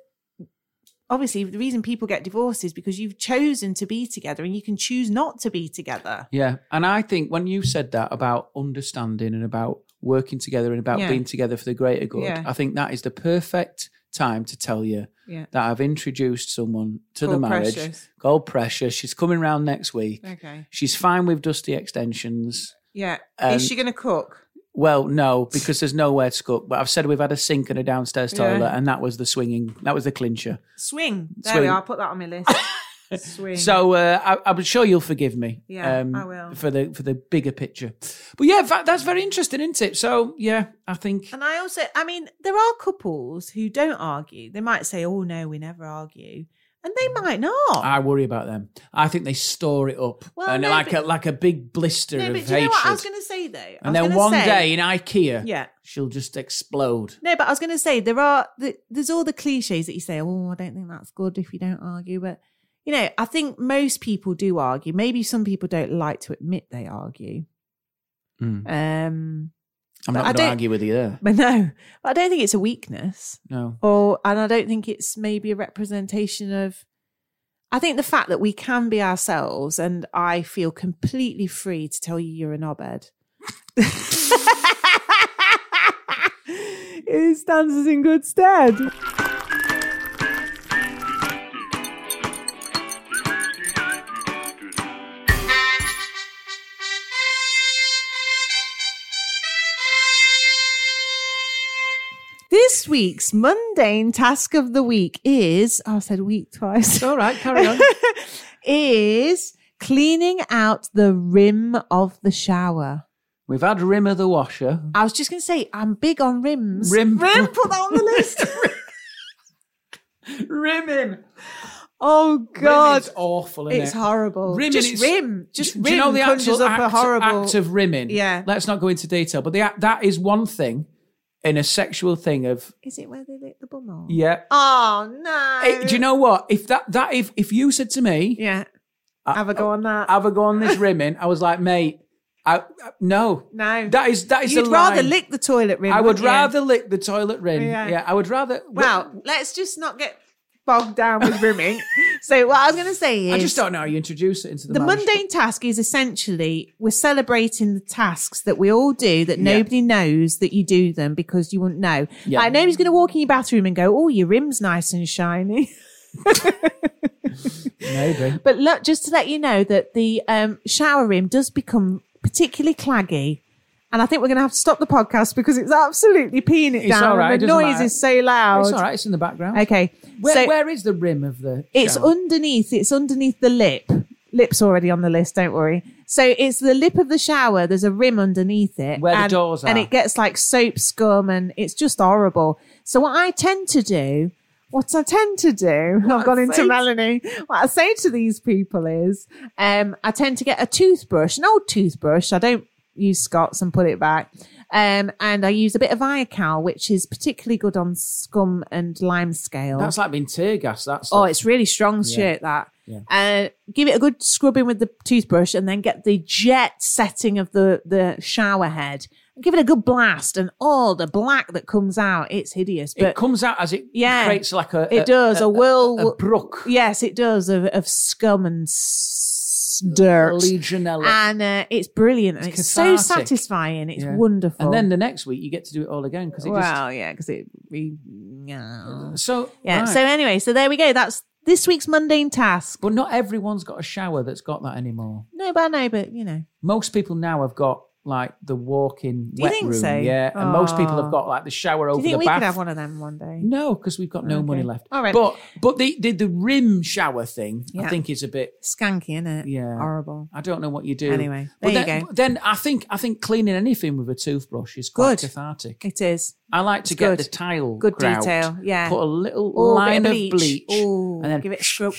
E: obviously, the reason people get divorced is because you've chosen to be together, and you can choose not to be together.
C: Yeah, and I think when you said that about understanding and about working together and about
E: Yeah.
C: being together for the greater good,
E: Yeah.
C: I think that is the perfect time to tell you
E: Yeah.
C: that I've introduced someone to the
E: Called
C: marriage.
E: Precious.
C: Gold Precious. She's coming round next week.
E: Okay.
C: She's fine with Dusty extensions.
E: Yeah.
C: Um,
E: Is she going to cook?
C: Well, no, because there's nowhere to cook. But I've said we've had a sink and a downstairs
E: Yeah.
C: toilet, and that was the swinging. That was the clincher.
E: Swing. There we
C: Swing.
E: are. I'll put that on my list. Swing.
C: So uh, I, I'm sure you'll forgive me. um,
E: Yeah, I will.
C: for the for the bigger picture. But yeah, that, that's very interesting, isn't it? So yeah, I think
E: And I also, I mean, there are couples who don't argue. They might say, oh, no, we never argue. And they might not.
C: I worry about them. I think they store it up
E: Well,
C: and
E: no,
C: like
E: but-
C: a like a big blister
E: no,
C: of
E: but do
C: hatred.
E: you know what I was going to say, though? I was
C: and then
E: gonna
C: one
E: say-
C: day in IKEA,
E: Yeah.
C: she'll just explode.
E: No, but I was going to say there are the, there's all the cliches that you say. Oh, I don't think that's good if you don't argue. But you know, I think most people do argue. Maybe some people don't like to admit they argue.
C: Mm.
E: Um,
C: I'm
E: But I
C: not going
E: don't-
C: to argue with you there.
E: but no, I don't think it's a weakness.
C: No.
E: or and I don't think it's maybe a representation of I think the fact that we can be ourselves and I feel completely free to tell you you're a knobhead. it stands us in good stead. week's mundane task of the week is, oh, I said week twice,
C: All right, carry on.
E: is cleaning out the rim of the shower.
C: We've had rim of the washer.
E: I was just going to say, I'm big on rims.
C: Rim.
E: Rim, put that on the list.
C: Rimming.
E: oh, God.
C: Rimming's awful. Isn't
E: It's
C: it?
E: horrible.
C: Rimming
E: just
C: is-
E: rim. Just
C: Do
E: rim
C: you know the
E: conjures
C: actual
E: up
C: act,
E: a horrible.
C: act of rimming?
E: Yeah.
C: Let's not go into detail, but the act, that is one thing in a sexual thing of
E: Is it where they lick the bum off?
C: yeah.
E: Oh, no.
C: Hey, do you know what? If that that if if you said to me,
E: Yeah.
C: I-
E: Have a go on that.
C: "Have a go on this rimming," I was like, "Mate, I, I- no,
E: no.
C: that is that is
E: You'd
C: the
E: rather
C: line.
E: lick the toilet rim.
C: I would
E: wouldn't you?
C: rather lick the toilet rim.
E: Yeah.
C: Yeah, I would rather.
E: Well, let's just not get bogged down with rimming. so what I was going to say is,
C: I just don't know how you introduce it into the,
E: the
C: marriage.
E: mundane task is essentially we're celebrating the tasks that we all do that
C: Yeah.
E: nobody knows that you do them because you wouldn't know.
C: Yeah.
E: Like nobody's going to walk in your bathroom and go, "Oh, your rim's nice and shiny."
C: Maybe.
E: But look, just to let you know that the um, shower rim does become particularly claggy. And I think we're going to have to stop the podcast because it's absolutely peeing it
C: It's
E: down.
C: all right,
E: and the
C: it doesn't
E: noise
C: matter.
E: is so loud.
C: It's all right. It's in the background.
E: Okay.
C: Where,
E: so
C: where is the rim of the?
E: It's
C: shower?
E: underneath. It's underneath the lip. Lip's already on the list. Don't worry. So it's the lip of the shower. There's a rim underneath it,
C: Where the
E: and,
C: doors
E: and
C: are.
E: it gets like soap scum, and it's just horrible. So what I tend to do, what I tend to do, I've gone into Melanie. What I say to these people is, um, I tend to get a toothbrush, an old toothbrush. I don't use Scots and put it back. Um, and I use a bit of Iocal, which is particularly good on scum and lime scale.
C: That's like being tear gas. That's
E: Oh, it's really strong shit that. Uh, give it a good scrubbing with the toothbrush and then get the jet setting of the, the shower head. Give it a good blast and all the black that comes out, it's hideous. But
C: it comes out as it
E: Yeah.
C: creates like a.
E: It
C: a-
E: does, a whirl-
C: a, brook.
E: yes, it does of, of scum and s- dirt.
C: Legionella.
E: And uh, it's brilliant and it's,
C: It's
E: so
C: cathartic.
E: satisfying. It's
C: Yeah.
E: wonderful.
C: And then the next week you get to do it all again because it
E: well, yeah, because it. Re- yeah.
C: just so
E: Yeah,
C: right.
E: So anyway, so there we go. That's this week's mundane task.
C: But not everyone's got a shower that's got that anymore.
E: No, but I know, but you know.
C: Most people now have got like the walk-in
E: Do you
C: wet
E: think
C: room,
E: so?
C: yeah, and most people
E: Aw.
C: have got like the shower over
E: Do you think
C: the
E: we
C: bath.
E: could have one of them one day?
C: No, because we've got no money
E: Okay.
C: left.
E: All right.
C: but but the the, the rim shower thing,
E: Yeah.
C: I think, is a bit.
E: Skanky, isn't it?
C: Yeah.
E: Horrible.
C: I don't know what you do
E: Anyway,
C: But
E: there you
C: then,
E: go.
C: but Then I think I think cleaning anything with a toothbrush is quite
E: Good.
C: cathartic.
E: It is.
C: I like to
E: It's
C: get
E: good.
C: the tile,
E: Good
C: grout,
E: detail, yeah.
C: Put a little
E: Oh, bit
C: line
E: of
C: of
E: bleach.
C: bleach,
E: Ooh,
C: and then
E: give it a scrub.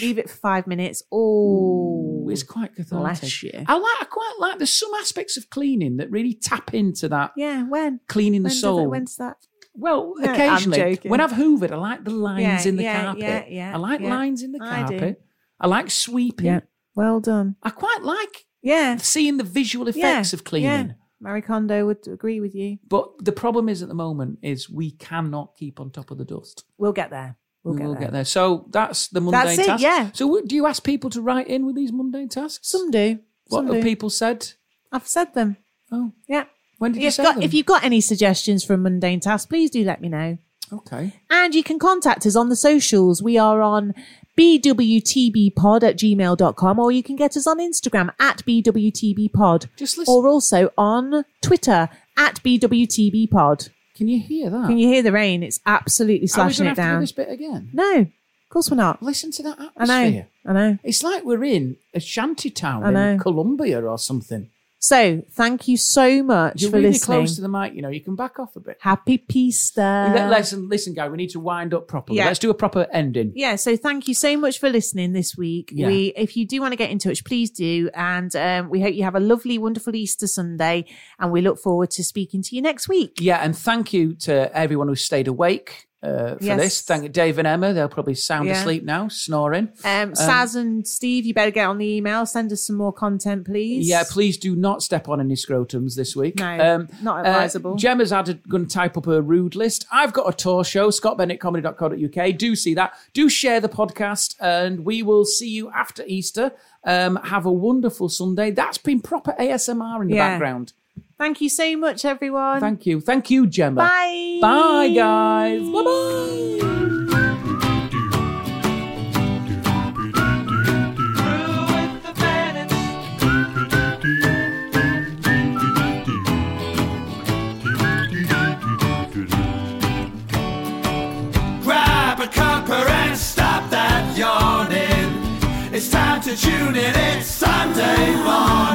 E: Leave it for five minutes. Oh,
C: It's quite cathartic.
E: Bless you.
C: I like. I quite like. There's some aspects of cleaning that really tap into that
E: yeah. When?
C: cleaning
E: When
C: the
E: does
C: soul.
E: It, when's that?
C: Well,
E: No, I'm
C: occasionally,
E: joking.
C: when I've hoovered, I like the lines
E: Yeah,
C: in the
E: yeah,
C: carpet.
E: yeah, yeah,
C: I like
E: yeah.
C: lines in the
E: I do.
C: carpet. I like sweeping.
E: Well done.
C: I quite like
E: Yeah.
C: seeing the visual
E: yeah,
C: effects of cleaning.
E: Yeah. Marie Kondo would agree with you.
C: But the problem is at the moment is we cannot keep on top of the dust.
E: We'll get there. We'll
C: we
E: get
C: will
E: there.
C: get there. So that's the mundane
E: That's it,
C: task.
E: yeah.
C: So what, do you ask people to write in with these mundane tasks?
E: Some do.
C: what
E: Some
C: have
E: do.
C: people said?
E: I've said them.
C: Oh,
E: Yeah.
C: when did you
E: If,
C: say
E: got,
C: them?
E: if you've got any suggestions for a mundane task, please do let me know.
C: okay.
E: And you can contact us on the socials. We are on bwtbpod at gmail.com or you can get us on Instagram at bwtbpod
C: Just listen.
E: or also on Twitter at bwtbpod.
C: Can you hear that?
E: Can you hear the rain? It's absolutely
C: Are Oh, we
E: slashing
C: gonna
E: it
C: have to do
E: down.
C: this bit again?
E: No, of course we're not.
C: Listen to that
E: I
C: atmosphere.
E: know. I know.
C: It's like we're in a shanty town
E: I know.
C: in Colombia or something.
E: So thank you so much
C: You're
E: for
C: really
E: listening.
C: close to the mic, you know. You can back off a bit.
E: Happy Easter.
C: Let- listen, listen, guy. We need to wind up properly.
E: Yeah.
C: Let's do a proper ending.
E: yeah so thank you so much for listening this week
C: Yeah.
E: we if you do want to get in touch please do and um, we hope you have a lovely wonderful easter sunday and we look forward to speaking to you next week
C: Yeah, and thank you to everyone who stayed awake uh, for
E: Yes.
C: this. Thank you, Dave and Emma. They're probably sound
E: Yeah.
C: asleep now, snoring.
E: um, saz and steve you better get on the email send us some more content please
C: Yeah, please do not step on any scrotums this week. Um,
E: No, not advisable.
C: Uh, Gemma's had going to type up her rude list. I've got a tour show, scottbennettcomedy.co.uk. Do see that. Do share the podcast, and we will see you after Easter. Um, have a wonderful Sunday. That's been proper ASMR in the
E: Yeah.
C: background.
E: thank you so much everyone
C: Thank you. Thank you, Gemma.
E: bye
C: Bye, guys. Bye bye.
D: Thank you. to tune in. It's Sunday morning.